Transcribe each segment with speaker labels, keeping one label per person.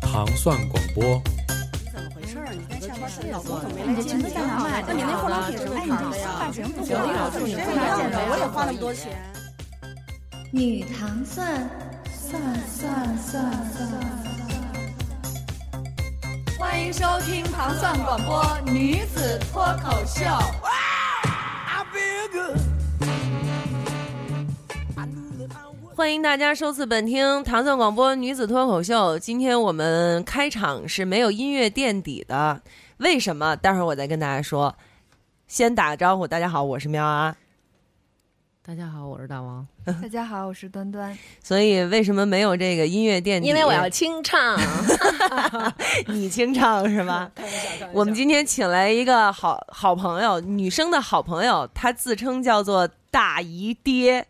Speaker 1: 糖蒜广播，
Speaker 2: 怎么回事儿？你该下班睡老公怎么没
Speaker 3: 你
Speaker 2: 来
Speaker 3: 这
Speaker 2: 接
Speaker 3: 裙子干嘛买的？
Speaker 2: 那你那护栏品什么牌儿
Speaker 3: 哎，你
Speaker 2: 的
Speaker 3: 这发
Speaker 2: 呀？
Speaker 3: 型不
Speaker 2: 行
Speaker 3: 行
Speaker 2: 了，
Speaker 3: 啊，
Speaker 2: 这
Speaker 3: 你
Speaker 2: 你
Speaker 3: 这
Speaker 2: 这
Speaker 3: 发
Speaker 2: 样
Speaker 3: 型
Speaker 2: 的，我也花那么多钱。
Speaker 4: 女糖蒜，蒜蒜蒜蒜蒜。
Speaker 3: 欢迎收听糖蒜广播女子脱口秀。
Speaker 5: 欢迎大家收次本听糖蒜广播女子脱口秀。今天我们开场是没有音乐垫底的，为什么？待会儿我再跟大家说。先打个招呼，大家好，我是喵啊。
Speaker 6: 大家好，我是大王。
Speaker 4: 大家好，我是端端。
Speaker 5: 所以为什么没有这个音乐垫底？
Speaker 6: 因为我要清唱，
Speaker 5: 你清唱是吧？ 我们今天请来一个好好朋友，女生的好朋友，她自称叫做大姨爹。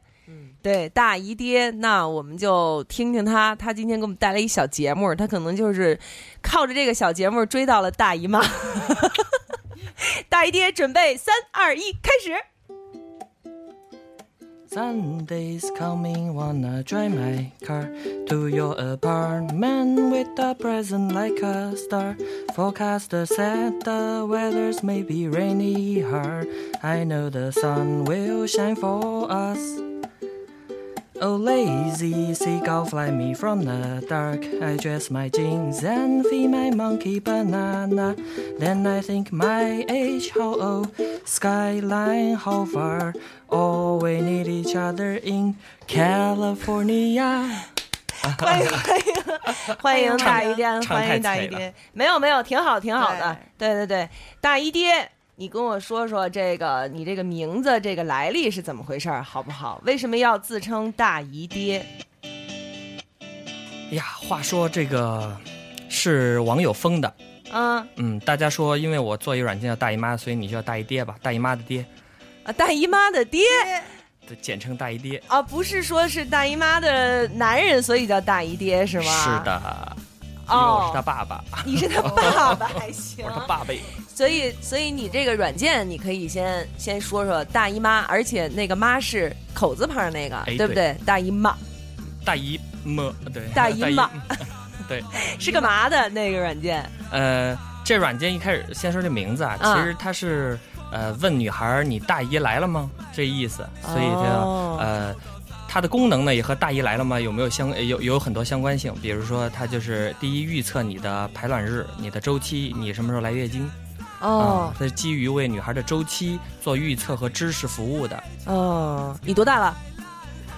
Speaker 5: 对大姨爹，那我们就听听她。她今天给我们带来一小节目，她可能就是靠着这个小节目追到了大姨妈。 大姨爹，准备三二一，开始。
Speaker 7: Sunday's coming, wanna drive my car to your apartment with a present like a star. Forecaster said the weather's maybe rainy hard. I know the sun will shine for us. Oh, lazy seagull, fly me from the dark. I dress my jeans and feed my monkey banana. Then I think my age, how old, skyline, how far. Oh, we need each other in California.
Speaker 5: 欢迎欢迎欢迎大姨爹，
Speaker 7: 唱
Speaker 5: 欢
Speaker 7: 太
Speaker 5: 迎大姨
Speaker 7: 脆
Speaker 5: 爹。没有没有，挺好挺好的。对对对，大姨爹，你跟我说说这个你这个名字这个来历是怎么回事儿，好不好？为什么要自称大姨爹？
Speaker 7: 哎呀，话说这个是网友封的，
Speaker 5: 嗯
Speaker 7: 嗯，大家说因为我做一个软件叫大姨妈，所以你就叫大姨爹吧，大姨妈的爹，
Speaker 5: 啊，大姨妈的爹
Speaker 7: 简称大姨爹。
Speaker 5: 啊，不是说是大姨妈的男人，所以叫大姨爹是吗？
Speaker 7: 是，的， 因为我
Speaker 5: 哦
Speaker 7: 是他爸爸，
Speaker 5: 你是他爸爸还行
Speaker 7: 我。是他爸爸。
Speaker 5: 所以，所以你这个软件，你可以先先说说大姨妈，而且那个妈是口字旁那个，
Speaker 7: 哎
Speaker 5: 对不对？大姨妈。
Speaker 7: 大姨嗯呃妈，对，
Speaker 5: 大姨妈
Speaker 7: 对，
Speaker 5: 是干嘛的那个软件？
Speaker 7: 呃，这软件一开始先说这名字啊，
Speaker 5: 啊
Speaker 7: 其实它是呃问女孩儿你大姨来了吗这意思，所以这、
Speaker 5: 哦
Speaker 7: 呃。它的功能呢，也和大姨来了吗有没有相有有很多相关性？比如说，它就是第一预测你的排卵日、你的周期、你什么时候来月经啊、
Speaker 5: 哦
Speaker 7: 它是基于为女孩的周期做预测和知识服务的。
Speaker 5: 哦，你多大了？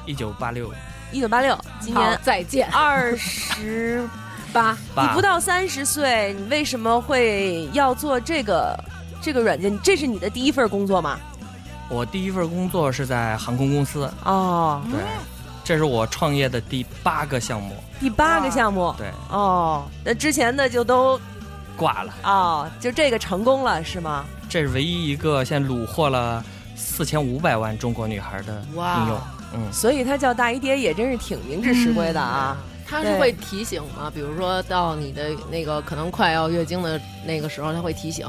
Speaker 7: 一九八六
Speaker 5: 一九八六，今
Speaker 6: 好
Speaker 5: 年，。
Speaker 6: 再见
Speaker 5: 二十，
Speaker 6: 八，
Speaker 5: 你
Speaker 7: 八，
Speaker 5: 不到三十岁，你为什么会要做这个这个软件？这是你的第一份工作吗？
Speaker 7: 我第一份工作是在航空公司，
Speaker 5: 哦，
Speaker 7: 对，
Speaker 4: 嗯
Speaker 7: 这是我创业的第八个项目，
Speaker 5: 第八个项目，
Speaker 7: 对，
Speaker 5: 哦，那之前的就都
Speaker 7: 挂了。
Speaker 5: 哦，就这个成功了是吗？
Speaker 7: 这是唯一一个现在虏获了四千五百万中国女孩的应用。嗯，
Speaker 5: 所以他叫大姨爹也真是挺明智实归的啊。
Speaker 6: 它是会提醒吗？比如说到你的那个可能快要月经的那个时候，它会提醒，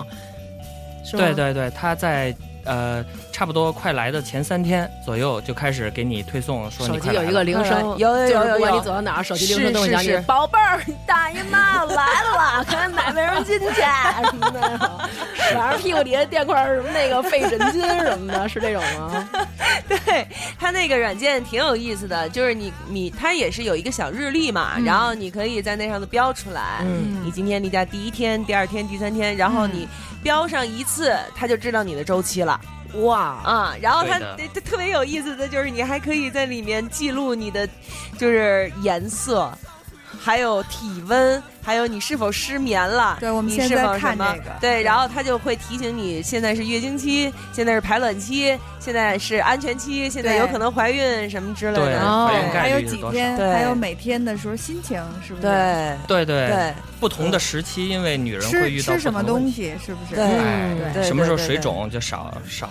Speaker 6: 是吗？
Speaker 7: 对对对，她在呃差不多快来的前三天左右就开始给你推送说
Speaker 6: 手
Speaker 7: 你
Speaker 6: 机
Speaker 7: 快
Speaker 6: 有
Speaker 7: 来
Speaker 6: 一个
Speaker 7: 了。
Speaker 6: 铃声，
Speaker 5: 嗯有有有
Speaker 6: 就是不管
Speaker 5: 有
Speaker 6: 你走到哪儿，手机
Speaker 5: 是
Speaker 6: 铃声都会响
Speaker 5: 是
Speaker 6: 起
Speaker 5: 是。
Speaker 6: 宝贝儿， 大姨妈来了，看买卫生巾去
Speaker 4: 啊
Speaker 6: 什么的，晚上屁股底下垫块儿什么那个费枕巾什么的，是这种吗？
Speaker 5: 对它那个软件挺有意思的，就是你你它也是有一个小日历嘛，
Speaker 6: 嗯
Speaker 5: 然后你可以在那上头标出来，
Speaker 2: 嗯
Speaker 5: 你今天例假第一天、第二天、第三天，然
Speaker 6: 嗯
Speaker 5: 后你标上一次，它就知道你的周期了
Speaker 6: 哇，
Speaker 5: 啊、然后它
Speaker 7: 对
Speaker 5: 特特别有意思的就是，你还可以在里面记录你的就是颜色，还有体温。还有你是否失眠了？
Speaker 4: 对我们
Speaker 5: 你
Speaker 4: 现
Speaker 5: 是
Speaker 4: 在
Speaker 5: 否什
Speaker 4: 看
Speaker 5: 么
Speaker 4: 这个
Speaker 5: 对，然后它就会提醒你现在是月经期，现在是排卵期，现在是安全期，现在
Speaker 4: 对
Speaker 5: 有可能怀孕什么之类
Speaker 7: 对，
Speaker 5: 的。
Speaker 6: 哦
Speaker 7: 怀孕
Speaker 4: 还
Speaker 7: 概
Speaker 4: 有
Speaker 7: 率是
Speaker 4: 几
Speaker 7: 多少？
Speaker 4: 天，
Speaker 5: 对
Speaker 4: 还有每天的时候心情是不是？，
Speaker 5: 对
Speaker 7: 对对
Speaker 5: 对
Speaker 7: 不同的时期，因为女人会
Speaker 4: 吃
Speaker 7: 遇到
Speaker 4: 吃
Speaker 7: 不
Speaker 4: 什
Speaker 7: 同
Speaker 4: 么
Speaker 7: 的问
Speaker 4: 东
Speaker 7: 题。
Speaker 4: 西是不是？
Speaker 5: 对
Speaker 7: 哎，
Speaker 5: 对
Speaker 7: 什么时候
Speaker 5: 对对
Speaker 7: 水肿就少少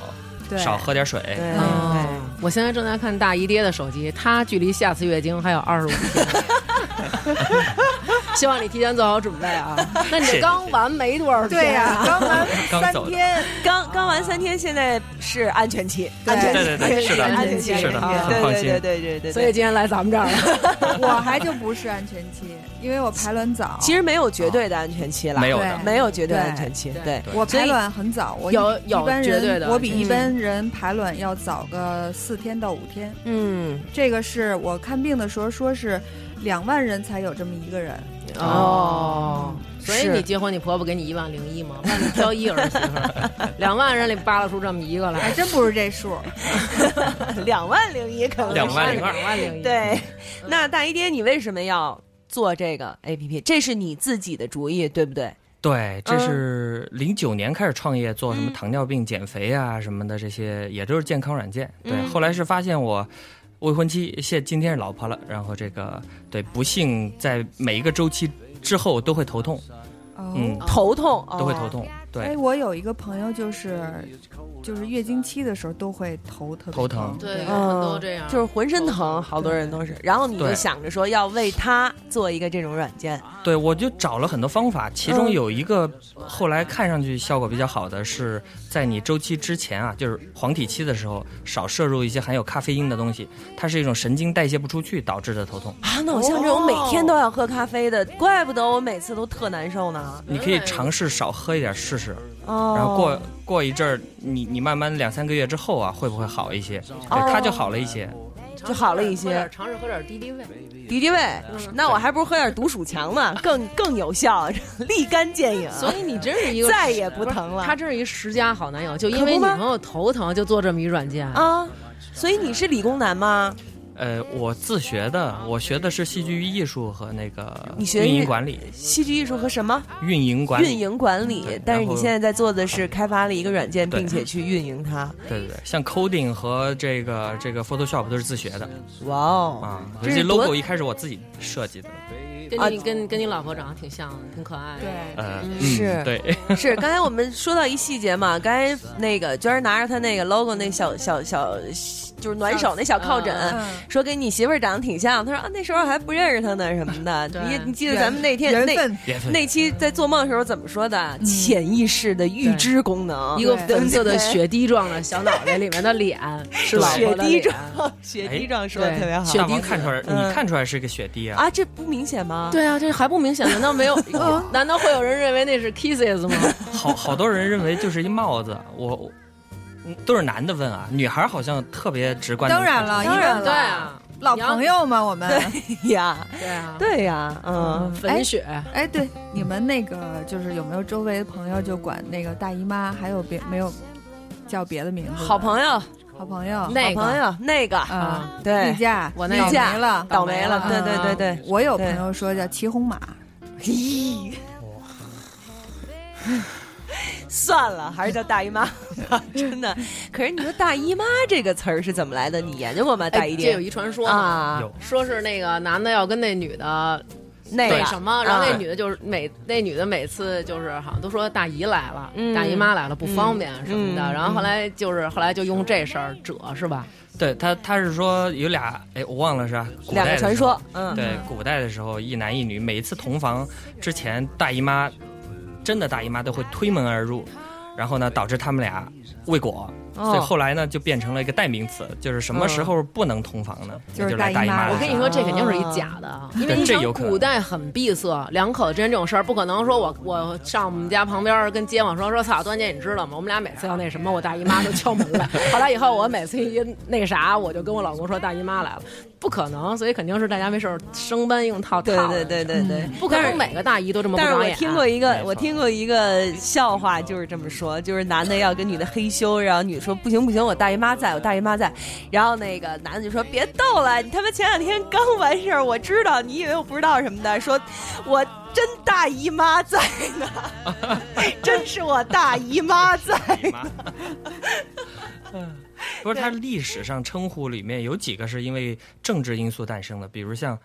Speaker 4: 对
Speaker 7: 少喝点水。
Speaker 5: 对
Speaker 6: 哦，我现在正在看大姨爹的手机，他距离下次月经还有二十五天。 希望你提前做好准备 啊。那你
Speaker 7: 谢谢
Speaker 6: 这刚完没多少天，啊
Speaker 4: 对呀、刚完
Speaker 7: 刚
Speaker 4: 三
Speaker 7: 走的
Speaker 4: 天，
Speaker 5: 刚刚完三天，现在是安全期，
Speaker 4: 对
Speaker 5: 安全期，
Speaker 7: 对对对是的
Speaker 5: 安全期，
Speaker 7: 是的
Speaker 5: 安全期
Speaker 7: 很放心
Speaker 5: 对对对对对对。
Speaker 6: 所以今天来咱们这儿 了。
Speaker 4: 我还就不是安全期，因为我排卵早。
Speaker 5: 其实没有绝对的安全期了，
Speaker 7: 没有
Speaker 4: 对
Speaker 7: 的，
Speaker 5: 没有绝对安全期，
Speaker 6: 对
Speaker 5: 对。
Speaker 4: 我
Speaker 5: 所以
Speaker 4: 排卵很早，我
Speaker 6: 有
Speaker 4: 一
Speaker 6: 有
Speaker 4: 般
Speaker 6: 绝对的
Speaker 4: 人，我比
Speaker 6: 嗯
Speaker 4: 一般人排卵要早个四天到五天。
Speaker 5: 嗯，
Speaker 4: 这个是我看病的时候说是两万人才有这么一个人，
Speaker 5: 嗯哦，
Speaker 6: 所以
Speaker 5: 是
Speaker 6: 你结婚，你婆婆给你一万零一吗？万里挑一儿媳妇 儿，两万人里扒拉出这么一个
Speaker 5: 哎
Speaker 4: 还
Speaker 6: 来，
Speaker 4: 真不是这数。
Speaker 5: 两万零一可能
Speaker 7: 两万零二
Speaker 6: 两万零一，
Speaker 5: 对，那大姨爹，你为什么要做这个 A P P？这是你自己的主意，对不对？
Speaker 7: 对，这
Speaker 5: 嗯
Speaker 7: 是零九年开始创业，做什么
Speaker 5: 嗯
Speaker 7: 糖尿病减肥啊什么的，这些也都是健康软件。对，
Speaker 5: 嗯
Speaker 7: 后来是发现我未婚妻现今天是老婆了，然后这个对不幸在每一个周期之后都会头痛，
Speaker 4: 哦，
Speaker 7: 嗯，
Speaker 5: 头痛，
Speaker 7: 都会
Speaker 5: 哦
Speaker 7: 头。痛，
Speaker 4: 哎，
Speaker 7: 对，
Speaker 4: 我有一个朋友就是，就是月经期的时候都会头特别
Speaker 7: 头疼
Speaker 4: 疼，
Speaker 6: 对，
Speaker 5: 嗯
Speaker 6: 都这样，
Speaker 5: 就是浑身疼，好多人都是。然后你就
Speaker 7: 对
Speaker 5: 想着说要为他做一个这种软件，
Speaker 7: 对我就找了很多方法，其中
Speaker 5: 嗯
Speaker 7: 有一个后来看上去效果比较好的是，在你周期之前啊，就是黄体期的时候，少摄入一些含有咖啡因的东西，它是一种神经代谢不出去导致的头痛。
Speaker 5: 啊，那我像这种每天都要喝咖啡的，怪不得我每次都特难受呢。
Speaker 7: 你可以尝试少喝一点试试，
Speaker 5: 嗯哦，
Speaker 7: 然后过过一阵儿，你你慢慢两三个月之后啊，会不会好一些？对，它就好了一些。
Speaker 5: 就好了一些
Speaker 6: 喝点尝试喝点敌敌畏，
Speaker 5: 敌敌畏，那我还不如喝点毒鼠强呢，更更有效， 立竿见影，
Speaker 6: 所以你真是一个
Speaker 5: 再也不疼了。嗯
Speaker 6: 他真是一十佳好男友，就因为
Speaker 5: 可
Speaker 6: 女
Speaker 5: 不吗
Speaker 6: 朋友头疼就做这么一软件，
Speaker 5: 啊，所以你是理工男吗？
Speaker 7: 呃，我自学的，我学的是戏剧与艺术和那个
Speaker 5: 你学的
Speaker 7: 运营
Speaker 5: 是
Speaker 7: 管理，
Speaker 5: 戏剧艺术和什么
Speaker 7: 运营管理，
Speaker 5: 运营管理
Speaker 7: 对？
Speaker 5: 但是
Speaker 7: 然
Speaker 5: 你
Speaker 7: 后
Speaker 5: 现在在做的是开发了一个软件，
Speaker 7: 对
Speaker 5: 并且去运营它。
Speaker 7: 对对对，像 coding 和这个这个 Photoshop 都是自学的
Speaker 5: 哇哦，
Speaker 7: 啊。
Speaker 5: 这是
Speaker 7: 这
Speaker 5: 多
Speaker 7: logo 一开始我自己设计的，
Speaker 5: 啊
Speaker 6: 跟你跟跟你老婆长得挺像的，挺可爱的。
Speaker 4: 对，
Speaker 7: 呃，嗯
Speaker 5: 是
Speaker 7: 对，
Speaker 5: 是刚才我们说到一细节嘛，刚才那个娟儿拿着她那个 logo 那小小小，就是暖手那小靠枕。
Speaker 6: 嗯
Speaker 4: 嗯
Speaker 5: 说跟你媳妇儿长得挺像，她说啊那时候还不认识她呢什么的，
Speaker 6: 对
Speaker 5: 你你记得咱们那天
Speaker 4: 缘
Speaker 5: 那
Speaker 4: 分
Speaker 7: 缘分
Speaker 5: 那期在做梦的时候怎么说的？潜意识的预知功能，
Speaker 6: 一 个
Speaker 4: 对
Speaker 6: 粉色的雪滴状的小脑袋里面的脸是老
Speaker 5: 雪
Speaker 6: 婆的
Speaker 5: 滴
Speaker 6: 脸，
Speaker 5: 状，雪滴状说的特别好
Speaker 6: 对
Speaker 7: 大王看出来，
Speaker 5: 嗯
Speaker 7: 你看出来是个雪滴啊？
Speaker 5: 啊，这不明显吗？
Speaker 6: 对啊，这还不明显？难道 没有？哦难道会有人认为那是 kisses 吗？
Speaker 7: 好好多人认为就是一帽子，我。我嗯都是男的问啊，女孩好像特别直观。
Speaker 4: 当然了，
Speaker 7: 因
Speaker 4: 因
Speaker 7: 为
Speaker 4: 为
Speaker 6: 对啊，
Speaker 4: 老朋友嘛，我们。
Speaker 5: 呀，
Speaker 6: 对啊，
Speaker 5: 对呀，嗯，
Speaker 6: 粉雪，
Speaker 4: 哎，对，你们那个就是有没有周围的朋友就管那个大姨妈，还有别没有叫别的名字的？
Speaker 5: 好朋友，
Speaker 4: 好朋友，
Speaker 6: 那
Speaker 5: 好朋
Speaker 6: 个
Speaker 5: 友，那个，
Speaker 4: 啊，
Speaker 5: 对
Speaker 4: 例，假，
Speaker 6: 我那
Speaker 4: 倒
Speaker 6: 例
Speaker 5: 假
Speaker 4: 霉了，
Speaker 5: 倒霉了，
Speaker 4: 嗯
Speaker 5: 对对对对，
Speaker 4: 我有朋友说叫骑红马，
Speaker 6: 嗯
Speaker 5: 咦， 算了，还是叫大姨妈吧， 真的。可是你说“大姨妈”这个词儿是怎么来的？你研究过吗？大
Speaker 6: 哎
Speaker 5: 姨
Speaker 6: 这有
Speaker 5: 爹
Speaker 6: 一传说嘛，
Speaker 5: 啊，
Speaker 7: 有
Speaker 6: 说是那个男的要跟那女的
Speaker 5: 那
Speaker 6: 那
Speaker 5: 个
Speaker 6: 什么，然后那
Speaker 5: 啊
Speaker 6: 女的就是每那女的每次就是好像都说大姨来了
Speaker 5: 嗯，
Speaker 6: 大姨妈来了不方便什么的
Speaker 5: 嗯，
Speaker 6: 然后后来就是后来就用这事儿折是吧？
Speaker 7: 对他，他是说有俩，哎，我忘了是吧古代
Speaker 5: 两
Speaker 7: 的
Speaker 5: 个
Speaker 7: 时候
Speaker 5: 传说，嗯，
Speaker 7: 对，古代的时候，一男一女，每一次同房之前，大姨妈，真的大姨妈都会推门而入，然后呢，导致他们俩未果。
Speaker 5: 哦
Speaker 7: 所以后来呢，就变成了一个代名词，就是什么时候不能同房呢？
Speaker 4: 就是
Speaker 7: 那来
Speaker 4: 大
Speaker 7: 大
Speaker 4: 姨妈
Speaker 5: 啊
Speaker 7: 妈的
Speaker 6: 我
Speaker 7: 事
Speaker 6: 跟
Speaker 7: 儿。
Speaker 6: 你说，这肯定是一假的，啊、因为你
Speaker 7: 这
Speaker 6: 想
Speaker 7: 有可能
Speaker 6: 古代很闭塞，两口子之间这种事儿不可能说我我上我们家旁边儿跟街坊说说操，端姐你知道吗？我们俩每次要那什么，我大姨妈都敲门来。 后来以后我每次一那个啥，我就跟我老公说大姨妈来了，不可能，所以肯定是大家没事儿生搬硬套套
Speaker 5: 对
Speaker 6: 着。
Speaker 5: 对对对对。
Speaker 6: 嗯不可能每个大姨都这么不
Speaker 5: 但是
Speaker 6: 长
Speaker 5: 我
Speaker 6: 眼啊。
Speaker 5: 听过一
Speaker 7: 没
Speaker 5: 个，
Speaker 7: 错
Speaker 5: 我听过一个笑话，就是这么说，就是男的要跟女的嘿咻，然后女的说不行不行，我大姨妈在，我大姨妈在，然后那个男的就说别逗了，你他妈前两天刚完事儿，我知道，你以为我不知道什么的，说我真大姨妈在呢，真是我大姨妈在，
Speaker 7: 大姨妈。 不是，它历史上称呼里面有几个是因为政治因素诞生的，比如像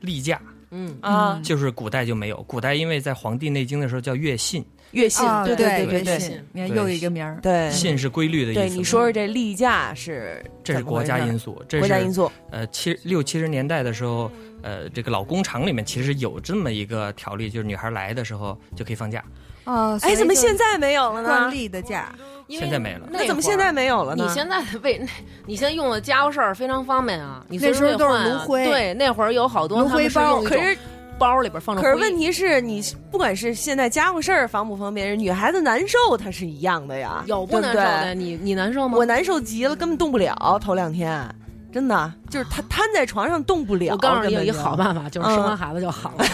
Speaker 7: 例假，
Speaker 6: 嗯，
Speaker 5: 啊，
Speaker 7: 就是古代就没有。古代因为在《黄帝内经》的时候叫月信，
Speaker 5: 月信，
Speaker 4: 啊，
Speaker 5: 对
Speaker 4: 对
Speaker 5: 对
Speaker 4: 对
Speaker 5: 对
Speaker 6: 对
Speaker 4: 你看又一个名儿，
Speaker 5: 对，
Speaker 7: 信是规律的意思。
Speaker 5: 对你说说这例假是
Speaker 7: 这是
Speaker 5: 怎么
Speaker 7: 国
Speaker 5: 回事
Speaker 7: 家
Speaker 5: 儿
Speaker 7: 因素，这是
Speaker 5: 国家因素，
Speaker 7: 呃七六七十年代的时候，呃，这个老工厂里面其实有这么一个条例，就是女孩来的时候就可以放假，
Speaker 4: 哦，所
Speaker 5: 哎，
Speaker 4: 以
Speaker 5: 怎么
Speaker 4: 就
Speaker 5: 现在没有了
Speaker 4: 惯
Speaker 5: 呢？
Speaker 4: 例的假？
Speaker 6: 因为
Speaker 7: 现在没了
Speaker 6: 会儿
Speaker 5: 那怎么现在没有了呢？
Speaker 6: 你现在为你现在用的家伙事儿非常方便啊，你随时
Speaker 4: 那时候都
Speaker 6: 可以
Speaker 4: 是
Speaker 6: 换啊
Speaker 4: 炉灰
Speaker 6: 对，那会儿有好多
Speaker 4: 炉灰包
Speaker 6: 他们
Speaker 5: 可
Speaker 6: 是用一种
Speaker 5: 是
Speaker 6: 包里边放着
Speaker 5: 可
Speaker 6: 灰，
Speaker 5: 是问题是你不管是现在家伙事儿方不方便，女孩子难受它是一样的呀，
Speaker 6: 有不
Speaker 5: 对
Speaker 6: 难
Speaker 5: 啊对
Speaker 6: 受的，你你难受吗？
Speaker 5: 我难受极了，根本动不了，头两天真的就是他瘫在床上动不了。
Speaker 6: 我告诉
Speaker 5: 根
Speaker 6: 你有
Speaker 5: 本
Speaker 6: 一
Speaker 5: 就嗯
Speaker 6: 好，办法，就是生完孩子就好了，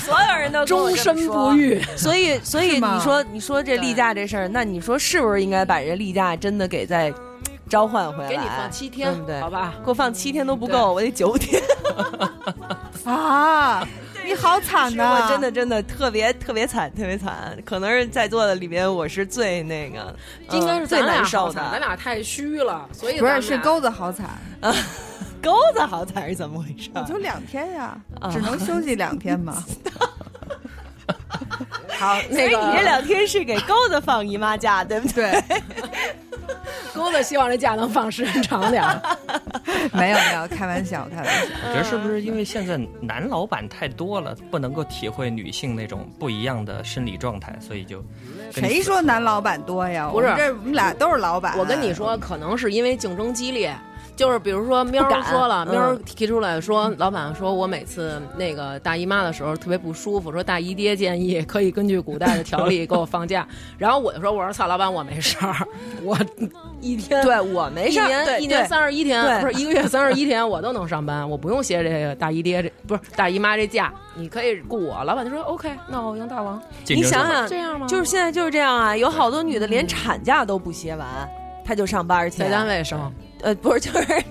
Speaker 5: 所有人都跟
Speaker 6: 终
Speaker 5: 我这么
Speaker 6: 身不
Speaker 5: 说。
Speaker 6: 育。
Speaker 5: 所以，所以
Speaker 4: 是吗
Speaker 5: 你说，你说这例假这事儿，那你说是不是应该把这例假真的给再召唤回来？
Speaker 6: 给你放七天，
Speaker 5: 对不对
Speaker 6: 好吧？
Speaker 5: 给我放七天都不够，我得九天。
Speaker 4: 啊，你好惨呐、
Speaker 5: 我真的真的特别特别惨，特别惨。可能是在座的里边，我是最那个，嗯
Speaker 6: 应该是
Speaker 5: 最
Speaker 6: 咱俩
Speaker 5: 难
Speaker 6: 好
Speaker 5: 受
Speaker 6: 惨咱
Speaker 5: 的。
Speaker 6: 俩太虚了，所以
Speaker 4: 不
Speaker 6: 咱
Speaker 4: 是
Speaker 6: 们
Speaker 4: 是
Speaker 6: 俩
Speaker 4: 钩子好惨，
Speaker 5: 钩子好惨是怎么回 事？
Speaker 4: 就两天呀、
Speaker 5: 啊
Speaker 4: 只能休息两天嘛。
Speaker 6: 好那
Speaker 5: 所以你这
Speaker 6: 个
Speaker 5: 两天是给钩子放姨妈假，对不对？
Speaker 4: 对，
Speaker 6: 钩子，希望这假能放时间长点儿。
Speaker 4: 没有没有，开玩笑开玩笑。
Speaker 7: 我觉得是不
Speaker 5: 嗯
Speaker 7: 是因为现在男老板太多了，不能够体会女性那种不一样的生理状态，所以就跟你
Speaker 4: 谁说男老板多呀？
Speaker 6: 不是
Speaker 4: 我们这我们俩都是老板。
Speaker 6: 我跟
Speaker 5: 哎
Speaker 6: 你，说，可能是因为竞争激烈。就是比如说，喵
Speaker 5: 不
Speaker 6: 儿
Speaker 5: 敢
Speaker 6: 说了，
Speaker 5: 嗯
Speaker 6: 喵儿提出来说，老板说我每次那个大姨妈的时候特别不舒服，说大姨爹建议可以根据古代的条例给我放假。然后我就说，我说操，老板我没事儿，我一天
Speaker 5: 对我没
Speaker 6: 一
Speaker 5: 事儿，
Speaker 6: 年
Speaker 5: 对
Speaker 6: 一年
Speaker 5: 对
Speaker 6: 三十一天，
Speaker 5: 对
Speaker 6: 不是一个月三十一天，我都能上班，我不用歇这个大姨爹这不是大姨妈这假，你可以雇我。老板就说 OK，那我用大王，
Speaker 7: 竞
Speaker 5: 你
Speaker 7: 争者
Speaker 5: 想想，
Speaker 6: 这样吗？
Speaker 5: 嗯就是现在就是这样啊，有好多女的连产假都不歇完，她就上班去。啊
Speaker 6: 在单位生，
Speaker 5: 呃，不是，就是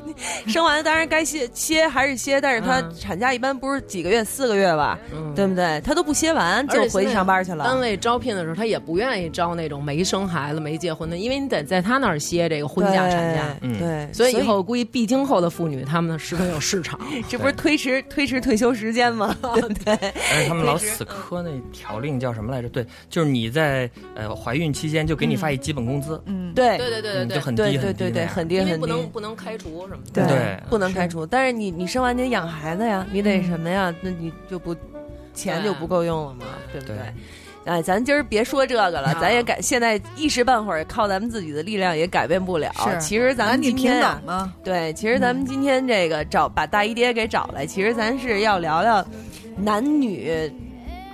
Speaker 5: 生完当然该歇歇还是歇，但是她
Speaker 6: 嗯
Speaker 5: 产假一般不是几个月四个月吧，
Speaker 6: 嗯
Speaker 5: 对不对？她都不歇完就
Speaker 6: 而且
Speaker 5: 回
Speaker 6: 现
Speaker 5: 去
Speaker 6: 在
Speaker 5: 上班去了。
Speaker 6: 单位招聘的时候，他也不愿意招那种没生孩子、没结婚的，因为你得在他那儿歇这个婚假、
Speaker 5: 对
Speaker 6: 产假。
Speaker 7: 嗯
Speaker 5: 对，
Speaker 6: 所以以后估计必经后的妇女，她们十分有市场。
Speaker 5: 这不是推迟推迟退休时间吗？对不对？
Speaker 7: 而且哎他们老死磕那条令叫什么来着？对，就是你在呃怀孕期间就给你发一基本工资，
Speaker 4: 嗯，
Speaker 5: 对
Speaker 6: 对 对
Speaker 7: 嗯就很低
Speaker 5: 对
Speaker 7: 很
Speaker 5: 对
Speaker 7: 低
Speaker 5: 对
Speaker 7: 那
Speaker 5: 对，
Speaker 7: 样
Speaker 5: 很低很低，
Speaker 6: 不能嗯开除什么的
Speaker 4: 对
Speaker 7: 对
Speaker 5: 不能开除。但是你你生完你得养孩子呀，你得什么呀？那你就不钱就不够用了嘛，对不对？哎，咱今儿别说这个了，
Speaker 6: 啊
Speaker 5: 咱也改，现在一时半会儿靠咱们自己的力量也改变不了。
Speaker 4: 是
Speaker 5: 其实咱
Speaker 4: 男
Speaker 5: 们
Speaker 4: 女
Speaker 5: 今
Speaker 4: 平
Speaker 5: 天、啊
Speaker 4: 等、嘛。
Speaker 5: 对，其实咱们今天这个找把大姨爹给找来，其实咱是要聊聊男女。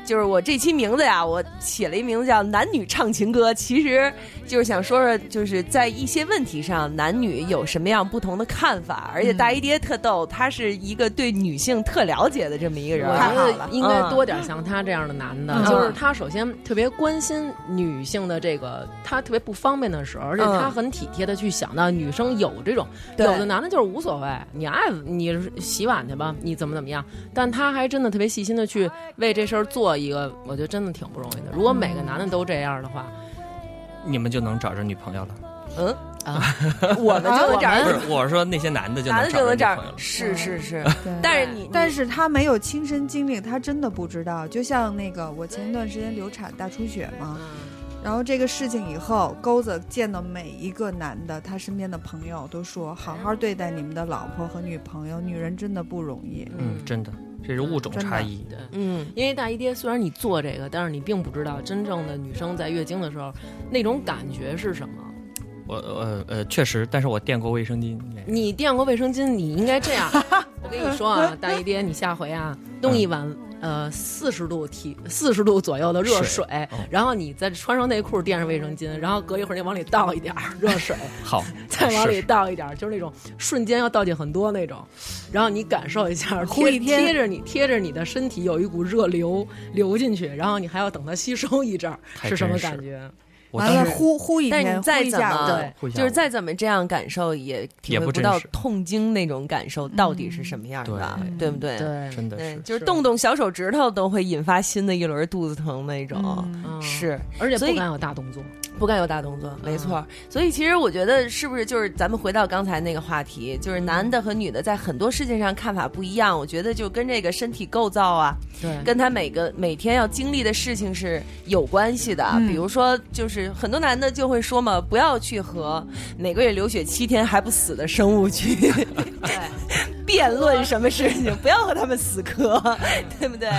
Speaker 5: 就是我这期名字呀，我起了一名字叫“男女唱情歌”，其实就是想说说，就是在一些问题上，男女有什么样不同的看法。而且大姨爹特逗，他是一个对女性特了解的这么一个人
Speaker 6: 我
Speaker 5: 儿。
Speaker 6: 觉
Speaker 4: 太好
Speaker 6: 得
Speaker 4: 了
Speaker 6: 应该多点像他这样的男的，
Speaker 4: 嗯
Speaker 6: 就是他首先特别关心女性的这个，他特别不方便的时候，而且
Speaker 5: 嗯
Speaker 6: 他很体贴的去想到女生有这种，
Speaker 5: 对
Speaker 6: 有的男的就是无所谓，你爱你洗碗去吧，你怎么怎么样，但他还真的特别细心的去为这事儿做一个，我觉得真的挺不容易的。如果每个男的都这样的话，
Speaker 7: 你们就能找着女朋友了。
Speaker 5: 嗯，
Speaker 6: 我们
Speaker 5: 就能找着
Speaker 7: 不是，我是说那些男的就
Speaker 5: 嗯男的
Speaker 7: 能找着女
Speaker 5: 就能这
Speaker 7: 朋
Speaker 5: 样
Speaker 7: 友了，。
Speaker 5: 是是是。
Speaker 4: 对
Speaker 5: 但是你，
Speaker 4: 嗯但是他没有亲身经历，他真的不知道。就像那个我前一段时间流产大出血嘛，
Speaker 5: 嗯
Speaker 4: 然后这个事情以后，钩子见到每一个男的，他身边的朋友都说：“好好对待你们的老婆和女朋友，女人真的不容易。
Speaker 7: 嗯，真的，这是物种
Speaker 4: 真的
Speaker 7: 差异。
Speaker 6: 对。
Speaker 5: 嗯，
Speaker 6: 因为大姨爹虽然你做这个，但是你并不知道真正的女生在月经的时候那种感觉是什么。
Speaker 7: 我呃呃，确实，但是我垫过卫生巾。
Speaker 6: 你垫过卫生巾，你应该这样。我跟你说啊，大姨爹，你下回啊，弄一碗呃四十度体四十度左右的热水，
Speaker 7: 水哦
Speaker 6: 然后你再穿上内裤垫上卫生巾，然后隔一会儿你往里倒一点儿热水，
Speaker 7: 好，
Speaker 6: 再往里
Speaker 7: 是
Speaker 6: 倒一点儿，就是那种瞬间要倒进很多那种，然后你感受一下，
Speaker 4: 呼一
Speaker 6: 贴
Speaker 4: 天
Speaker 6: 贴着你贴着你的身体有一股热流流进去，然后你还要等它吸收一阵儿，
Speaker 7: 太
Speaker 6: 是什么
Speaker 7: 真是
Speaker 6: 感觉？
Speaker 7: 我
Speaker 4: 完
Speaker 7: 当
Speaker 4: 了，
Speaker 7: 时
Speaker 4: 呼呼一
Speaker 5: 但
Speaker 4: 天，
Speaker 5: 是你再
Speaker 4: 呼一
Speaker 5: 怎
Speaker 4: 下午
Speaker 5: 么
Speaker 6: 对
Speaker 7: 互相
Speaker 5: 就是再怎么这样感受，也体
Speaker 7: 也
Speaker 5: 会
Speaker 7: 不
Speaker 5: 不
Speaker 7: 真
Speaker 5: 到
Speaker 7: 实
Speaker 5: 痛经那种感受到底是什么样
Speaker 4: 嗯
Speaker 5: 的，
Speaker 7: 对
Speaker 5: 对不对？
Speaker 6: 对
Speaker 7: 真的
Speaker 5: 嗯对
Speaker 7: 是，
Speaker 5: 就是动动小手指头都会引发新的一轮肚子疼那种。
Speaker 4: 嗯
Speaker 6: 嗯
Speaker 5: 是
Speaker 6: 而且
Speaker 5: 所
Speaker 6: 不
Speaker 5: 以
Speaker 6: 敢有大动作。
Speaker 5: 不敢有大动作，没错。所以其实我觉得，是不是就是咱们回到刚才那个话题，就是男的和女的在很多事情上看法不一样，我觉得就跟这个身体构造啊，
Speaker 6: 对，
Speaker 5: 跟他每个每天要经历的事情是有关系的。啊
Speaker 4: 嗯
Speaker 5: 比如说，就是很多男的就会说嘛，不要去和每个月流血七天还不死的生物去
Speaker 6: 对，
Speaker 5: 辩论什么事情，不要和他们死磕，对不对？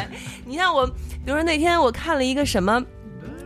Speaker 5: 你像我，比如说那天我看了一个什么。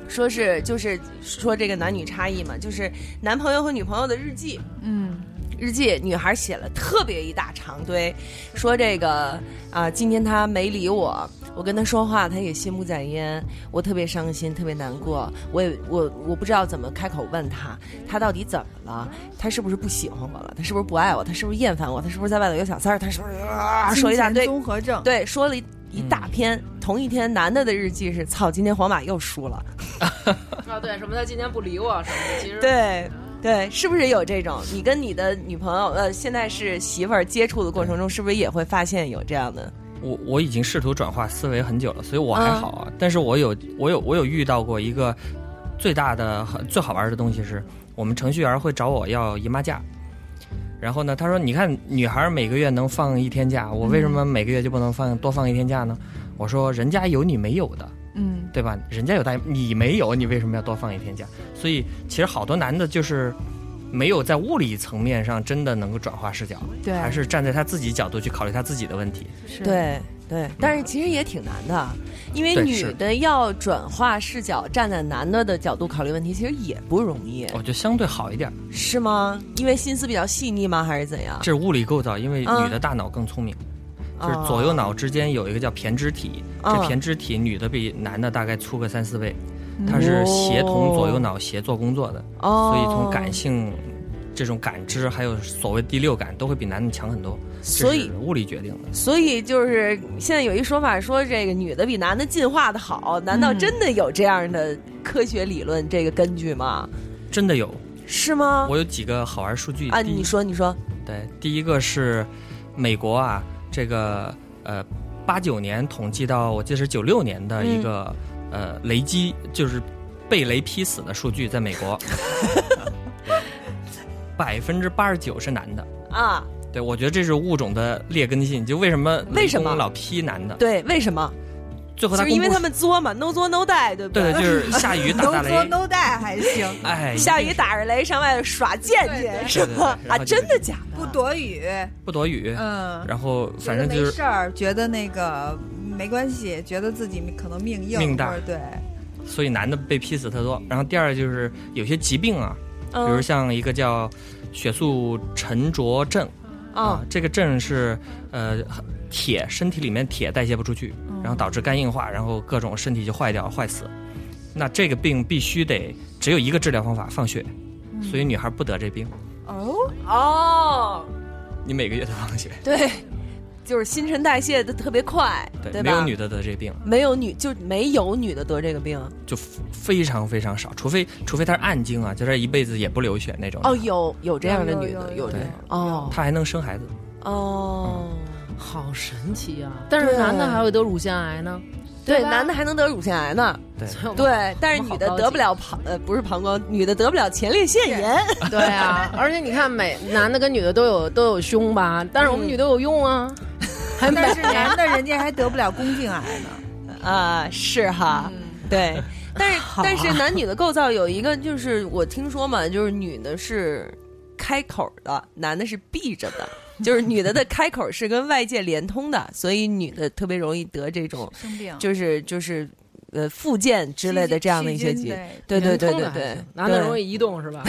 Speaker 5: 说是就是说这个男女差异嘛，就是男朋友和女朋友的日记，
Speaker 4: 嗯，
Speaker 5: 日记，女孩写了特别一大长堆，说这个啊、今天他没理我，我跟他说话，他也心不在焉，我特别伤心，特别难过，我也我我不知道怎么开口问他，他到底怎么了？他是不是不喜欢我了？他是不是不爱我？他是不是厌烦我？他是不是在外头有小三儿？他是不是、啊、说一大堆
Speaker 4: 金钱？综合症，
Speaker 5: 对，说了一一大篇。同一天，男的的日记是：操，今天皇马又输了。
Speaker 6: 啊，对，什么他今天不理我什么的，其实
Speaker 5: 对对，是不是有这种？你跟你的女朋友，呃，现在是媳妇儿接触的过程中，是不是也会发现有这样的？
Speaker 7: 我我已经试图转化思维很久了，所以我还好啊。但是我有我有我有遇到过一个最大的最好玩的东西是，我们程序员会找我要姨妈假。然后呢，他说：“你看，女孩每个月能放一天假，我为什么每个月就不能放多放一天假呢？”我说：“人家有你没有的，
Speaker 4: 嗯，
Speaker 7: 对吧？人家有大，你没有，你为什么要多放一天假？所以其实好多男的就是没有在物理层面上真的能够转化视角，
Speaker 4: 对，
Speaker 7: 还是站在他自己角度去考虑他自己的问题。
Speaker 4: 是，
Speaker 5: 对对，但是其实也挺难的，因为
Speaker 7: 对
Speaker 5: 女
Speaker 7: 是
Speaker 5: 的要转化视角，站在男的的角度考虑问题，其实也不容易，
Speaker 7: 我觉得相对好一点。”
Speaker 5: 是吗？因为心思比较细腻吗？还是怎样
Speaker 7: 这？是物理构造，因为
Speaker 5: 嗯
Speaker 7: 女的大脑更聪明，就是左右脑之间有一个叫胼胝体，
Speaker 5: 嗯
Speaker 7: 这胼胝体女的比男的大概粗个三四倍，
Speaker 4: 嗯
Speaker 7: 它是协同左右脑协作工作的，
Speaker 5: 哦，
Speaker 7: 所以从感，性。这种感知还有所谓第六感都会比男的强很多，这
Speaker 5: 所以
Speaker 7: 是物理决定的。
Speaker 5: 所以就是现在有一说法说，这个女的比男的进化的好，难道
Speaker 4: 嗯
Speaker 5: 真的有这样的科学理论这个根据吗？
Speaker 7: 真的有，
Speaker 5: 是吗？
Speaker 7: 我有几个好玩数据
Speaker 5: 啊，
Speaker 7: 第一
Speaker 5: 你说，你说，
Speaker 7: 对，第一个是美国啊，这个呃八九年统计到我记得是九六年的一个、
Speaker 5: 嗯
Speaker 7: 呃雷击，就是被雷劈死的数据，在美 国，百分之八十九是男的。
Speaker 5: 啊，
Speaker 7: 对，我觉得这是物种的劣根性，就为什么
Speaker 5: 为什
Speaker 7: 美
Speaker 5: 么
Speaker 7: 工老劈男的？
Speaker 5: 对，为什么？
Speaker 7: 最后
Speaker 5: 就
Speaker 7: 他
Speaker 5: 是因为
Speaker 7: 公布
Speaker 5: 他们作嘛，no 作 no die，对不
Speaker 7: 对
Speaker 5: 对？
Speaker 7: 对，就是下雨打
Speaker 4: 能
Speaker 7: 大
Speaker 4: 作
Speaker 7: 雷，
Speaker 4: 能带还行，
Speaker 7: 哎，
Speaker 5: 下雨打着雷上外头耍贱去是
Speaker 7: 对对
Speaker 5: 吗？
Speaker 7: 对然
Speaker 5: 啊，
Speaker 7: 后就是
Speaker 5: 真的假的？
Speaker 4: 不躲雨，
Speaker 7: 不躲雨，
Speaker 4: 嗯，
Speaker 7: 然后反正
Speaker 4: 觉
Speaker 7: 就
Speaker 4: 得没
Speaker 7: 是
Speaker 4: 事儿，觉得那个没关系，觉得自己可能命硬，
Speaker 7: 命大
Speaker 4: 或者对，
Speaker 7: 所以男的被劈死特多。然后第二就是有些疾病啊，
Speaker 5: 嗯
Speaker 7: 比如像一个叫血素沉着症啊
Speaker 5: 嗯，，
Speaker 7: 这个症是呃铁身体里面铁代谢不出去，
Speaker 5: 嗯
Speaker 4: 嗯
Speaker 7: 然后导致肝硬化，然后各种身体就坏掉坏死。那这个病必须得只有一个治疗方法，放血。
Speaker 4: 嗯
Speaker 5: 嗯
Speaker 7: 所以女孩不得这病，
Speaker 4: 哦，
Speaker 5: 哦，
Speaker 7: 你每个月都放血，
Speaker 5: 对，就是新陈代谢的特别快，
Speaker 7: 对，没
Speaker 5: 吧？
Speaker 7: 有女的哦得这病，
Speaker 5: 没有女就没有女的得这个病
Speaker 7: 就非常非常少，除非除非她是暗经啊，就是一辈子也不流血那种。
Speaker 5: 哦，，有有这样的女的，
Speaker 4: 有有有
Speaker 5: 这
Speaker 7: 有
Speaker 5: 样哦
Speaker 7: 她还能生孩子。
Speaker 5: 哦，
Speaker 6: 嗯好神奇啊！但是男的
Speaker 5: 对
Speaker 6: 还会得乳腺癌呢，
Speaker 5: 对，
Speaker 6: 吧
Speaker 5: 男的还能得乳腺癌呢，
Speaker 7: 对，
Speaker 6: 所以我
Speaker 5: 对，但是女的得不了膀呃不是膀胱，女的得不了前列腺炎，
Speaker 6: 对啊，而且你看每男的跟女的都有都有胸吧，但是我们女的有用啊，还没
Speaker 4: 但是男的人家还得不了宫颈癌呢，
Speaker 5: 啊，是
Speaker 4: 嗯
Speaker 5: 哈， 对，但是
Speaker 6: 啊
Speaker 5: 但是男女的构造有一个就是我听说嘛，就是女的是开口的，男的是闭着的。就是女的的开口是跟外界连通的，所以女的特别容易得这种，
Speaker 4: 生病
Speaker 5: 就是就是，呃，附件之类的这样的一些疾，
Speaker 4: 对
Speaker 5: 对对对
Speaker 6: 嗯通
Speaker 5: 对
Speaker 6: 的还
Speaker 5: 对
Speaker 6: 行，男的容
Speaker 5: 易。
Speaker 6: 易移动是吧？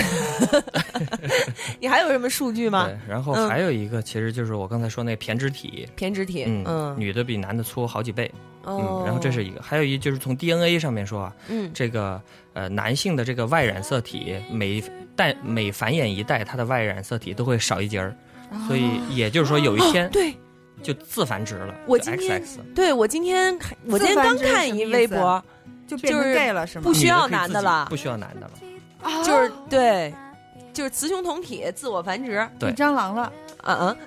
Speaker 5: 你还有什么数据吗
Speaker 7: 对？，然后
Speaker 5: 嗯
Speaker 7: 还有一个，其实就是我刚才说那胼胝体，
Speaker 5: 偏肢体，
Speaker 7: 嗯，
Speaker 5: 嗯，
Speaker 7: 女的比男的粗好几倍，
Speaker 5: 哦
Speaker 7: 嗯，然后这是一个，还有一就是从 DNA 上面说啊，
Speaker 5: 嗯
Speaker 7: 这个呃男性的这个外染色体每代每繁衍一代，它的外染色体都会少一截儿，所以也就是说有一天
Speaker 5: 哦对
Speaker 7: 就自繁殖了，
Speaker 5: 我
Speaker 7: 就 XX
Speaker 5: 今天对，我今天看我今天刚看一微
Speaker 4: 自
Speaker 5: 博
Speaker 6: 啊
Speaker 4: 繁，就变成
Speaker 5: 就是
Speaker 4: gay 了是吗？
Speaker 5: 不需要
Speaker 7: 女可以
Speaker 5: 男的
Speaker 7: 自己
Speaker 5: 了
Speaker 7: 不需要男的了，
Speaker 6: 哦
Speaker 5: 就是对，就是雌雄同体，自我繁殖，
Speaker 7: 对
Speaker 4: 有蟑螂了，
Speaker 5: 嗯嗯。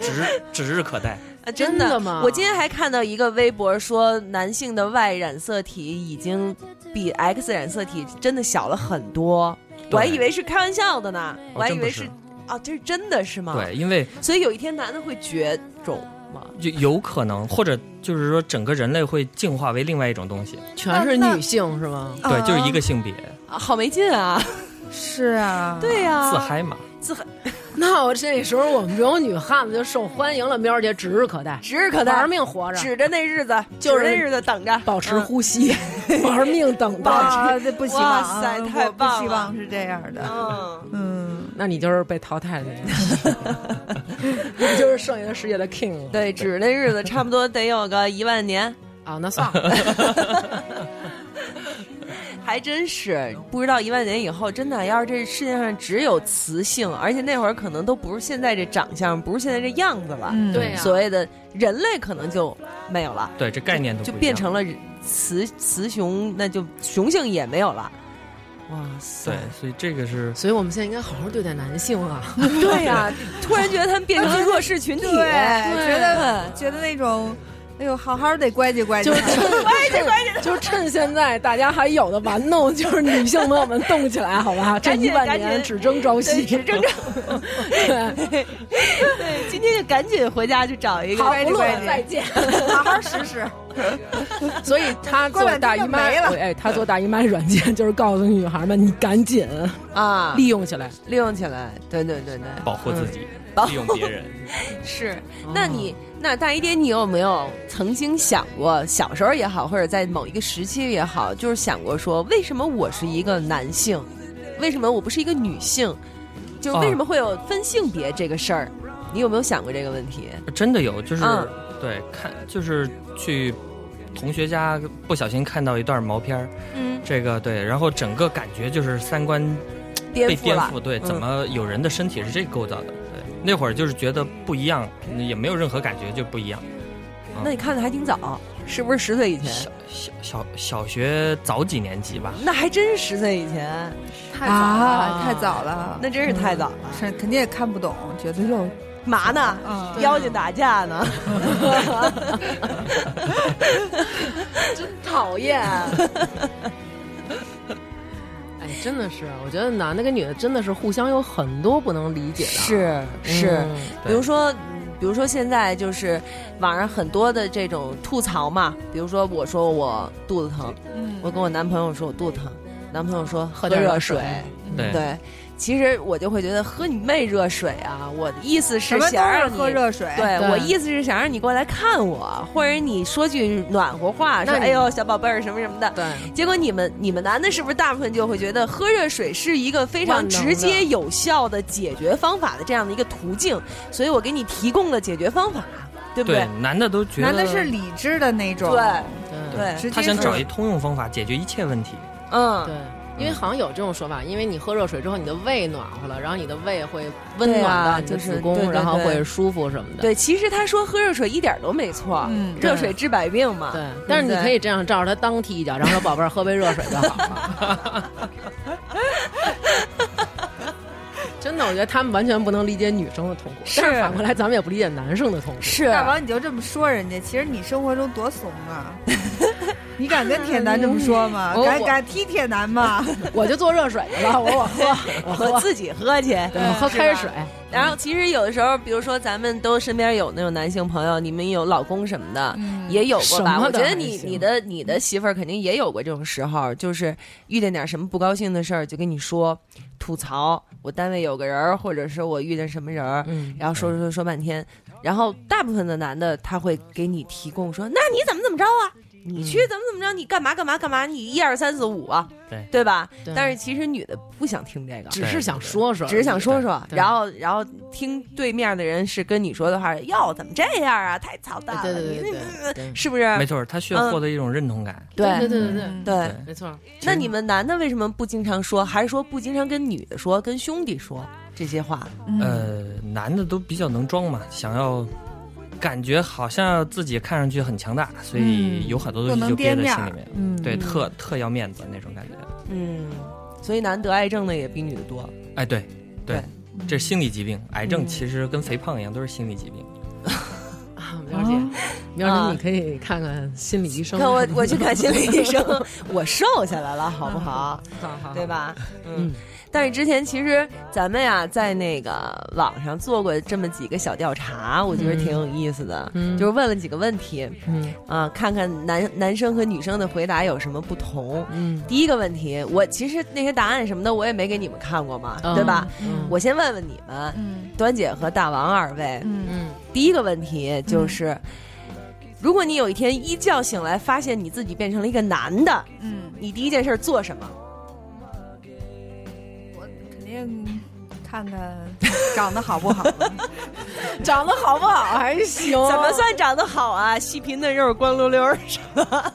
Speaker 7: 指指日可待。
Speaker 5: 啊，真
Speaker 6: 真
Speaker 5: 的
Speaker 6: 的 吗
Speaker 5: 我今天还看到一个微博说，男性的 Y 染色体已经比 X 染色体真的小了很多，我还以为是开玩笑的呢，我还以
Speaker 7: 真不
Speaker 5: 为
Speaker 7: 是
Speaker 5: 是 啊，这是真的是吗？，
Speaker 7: 对，因为
Speaker 5: 所以有一天男的会绝种吗？
Speaker 7: 就有可能，或者就是说整个人类会进化为另外一种东西，
Speaker 6: 全是女性是吗？
Speaker 7: 对，就是
Speaker 5: 哦
Speaker 7: 一
Speaker 4: 啊
Speaker 7: 个性别
Speaker 5: 啊，好没劲啊！
Speaker 4: 是啊，
Speaker 5: 对呀、
Speaker 7: 自嗨嘛。
Speaker 5: 自嗨，
Speaker 6: 那我这时候我们这种女汉子就受欢迎了，喵儿姐指日可待，
Speaker 5: 指日可待，
Speaker 6: 玩命活着，
Speaker 5: 指着那日子，
Speaker 6: 就是
Speaker 5: 指着那日子等着，嗯
Speaker 6: 保持呼吸，嗯 玩命等待。
Speaker 4: 啊，这不希望
Speaker 5: 哇
Speaker 4: 啊，
Speaker 5: 塞
Speaker 4: 我
Speaker 5: 太棒了
Speaker 4: 不希望是这样的。
Speaker 5: 嗯。
Speaker 4: 嗯，
Speaker 6: 那你就是被淘汰的 那种，就是剩下的世界的 king 了。
Speaker 5: 对，指着那日子差不多得有个一万年，
Speaker 6: 啊，那算了，
Speaker 5: 还真是不知道一万年以后，真的要是这世界上只有雌性，而且那会儿可能都不是现在这长相，不是现在这样子了，
Speaker 4: 嗯
Speaker 6: 对呀啊
Speaker 5: 所谓的人类可能就没有了，
Speaker 7: 对，这概念都
Speaker 5: 就
Speaker 7: 不一
Speaker 5: 变
Speaker 7: 样
Speaker 5: 成了雌雌雄，那就雄性也没有了。哇塞
Speaker 7: 对，所以这个是
Speaker 6: 所以我们现在应该好好对待男性 啊。
Speaker 5: 对呀、突然觉得他们变成了弱势群体，
Speaker 4: 对，觉得觉得那种，哎呦，好好得乖唧乖唧，
Speaker 6: 就趁就趁现在大家还有的玩弄，就是女性朋友们动起来，好 吧？这
Speaker 5: 赶紧
Speaker 6: 一万
Speaker 5: 赶紧
Speaker 6: 年只争朝夕，
Speaker 5: 对只争
Speaker 6: 朝。 对，
Speaker 5: 对，今天就赶紧回家去找一个
Speaker 4: 好不
Speaker 6: 不
Speaker 4: 论
Speaker 6: 论再见。
Speaker 4: 好好使使。
Speaker 6: 所以她做大姨妈，
Speaker 4: 关键就没了
Speaker 6: 哎，她做大姨妈软件 就是告诉女孩们，你赶紧
Speaker 5: 啊，利
Speaker 6: 利用起来。
Speaker 5: 利用起来，对对对对，
Speaker 7: 保护自己，
Speaker 5: 嗯保
Speaker 7: 利用别 人。
Speaker 5: 是，
Speaker 6: 哦
Speaker 5: 那你那大一爹，你有没有曾经想过，小时候也好，或者在某一个时期也好，就是想过说，为什么我是一个男性，为什么我不是一个女性，就是为
Speaker 7: 哦
Speaker 5: 什么会有分性别这个事儿？你有没有想过这个问题？
Speaker 7: 真的有，就是、
Speaker 5: 嗯
Speaker 7: 对看，就是去同学家不小心看到一段毛片儿，
Speaker 5: 嗯，
Speaker 7: 这个对，然后整个感觉就是三观
Speaker 5: 颠
Speaker 7: 被
Speaker 5: 覆
Speaker 7: 颠
Speaker 5: 了，
Speaker 7: 覆，对，
Speaker 5: 嗯
Speaker 7: 怎么有人的身体是这个构造的？对，那会儿就是觉得不一样，也没有任何感觉，就不一样。
Speaker 5: 那你看的还挺
Speaker 6: 哦
Speaker 5: 早，是不是十岁以前
Speaker 7: 小？小小小学早几年级吧，
Speaker 5: 那还真是十岁以前，
Speaker 4: 太早了，太早了，
Speaker 5: 那真是太早了。
Speaker 4: 是肯定也看不懂，觉得又
Speaker 5: 嘛
Speaker 6: 啊
Speaker 5: 呢？
Speaker 4: 嗯
Speaker 5: 妖精打架 呢？
Speaker 6: 讨厌。啊哎，真的是，我觉得男的跟女的真的是互相有很多不能理解的。
Speaker 5: 是是，
Speaker 6: 嗯
Speaker 5: 比如说，比如说现在就是网上很多的这种吐槽嘛，比如说我说我肚子疼，
Speaker 4: 嗯
Speaker 5: 我跟我男朋友说我肚子疼，男朋友说喝
Speaker 6: 点
Speaker 5: 热
Speaker 6: 热
Speaker 5: 水，
Speaker 7: 对
Speaker 5: 对。其实我就会觉得喝你妹热水啊！我的意思
Speaker 4: 什
Speaker 5: 是
Speaker 4: 么
Speaker 5: 想
Speaker 4: 都
Speaker 5: 让
Speaker 4: 是
Speaker 5: 你
Speaker 4: 喝热水。
Speaker 5: 对
Speaker 6: 对
Speaker 5: 我意思是想让你过来看我，或者你说句暖和话，说
Speaker 6: 那你
Speaker 5: 哎呦小宝贝儿什么什么的。
Speaker 6: 对
Speaker 5: 结果你们你们男的是不是大部分就会觉得喝热水是一个非常
Speaker 6: 万能的
Speaker 5: 直接有效的解决方法的这样的一个途径？所以我给你提供了解决方法，对不
Speaker 7: 对
Speaker 5: 对？
Speaker 7: 男的都觉得
Speaker 4: 男的是理智的那种，
Speaker 5: 对对
Speaker 4: 直接
Speaker 7: 他想
Speaker 4: 是
Speaker 7: 找一通用方法解决一切问题，
Speaker 5: 嗯，
Speaker 6: 对，因为好像有这种说法，因为你喝热水之后，你的胃暖和了，然后你的胃会温
Speaker 5: 对
Speaker 6: 暖
Speaker 5: 啊
Speaker 6: 到你的
Speaker 5: 就是
Speaker 6: 子
Speaker 5: 对
Speaker 6: 宫，
Speaker 5: 对
Speaker 6: 然后
Speaker 5: 对
Speaker 6: 会舒服什么的。
Speaker 5: 对，其实他说喝热水一点都没错，
Speaker 4: 嗯
Speaker 5: 热水治百病嘛。
Speaker 6: 对，但是你
Speaker 5: 嗯对
Speaker 6: 可以这样照着他裆踢一脚，然后说：“宝贝儿，喝杯热水就好了。” 真的，我觉得他们完全不能理解女生的痛苦，
Speaker 5: 是
Speaker 6: 但反过来，咱们也不理解男生的痛苦。
Speaker 5: 是
Speaker 4: 大王，你就这么说人家，其实你生活中多怂 啊！你敢跟铁男这么说吗？
Speaker 6: 我
Speaker 4: 敢
Speaker 6: 我
Speaker 4: 敢踢铁男吗？
Speaker 6: 我就做热水去了，我我 喝，我
Speaker 5: 我
Speaker 6: 喝，
Speaker 5: 自己喝去，
Speaker 6: 我喝
Speaker 5: 是
Speaker 6: 开
Speaker 5: 吧
Speaker 6: 水。
Speaker 5: 然后其实有的时候，比如说咱们都身边有那种男性朋友，你们有老公什么的，
Speaker 4: 嗯
Speaker 5: 也有过吧？
Speaker 6: 什么
Speaker 5: 我
Speaker 6: 的
Speaker 5: 觉得
Speaker 6: 还
Speaker 5: 你
Speaker 6: 行
Speaker 5: 你的你的媳妇儿肯定也有过这种时候，就是遇见点什么不高兴的事儿就跟你说吐槽，我单位有个人儿，或者是我遇见什么人儿，
Speaker 6: 嗯，
Speaker 5: 然后说说说说半天，然后大部分的男的他会给你提供说，那你怎么怎么着啊？
Speaker 6: 嗯
Speaker 5: 你去怎么怎么着？你干嘛干嘛干嘛？你一二三四五啊，
Speaker 7: 对
Speaker 5: 对吧？
Speaker 6: 对
Speaker 5: 但是其实女的不想听这个，
Speaker 6: 只是想说说，
Speaker 5: 只是想说说，
Speaker 6: 对
Speaker 5: 然后然后听对面的人是跟你说的话，哟，怎么这样啊？太操蛋了，
Speaker 6: 对对对
Speaker 5: 你
Speaker 6: 对对
Speaker 5: 是不是？
Speaker 7: 没错，他需要
Speaker 5: 嗯
Speaker 7: 获得一种认同感。
Speaker 6: 对对
Speaker 5: 对
Speaker 6: 对对
Speaker 4: 嗯
Speaker 6: 对，
Speaker 5: 对
Speaker 7: 对
Speaker 6: 没错。
Speaker 5: 那你们男的为什么不经常说，还是说不经常跟女的说，跟兄弟说这些话？
Speaker 4: 嗯
Speaker 7: 呃，男的都比较能装嘛，想要感觉好像自己看上去很强大，所
Speaker 5: 嗯
Speaker 7: 以有很多东西就憋在心里面，
Speaker 4: 嗯
Speaker 7: 对，特特要面子那种感觉。
Speaker 5: 嗯，所以男得癌症的也比女的多。
Speaker 7: 哎，对，对，这是心理疾病，癌症
Speaker 5: 嗯
Speaker 7: 其实跟肥胖一样，都是心理疾病。
Speaker 4: 嗯
Speaker 6: 啊，苗姐，要
Speaker 5: 啊
Speaker 6: 是你可以看看心理医生什
Speaker 5: 看
Speaker 6: 么
Speaker 5: 啊我
Speaker 6: 的。，
Speaker 5: 我去看心理 医生，我瘦下来了，好不好？
Speaker 6: 好好
Speaker 5: 对？吧？
Speaker 6: 嗯，
Speaker 5: 但是之前其实咱们呀，在那个网上做过这么几个小调查，我觉得挺有意思的，
Speaker 6: 嗯
Speaker 5: 就是问了几个问题
Speaker 6: 嗯
Speaker 5: 啊，看看男男生和女生的回答有什么不同。
Speaker 6: 嗯，
Speaker 5: 第一个问题，我其实那些答案什么的我也没给你们看过嘛，
Speaker 6: 嗯
Speaker 5: 对吧？？
Speaker 6: 嗯
Speaker 5: 我先问问你们，
Speaker 4: 嗯
Speaker 5: 端姐和大王二位，
Speaker 4: 嗯
Speaker 6: 嗯
Speaker 5: 第一个问题就是。如果你有一天一觉醒来，发现你自己变成了一个男的，
Speaker 4: 嗯，
Speaker 5: 你第一件事儿做什么？
Speaker 4: 肯定看看长得好不好。
Speaker 6: 长得好不好还行？
Speaker 5: 怎么算长得好啊？细皮嫩肉、光溜溜儿是吧？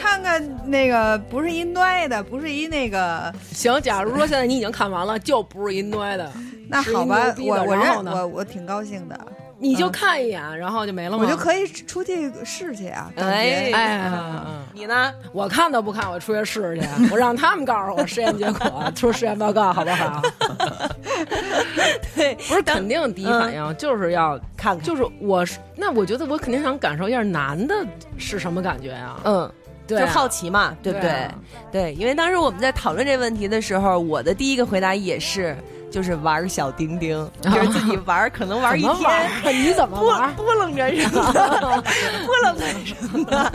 Speaker 4: 看看那个不是一歪的，不是一那个，
Speaker 6: 行？假如说现在你已经看完了，就不是一歪的，
Speaker 4: 那
Speaker 6: 是一
Speaker 4: 好吧
Speaker 6: 牛，逼的
Speaker 4: 我我
Speaker 6: 然后
Speaker 4: 认
Speaker 6: 呢
Speaker 4: 我我挺高兴的，
Speaker 6: 你就看一眼，然后就没了吗？
Speaker 4: 我就可以出去试去啊，感
Speaker 5: 哎
Speaker 4: 觉
Speaker 6: 嗯哎哎，哎
Speaker 5: 你呢？
Speaker 6: 哎我看都不看，我出去试去，我让他们告诉我实验结果，出实验报告好不 好？
Speaker 5: 对，
Speaker 6: 不是，肯定第一反
Speaker 4: 嗯
Speaker 6: 应就是要
Speaker 5: 看看，
Speaker 6: 就是我是那我觉得我肯定想感受一下男的是什么感觉呀、
Speaker 5: 嗯，
Speaker 6: 对啊
Speaker 5: 就好奇嘛，对不对？
Speaker 6: 对啊
Speaker 5: 对因为当时我们在讨论这问题的时候，我的第一个回答也是，就是玩儿小 丁丁，就是自己玩儿，可能玩儿一啊
Speaker 6: 怎么玩
Speaker 5: 天。
Speaker 6: 儿？ 你怎么
Speaker 5: 拨
Speaker 6: 玩儿？
Speaker 5: 拨楞着 什么的，拨楞着什么的，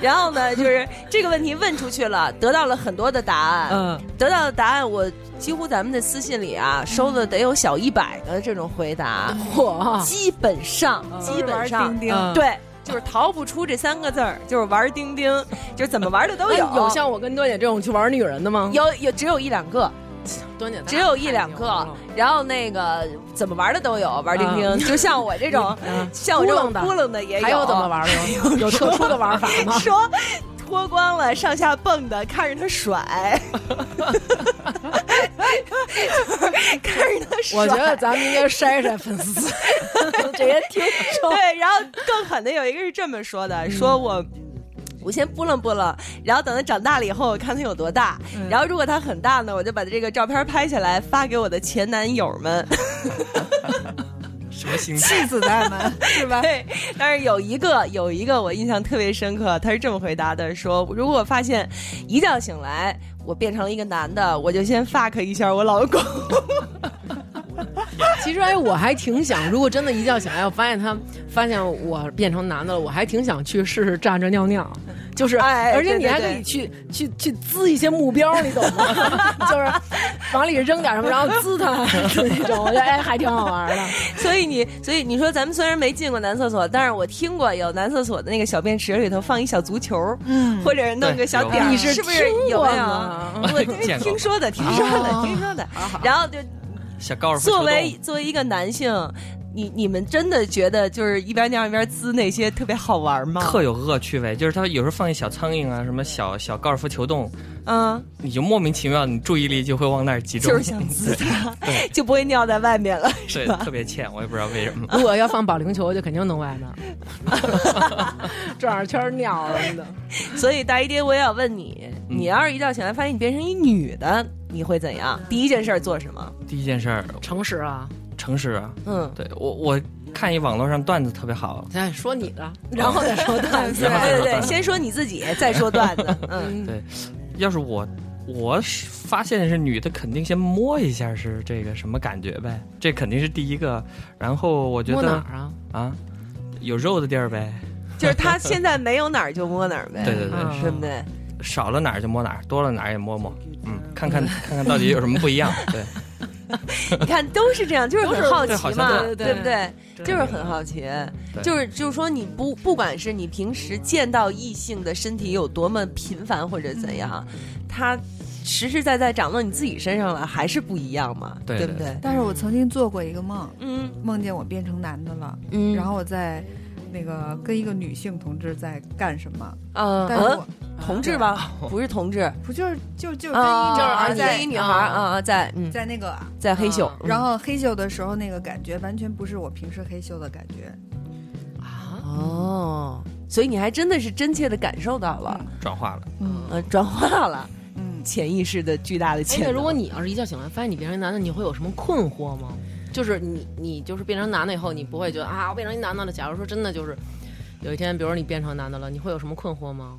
Speaker 5: 然后呢，就是这个问题问出去了，得到了很多的答案，
Speaker 6: 嗯，
Speaker 5: 得到的答案，我几乎咱们的私信里啊，收了得有小一百个这种回答，
Speaker 6: 嗯我
Speaker 5: 基本上，基本
Speaker 4: 玩
Speaker 5: 上
Speaker 4: 钉，钉，
Speaker 6: 嗯
Speaker 5: 对，就是逃不出这三个字儿，就是玩钉钉，就是怎么 玩的都有，
Speaker 6: 有像我跟端姐这种去玩女人的吗？
Speaker 5: 有有只有一两个，
Speaker 6: 端姐
Speaker 5: 只有一两个，然后那个怎么玩的都有，玩钉
Speaker 6: 嗯
Speaker 5: 钉，就像我这 种，像我这
Speaker 6: 扑棱
Speaker 5: 种
Speaker 6: 的
Speaker 5: 扑棱的嗯也有，？
Speaker 6: 还有怎么玩儿的？有特殊的玩法吗
Speaker 5: 说脱光了上下蹦的，看着他甩， 就是看着他甩。
Speaker 6: 我觉得咱们应该筛筛粉 丝，这些听众。
Speaker 5: 对，然后更狠的有一个是这么说
Speaker 6: 嗯
Speaker 5: 的，说我。我先拨楞拨楞，然后等他长大了以后，我看他有多大。
Speaker 6: 嗯
Speaker 5: 然后如果他很大呢，我就把这个照片拍下来发给我的前男友们。
Speaker 7: 什么星座？
Speaker 4: 气子弹们是吧？
Speaker 5: 对，但是有一个有一个我印象特别深刻，他是这么回答的：说如果我发现一觉醒来我变成了一个男的，我就先 fuck 一下我老公。
Speaker 6: 其实哎，我还挺想，如果真的一觉醒来，我发现他发现我变成男的了，我还挺想去试试站着尿尿。就是，
Speaker 5: 哎
Speaker 6: 而且
Speaker 5: 对
Speaker 6: 你
Speaker 5: 对
Speaker 6: 还可
Speaker 5: 对
Speaker 6: 以去去去滋一些目标，你懂 吗？就是往里扔点什么，然后滋它的那种，我觉得哎还挺好玩的。
Speaker 5: 所以你，所以你说咱们虽然没进过男厕所，但是我听过有男厕所的那个小便池里头放一小足球，嗯，或者是弄个小点
Speaker 6: 对
Speaker 5: 儿，
Speaker 6: 有你是
Speaker 5: 不是有没
Speaker 6: 听过
Speaker 5: 有嗯
Speaker 6: 吗？哦
Speaker 5: 我
Speaker 7: 见过
Speaker 5: 听说的，听说的，听说的。然后就
Speaker 7: 小高尔夫球
Speaker 5: 作
Speaker 7: 洞
Speaker 5: 为嗯作为一个男性，你你们真的觉得就是一边尿一边滋那些特别好玩吗？
Speaker 7: 特有恶趣味，就是他有时候放一小苍蝇啊，什么小小高尔夫球洞，
Speaker 5: 嗯，
Speaker 7: 你就莫名其妙，你注意力就会往那儿集中，
Speaker 5: 就是想滋它
Speaker 7: 对，
Speaker 5: 就不会尿在外面了， 是
Speaker 7: 对，
Speaker 5: 吧？
Speaker 7: 特别欠，我也不知道为什么。
Speaker 6: 如果要放保龄球，就肯定弄外面， 转着圈儿尿什么的。
Speaker 5: 所以大姨爹，我也要问你，
Speaker 7: 嗯
Speaker 5: 你要是一觉醒来发现你变成一女的，你会怎样？第一件事儿做什么？
Speaker 7: 第一件事儿，
Speaker 6: 诚实啊，
Speaker 7: 诚实啊，
Speaker 5: 嗯，
Speaker 7: 对我我看一网络上段子特别好，
Speaker 6: 咱哎说你的，然后再说段子。
Speaker 7: 然后再
Speaker 5: 对
Speaker 7: 说
Speaker 5: 对对，
Speaker 7: 段子
Speaker 5: 先说你自己，再说段子。嗯，
Speaker 7: 对，要是我我是发现是女的，肯定先摸一下是这个什么感觉呗，这肯定是第一个。然后我觉
Speaker 6: 摸哪
Speaker 7: 得
Speaker 6: 儿啊？
Speaker 7: 啊，有肉的地儿呗，
Speaker 5: 就是他现在没有哪儿就摸哪儿呗，
Speaker 7: 对对对
Speaker 6: 嗯
Speaker 5: 对不对？
Speaker 7: 少了哪儿就摸哪儿，多了哪儿也摸摸，嗯，看看看看到底有什么不一样。 对，
Speaker 5: 你看都是这样，就是很好
Speaker 7: 对好
Speaker 5: 奇
Speaker 7: 像
Speaker 5: 嘛，
Speaker 7: 对
Speaker 5: 对不对？就是很好奇，
Speaker 7: 对
Speaker 5: 就是就是说你不不管是你平时见到异性的身体有多么频繁或者怎样，啊他实实在在长到你自己身上了，还是不一样嘛，
Speaker 7: 对
Speaker 5: 不
Speaker 7: 对
Speaker 5: 对？
Speaker 4: 但是我曾经做过一个梦，
Speaker 5: 嗯
Speaker 4: 梦见我变成男的了，
Speaker 5: 嗯，
Speaker 4: 然后我在那个跟一个女性同志在干什么，
Speaker 5: 嗯
Speaker 4: 但是
Speaker 5: 嗯
Speaker 4: 我，
Speaker 5: 同志吧，不是同志，
Speaker 4: 不就是就就跟
Speaker 5: 啊，
Speaker 4: 一女孩
Speaker 5: 就是儿子
Speaker 4: 在
Speaker 5: 一女孩儿啊啊，在嗯
Speaker 4: 在那个，
Speaker 5: 在黑嗯袖，
Speaker 4: 然后黑袖的时候那个感觉完全不是我平时黑袖的感觉，
Speaker 6: 啊，
Speaker 5: 哦，所以你还真的是真切的感受到了，
Speaker 7: 转化了，
Speaker 4: 嗯
Speaker 5: 呃，转化了
Speaker 4: 嗯，
Speaker 5: 潜意识的巨大的
Speaker 6: 哎，
Speaker 5: 潜
Speaker 6: 那
Speaker 5: 能。
Speaker 6: 如果你要是一觉醒来发现你变成男的，你会有什么困惑吗？就是你你就是变成男的以后，你不会觉得啊，我变成一男的了。假如说真的就是有一天，比如说你变成男的了，你会有什么困惑吗？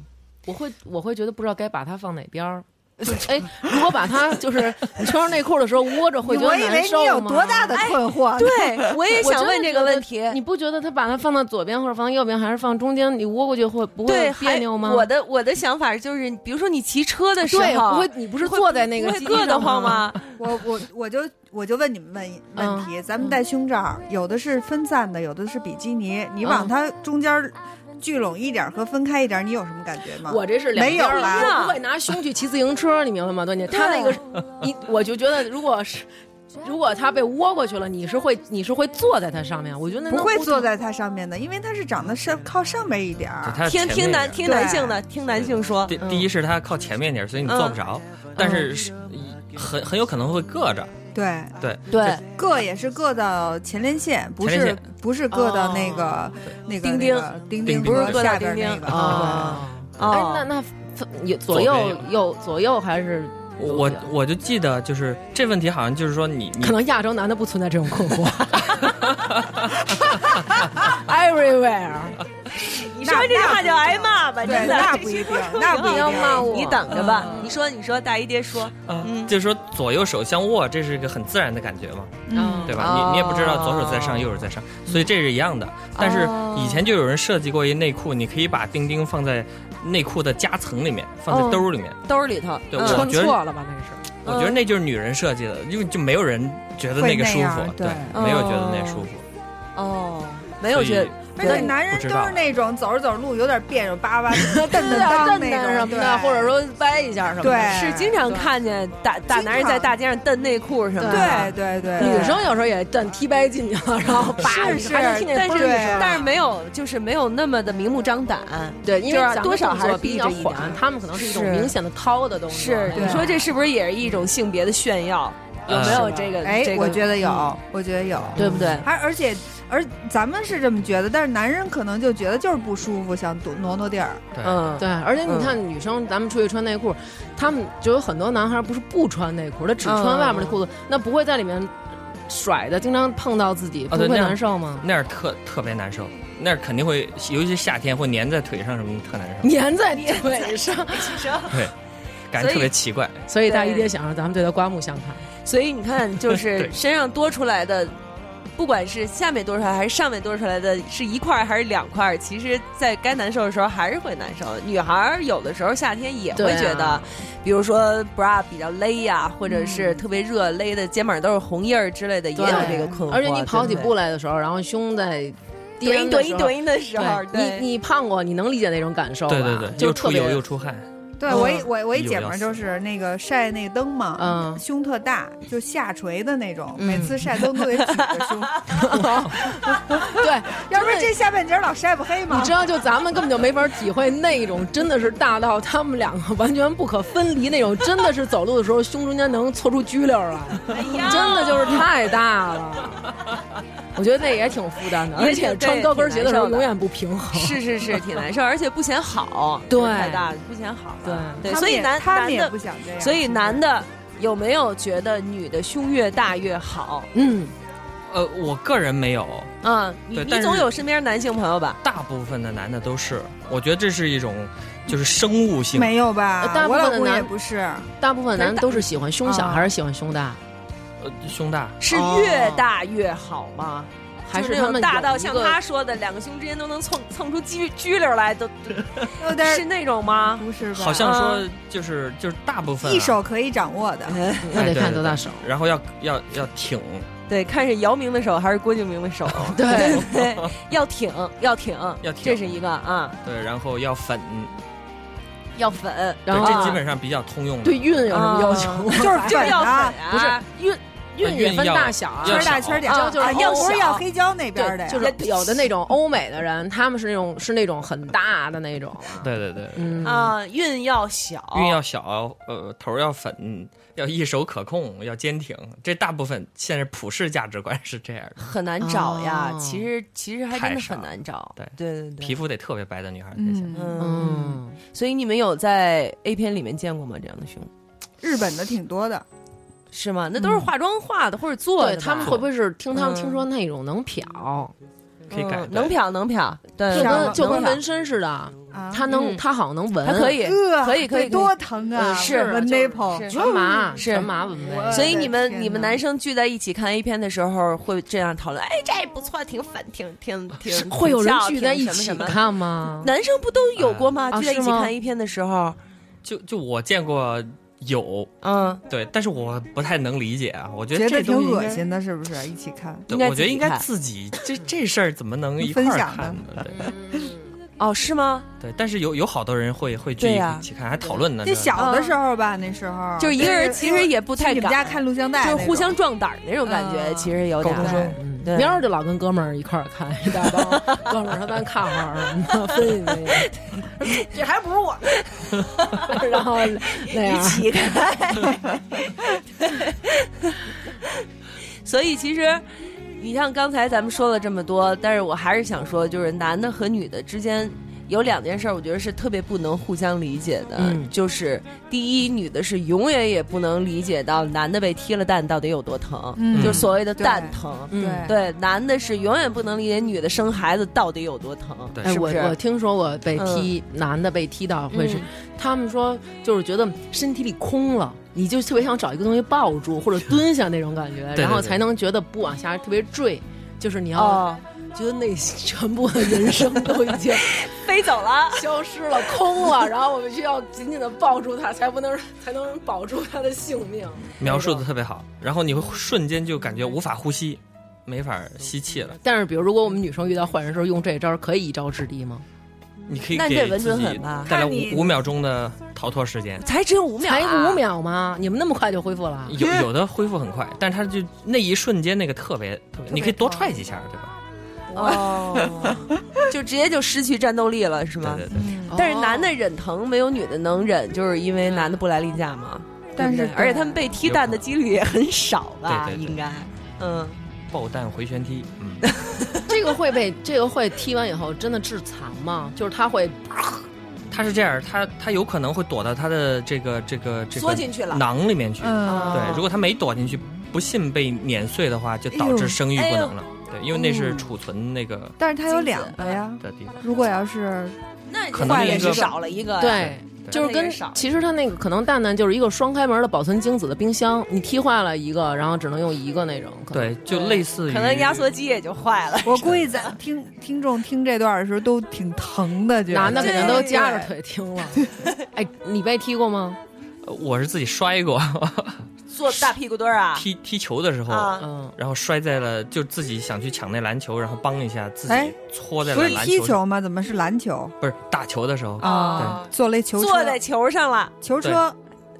Speaker 6: 我会我会觉得不知道该把它放哪边儿。就是哎，如果把它就是你穿上内裤的时候窝着，会觉得
Speaker 4: 我以为
Speaker 6: 难
Speaker 4: 你
Speaker 6: 受吗？
Speaker 4: 有多大的困惑
Speaker 5: 哎
Speaker 4: 呢？
Speaker 5: 对，我也
Speaker 6: 我
Speaker 5: 想
Speaker 6: 真的
Speaker 5: 问这个
Speaker 6: 觉得
Speaker 5: 问题。
Speaker 6: 你不觉得他把它放到左边或者放到右边，还是放中间？你窝过去会不
Speaker 5: 对
Speaker 6: 会，别
Speaker 5: 还
Speaker 6: 扭吗？
Speaker 5: 我的我的想法就是，比如说你骑车的时候，
Speaker 6: 对，不会，你不是坐在那个
Speaker 5: 会
Speaker 6: 机
Speaker 5: 硌
Speaker 6: 器
Speaker 5: 得
Speaker 6: 上
Speaker 5: 慌？吗？
Speaker 4: 我我我就我就问你们问
Speaker 6: 嗯
Speaker 4: 问题，咱们戴胸罩，有的是分散的，有的是比基尼，你往
Speaker 6: 嗯
Speaker 4: 它中间聚拢一点和分开一点，你有什么感觉吗？
Speaker 6: 我这是两
Speaker 4: 啊没有
Speaker 6: 边儿啊
Speaker 4: 吧啊
Speaker 6: 我不会拿胸去骑自行车，你明白吗，段姐？他那个是，你我就觉得，如果是如果他被窝过去了，你是会你是会坐在它上面，我觉得那
Speaker 4: 不
Speaker 6: 能
Speaker 4: 会
Speaker 6: 不
Speaker 4: 坐在它上面的，因为它是长得上靠上面一点儿。
Speaker 7: 它
Speaker 5: 啊听
Speaker 7: 前
Speaker 5: 听
Speaker 7: 面点
Speaker 5: 男
Speaker 7: 儿
Speaker 5: 听嗯
Speaker 4: 对
Speaker 5: 男性的，听男性说，
Speaker 7: 第第一是它靠前面点儿，所以你
Speaker 5: 嗯
Speaker 7: 坐不着，但是是很很有可能会硌着。
Speaker 4: 对，
Speaker 7: 对，
Speaker 5: 对，
Speaker 4: 硌也是硌到前列腺，不
Speaker 7: 前列
Speaker 4: 是
Speaker 7: 腺
Speaker 4: 不是硌到那
Speaker 6: 哦
Speaker 4: 个那个
Speaker 5: 丁
Speaker 4: 那
Speaker 5: 丁
Speaker 4: 个丁
Speaker 7: 丁丁
Speaker 4: 和
Speaker 7: 不是硌到
Speaker 4: 下边那
Speaker 5: 丁
Speaker 4: 个
Speaker 5: 丁
Speaker 4: 对。
Speaker 6: 啊。哎，那
Speaker 5: 哦，
Speaker 6: 那左左
Speaker 7: 左
Speaker 6: 右
Speaker 7: 边
Speaker 6: 右左右还是
Speaker 7: 我
Speaker 5: 嗯
Speaker 7: 我我就记得就是这问题，好像就是说你你
Speaker 6: 可能亚洲男的不存在这种困惑，everywhere。
Speaker 5: 你说这句话就挨骂吧，
Speaker 4: 对，
Speaker 5: 真的，
Speaker 4: 那不一定，那不一
Speaker 6: 不要骂
Speaker 4: 定。
Speaker 6: 我
Speaker 5: 你等着吧，你说你说，大姨爹说，
Speaker 7: 啊
Speaker 5: 嗯，
Speaker 7: 就是说左右手相握，这是一个很自然的感觉嘛，
Speaker 4: 嗯
Speaker 7: 对
Speaker 5: 哦哦
Speaker 7: 吧？你你也不知道左手在上，右手在上，所以这是一样的。但是以前就有人设计过一内裤，你可以把钉钉放在内裤的夹层里面，放在兜里面。
Speaker 5: 兜里头，
Speaker 7: 对
Speaker 5: 嗯
Speaker 7: 我
Speaker 6: 穿
Speaker 7: 觉得
Speaker 6: 错了吧？那是
Speaker 7: 我觉得那就是女人设计的，因为就没有人觉得那个舒
Speaker 4: 会那
Speaker 7: 服
Speaker 4: 样，
Speaker 7: 对
Speaker 4: 对，
Speaker 7: 没有觉得那舒服。
Speaker 5: 哦，没有
Speaker 7: 所以
Speaker 5: 觉得，
Speaker 4: 而且男人都是那种走着走着路有点别扭，叭 叭蹬蹬
Speaker 6: 啊蹬
Speaker 4: 蹬
Speaker 6: 蹬
Speaker 4: 那
Speaker 6: 什
Speaker 4: 种，
Speaker 6: 么
Speaker 4: 对
Speaker 6: 的，或者说掰一下什么的。
Speaker 4: 对
Speaker 5: 是经常看见大大男人在大街上蹬内裤什么的
Speaker 4: 对，对对，
Speaker 6: 女生有时候也蹬踢掰进去了，然后叭，
Speaker 4: 是是
Speaker 6: 还能听见
Speaker 5: 但
Speaker 6: 嘣
Speaker 5: 是
Speaker 6: 儿一
Speaker 4: 对
Speaker 6: 声
Speaker 5: 但是没有，就是没有那么的明目张胆。
Speaker 6: 对，因为
Speaker 5: 就是
Speaker 6: 咱们
Speaker 5: 多少
Speaker 6: 动作
Speaker 5: 还是
Speaker 6: 比
Speaker 5: 避
Speaker 6: 较
Speaker 5: 着一点
Speaker 6: 缓，他们可能是一种
Speaker 5: 是
Speaker 6: 明显的掏的动作。
Speaker 5: 是，
Speaker 4: 对
Speaker 5: 你说这是不是也是一种性别的炫耀？有
Speaker 7: 呃
Speaker 5: 没有这个？
Speaker 4: 哎
Speaker 5: 这，个
Speaker 4: 我觉得有，我觉得有，
Speaker 5: 对不对？
Speaker 4: 还而且而咱们是这么觉得，但是男人可能就觉得就是不舒服，想躲挪挪地儿。
Speaker 7: 对，
Speaker 5: 嗯，
Speaker 6: 对，而且你看女生，咱们出去穿内裤，他们就有很多男孩不是不穿内裤，他只穿外面的裤子，那不会在里面甩的，经常碰到自己，
Speaker 7: 啊
Speaker 6: 不
Speaker 7: 对
Speaker 6: 会
Speaker 7: 那样
Speaker 6: 难受吗？
Speaker 7: 那儿特特别难受，那儿肯定会，尤其是夏天会粘在腿上什么的，特难受，
Speaker 6: 粘在腿上，
Speaker 7: 感
Speaker 5: 所
Speaker 7: 觉
Speaker 5: 以
Speaker 7: 特别奇怪。
Speaker 6: 所以大姨爹想让咱们对他刮目相看。
Speaker 5: 所以你看，就是
Speaker 7: 对
Speaker 5: 身上多出来的，不管是下面多出来还是上面多出来的，是一块儿还是两块儿，其实，在该难受的时候还是会难受。女孩儿有的时候夏天也会
Speaker 6: 对啊
Speaker 5: 觉得，比如说 bra 比较勒呀、或者是特别热勒的肩膀都是红印儿之类的，也
Speaker 6: 对
Speaker 5: 有这个困惑。
Speaker 6: 而且你跑起步
Speaker 5: 来，
Speaker 6: 来嗯的时候，然后胸在
Speaker 5: 怼
Speaker 6: 颠
Speaker 5: 一
Speaker 6: 的
Speaker 5: 怼
Speaker 6: 时
Speaker 5: 一
Speaker 6: 候
Speaker 5: 怼一的时候，
Speaker 6: 对
Speaker 5: 对
Speaker 6: 你你胖过，你能理解那种感受吧？
Speaker 7: 对对对，
Speaker 6: 就是
Speaker 7: 又
Speaker 6: 特
Speaker 7: 出
Speaker 6: 别
Speaker 7: 油又出汗，
Speaker 4: 对
Speaker 6: 嗯
Speaker 4: 我一我我一
Speaker 7: 有
Speaker 4: 姐
Speaker 7: 要
Speaker 4: 们儿
Speaker 7: 死
Speaker 4: 就是那个晒那个灯嘛，
Speaker 6: 嗯
Speaker 4: 胸特大，就下垂的那种，每
Speaker 6: 嗯
Speaker 4: 次晒灯都得举着胸，
Speaker 6: 对，
Speaker 4: 要不
Speaker 6: 真
Speaker 4: 然
Speaker 6: 的
Speaker 4: 这下半截儿老晒不黑吗
Speaker 6: 你？知道，就咱们根本就没法体会那种真的是大到他们两个完全不可分离那种，真的是走路的时候胸中间能搓出疽溜来，
Speaker 5: 哎
Speaker 6: 真的就是太大 了。我觉得那也挺负担的，
Speaker 5: 也
Speaker 6: 而且
Speaker 5: 挺对
Speaker 6: 穿高跟鞋的时候
Speaker 5: 挺难受的
Speaker 6: 永远不平衡。
Speaker 5: 是是是，挺难受，而且不显好，
Speaker 6: 对
Speaker 5: 太大了不显好了，对
Speaker 4: 他
Speaker 5: 所
Speaker 4: 们
Speaker 5: 以
Speaker 4: 也
Speaker 5: 男
Speaker 4: 他们
Speaker 5: 男
Speaker 4: 也
Speaker 5: 的
Speaker 4: 不想这样，
Speaker 5: 所以
Speaker 4: 是不
Speaker 5: 男
Speaker 4: 是
Speaker 5: 的有没有觉得女的胸越大越好？
Speaker 6: 嗯，
Speaker 7: 呃，我个人没有，
Speaker 5: 嗯，你
Speaker 7: 对
Speaker 5: 你
Speaker 7: 但
Speaker 5: 总
Speaker 7: 是
Speaker 5: 有身边男性朋友吧？
Speaker 7: 大部分的男的都是，我觉得这是一种就是生物性。
Speaker 4: 没有吧
Speaker 6: 呃？大部
Speaker 4: 我
Speaker 6: 分
Speaker 4: 老
Speaker 6: 的
Speaker 4: 公也
Speaker 6: 男
Speaker 4: 不是，
Speaker 6: 大部分男的都是喜欢胸小
Speaker 4: 啊
Speaker 6: 还是喜欢胸大，
Speaker 7: 呃，胸大，
Speaker 5: 是
Speaker 6: 哦
Speaker 5: 越大越好吗？
Speaker 6: 还
Speaker 5: 就是那
Speaker 6: 他
Speaker 5: 种
Speaker 6: 们
Speaker 5: 大
Speaker 6: 有
Speaker 5: 到
Speaker 6: 一
Speaker 5: 像
Speaker 6: 个
Speaker 5: 他说的，两个胸之间都能蹭蹭出疽疽溜来，都
Speaker 4: 有点
Speaker 5: 是
Speaker 4: 儿
Speaker 5: 那种吗？
Speaker 4: 不是吧？
Speaker 7: 好像说就是就是大部分
Speaker 4: 啊
Speaker 7: 啊
Speaker 4: 一手可以掌握的，
Speaker 5: 嗯
Speaker 6: 那得
Speaker 7: 哎对
Speaker 6: 看
Speaker 7: 对
Speaker 6: 多大手。
Speaker 7: 然后要要要挺，
Speaker 5: 对，看是姚明的手还是郭敬明的手？
Speaker 6: 对，
Speaker 5: 哦对，要挺，要挺，
Speaker 7: 要挺
Speaker 5: 这是一个啊，
Speaker 7: 对，然后要粉，
Speaker 5: 要粉，
Speaker 7: 对，
Speaker 6: 然后
Speaker 7: 这基本上比较通用的。
Speaker 6: 对运有什
Speaker 5: 啊
Speaker 6: 么要求吗？
Speaker 4: 就是
Speaker 5: 就是
Speaker 4: 粉
Speaker 5: 要粉
Speaker 4: 啊，
Speaker 5: 啊，
Speaker 6: 不是运运也分大小啊，
Speaker 4: 圈
Speaker 7: 要要
Speaker 4: 儿大
Speaker 7: 小
Speaker 4: 圈儿点
Speaker 5: 啊
Speaker 4: 儿，
Speaker 5: 就是
Speaker 4: 啊要不
Speaker 5: 小
Speaker 4: 是要黑胶那边儿的
Speaker 6: 对，
Speaker 4: 呀，
Speaker 6: 就是有的那种欧美的人，他们是那种是那种很大的那种啊，
Speaker 7: 对对对，
Speaker 6: 嗯，
Speaker 5: 啊，运要小，
Speaker 7: 运要小，呃，头儿要粉，要一手可控，要坚挺。这大部分现在普世价值观是这样的，
Speaker 5: 很难找呀。
Speaker 6: 哦
Speaker 5: 其实其实还真的很难找。
Speaker 7: 太少
Speaker 5: 对对对
Speaker 7: 皮肤得特别白的女孩儿才行。
Speaker 5: 嗯，
Speaker 6: 嗯，
Speaker 5: 所以你们有在 A 片里面见过吗？这样的胸？
Speaker 4: 日本的挺多的，
Speaker 5: 是吗？那都是化妆化的或者做
Speaker 6: 对
Speaker 5: 的吧，
Speaker 6: 他们会不会是听他们
Speaker 5: 嗯
Speaker 6: 听说那种能漂，
Speaker 7: 可以改的
Speaker 5: 嗯能漂能漂，对，
Speaker 6: 就
Speaker 4: 漂
Speaker 6: 跟
Speaker 4: 能
Speaker 6: 就跟
Speaker 4: 漂
Speaker 6: 纹身似的，
Speaker 4: 啊，
Speaker 6: 他能
Speaker 5: 嗯
Speaker 6: 他好像能纹，
Speaker 5: 还可以，
Speaker 4: 呃
Speaker 5: 嗯可以可以
Speaker 4: 这多疼啊！
Speaker 6: 嗯是
Speaker 4: 我
Speaker 6: 就是
Speaker 4: 闻 nipple，
Speaker 6: 全麻
Speaker 5: 是嗯
Speaker 6: 全麻纹
Speaker 4: 我
Speaker 6: 呗。
Speaker 5: 所以你
Speaker 4: 我的
Speaker 5: 们
Speaker 4: 天
Speaker 5: 你们
Speaker 4: 哪
Speaker 5: 男生聚在一起看 A 片的时候，会这样讨论，哎，这不错，挺反，挺挺挺，
Speaker 6: 会有人
Speaker 5: 挺翘
Speaker 6: 聚在一
Speaker 5: 挺
Speaker 6: 起
Speaker 5: 什么什么
Speaker 6: 看吗？
Speaker 5: 男生不都有过吗？
Speaker 6: 啊
Speaker 5: 聚在一起
Speaker 6: 是吗
Speaker 5: 看 A 片的时候，
Speaker 7: 就就我见过有
Speaker 5: 嗯，
Speaker 7: 对，但是我不太能理解啊，我觉
Speaker 4: 觉
Speaker 7: 得
Speaker 4: 得
Speaker 7: 这
Speaker 4: 挺
Speaker 7: 东西应
Speaker 4: 恶
Speaker 7: 该
Speaker 4: 心的，是不是？一起看，
Speaker 7: 对
Speaker 5: 应该
Speaker 7: 我觉
Speaker 5: 自
Speaker 7: 得
Speaker 5: 己
Speaker 7: 应该
Speaker 5: 看
Speaker 7: 自己这这事儿怎么能一块
Speaker 4: 分
Speaker 7: 儿
Speaker 4: 享
Speaker 7: 看呢？对
Speaker 5: 哦，是吗？
Speaker 7: 对，但是有有好多人会会聚
Speaker 5: 对
Speaker 7: 一
Speaker 5: 呀
Speaker 7: 起看，还讨论呢。
Speaker 4: 就
Speaker 7: 这
Speaker 4: 小的时候吧，那时
Speaker 6: 啊
Speaker 4: 候
Speaker 5: 就是一个人其实也不太
Speaker 4: 去你们
Speaker 5: 敢
Speaker 4: 家看录像带那
Speaker 5: 就
Speaker 4: 种，
Speaker 5: 是互相壮胆儿那种感觉，
Speaker 4: 嗯
Speaker 5: 其实有点
Speaker 4: 高中
Speaker 5: 儿。
Speaker 4: 生
Speaker 6: 嗯
Speaker 5: 对
Speaker 6: 明儿就老跟哥们儿一块儿看，一大 帮哥们儿说咱看会儿 什么的，分析分析，
Speaker 4: 这还不是我
Speaker 6: 然后那样
Speaker 5: 一。起看。 所以其实，你像刚才咱们说了这么多，但是我还是想说，就是男的和女的之间有两件事，我觉得是特别不能互相理解的。
Speaker 6: 嗯
Speaker 5: 就是第一，女的是永远也不能理解到男的被踢了蛋到底有多疼，
Speaker 4: 嗯
Speaker 5: 就是所谓的
Speaker 4: 对
Speaker 5: 蛋疼。
Speaker 6: 嗯
Speaker 4: 对
Speaker 5: 对，男的是永远不能理解女的生孩子到底有多疼。
Speaker 7: 对
Speaker 6: 哎，
Speaker 5: 是不
Speaker 6: 我
Speaker 5: 是嗯
Speaker 6: 我听说我被踢，男的被踢到会
Speaker 7: 嗯
Speaker 6: 是，他们说就是觉得身体里空了，你就特别想找一个东西抱住或者蹲下那种感觉，
Speaker 7: 对
Speaker 6: 然后
Speaker 7: 对
Speaker 6: 才能觉得不往下特别坠，就是你要
Speaker 5: 哦，
Speaker 6: 觉得内心全部的人生都已经
Speaker 5: 飞走了。
Speaker 6: 消失了、空 了，然后我们需要紧紧的抱住他，才不能 才能保住他的性命。
Speaker 7: 描述的特别好，然后你会瞬间就感觉无法呼吸，没法吸气了。
Speaker 6: 但是，比如如果我们女生遇到坏人的时候用这招，可以一招制敌吗？
Speaker 7: 你可以
Speaker 5: 那这
Speaker 7: 给
Speaker 5: 文
Speaker 7: 自
Speaker 5: 准
Speaker 7: 己
Speaker 5: 很吧
Speaker 7: 带来
Speaker 4: 看你
Speaker 7: 五五秒钟的逃脱时间。
Speaker 5: 才只有五秒、啊，
Speaker 6: 才五，秒吗？你们那么快就恢复了？
Speaker 7: 有
Speaker 5: 嗯
Speaker 7: 有的恢复很快，但是他就那一瞬间那个特别特别，你可以多踹几下，对吧？
Speaker 5: 哦， 就直接就失去战斗力了，是吗？
Speaker 7: 对对对，
Speaker 4: 嗯
Speaker 6: 哦
Speaker 5: 但是男的忍疼没有女的能忍，就是因为男的不来例假嘛。
Speaker 4: 但
Speaker 5: 对
Speaker 4: 是
Speaker 5: 不对而且他们被踢蛋的几率也很少吧？
Speaker 7: 对对对
Speaker 5: 应该，嗯，
Speaker 7: 爆弹回旋踢，嗯，
Speaker 6: 这个会被这个会踢完以后真的致残吗？就是他会
Speaker 7: 他是这样，他他有可能会躲到他的这个这个这个
Speaker 5: 缩进去了
Speaker 7: 囊里面去。
Speaker 4: 嗯，
Speaker 7: 对，如果他没躲进去，不幸被碾碎的话，就导致生育不能了。对，因为那是储存那个
Speaker 4: 但是他有两个呀。
Speaker 7: 的地方。
Speaker 4: 如果要是
Speaker 5: 那
Speaker 7: 可能
Speaker 5: 坏也
Speaker 7: 一个
Speaker 5: 是少了一个，
Speaker 6: 对，
Speaker 7: 对
Speaker 6: 就是
Speaker 5: 那
Speaker 6: 跟
Speaker 5: 个少
Speaker 6: 其实他那个可能蛋蛋就是一个双开门的保存精子的冰箱，你踢坏了一个，然后只能用一个那种。哦可能，
Speaker 7: 对，就类似于
Speaker 5: 可能压缩机也就 坏了。
Speaker 4: 我估计咱听听众听这段的时候都挺疼的，觉得
Speaker 6: 男的肯定都
Speaker 4: 对
Speaker 6: 夹着腿听了。哎，你被踢过吗？
Speaker 7: 我是自己摔过，
Speaker 5: 坐大屁股墩儿啊，
Speaker 7: 踢踢球的时候，
Speaker 5: 啊
Speaker 6: 嗯，
Speaker 7: 然后摔在了，就自己想去抢那篮球，然后帮一下自
Speaker 4: 哎
Speaker 7: 己搓在
Speaker 4: 不
Speaker 7: 了
Speaker 4: 是
Speaker 7: 篮
Speaker 4: 踢
Speaker 7: 球，
Speaker 4: 球吗？怎么是篮球
Speaker 7: 不是打球的时候，
Speaker 4: 啊？坐了一球车，
Speaker 5: 坐在球上了
Speaker 4: 球车，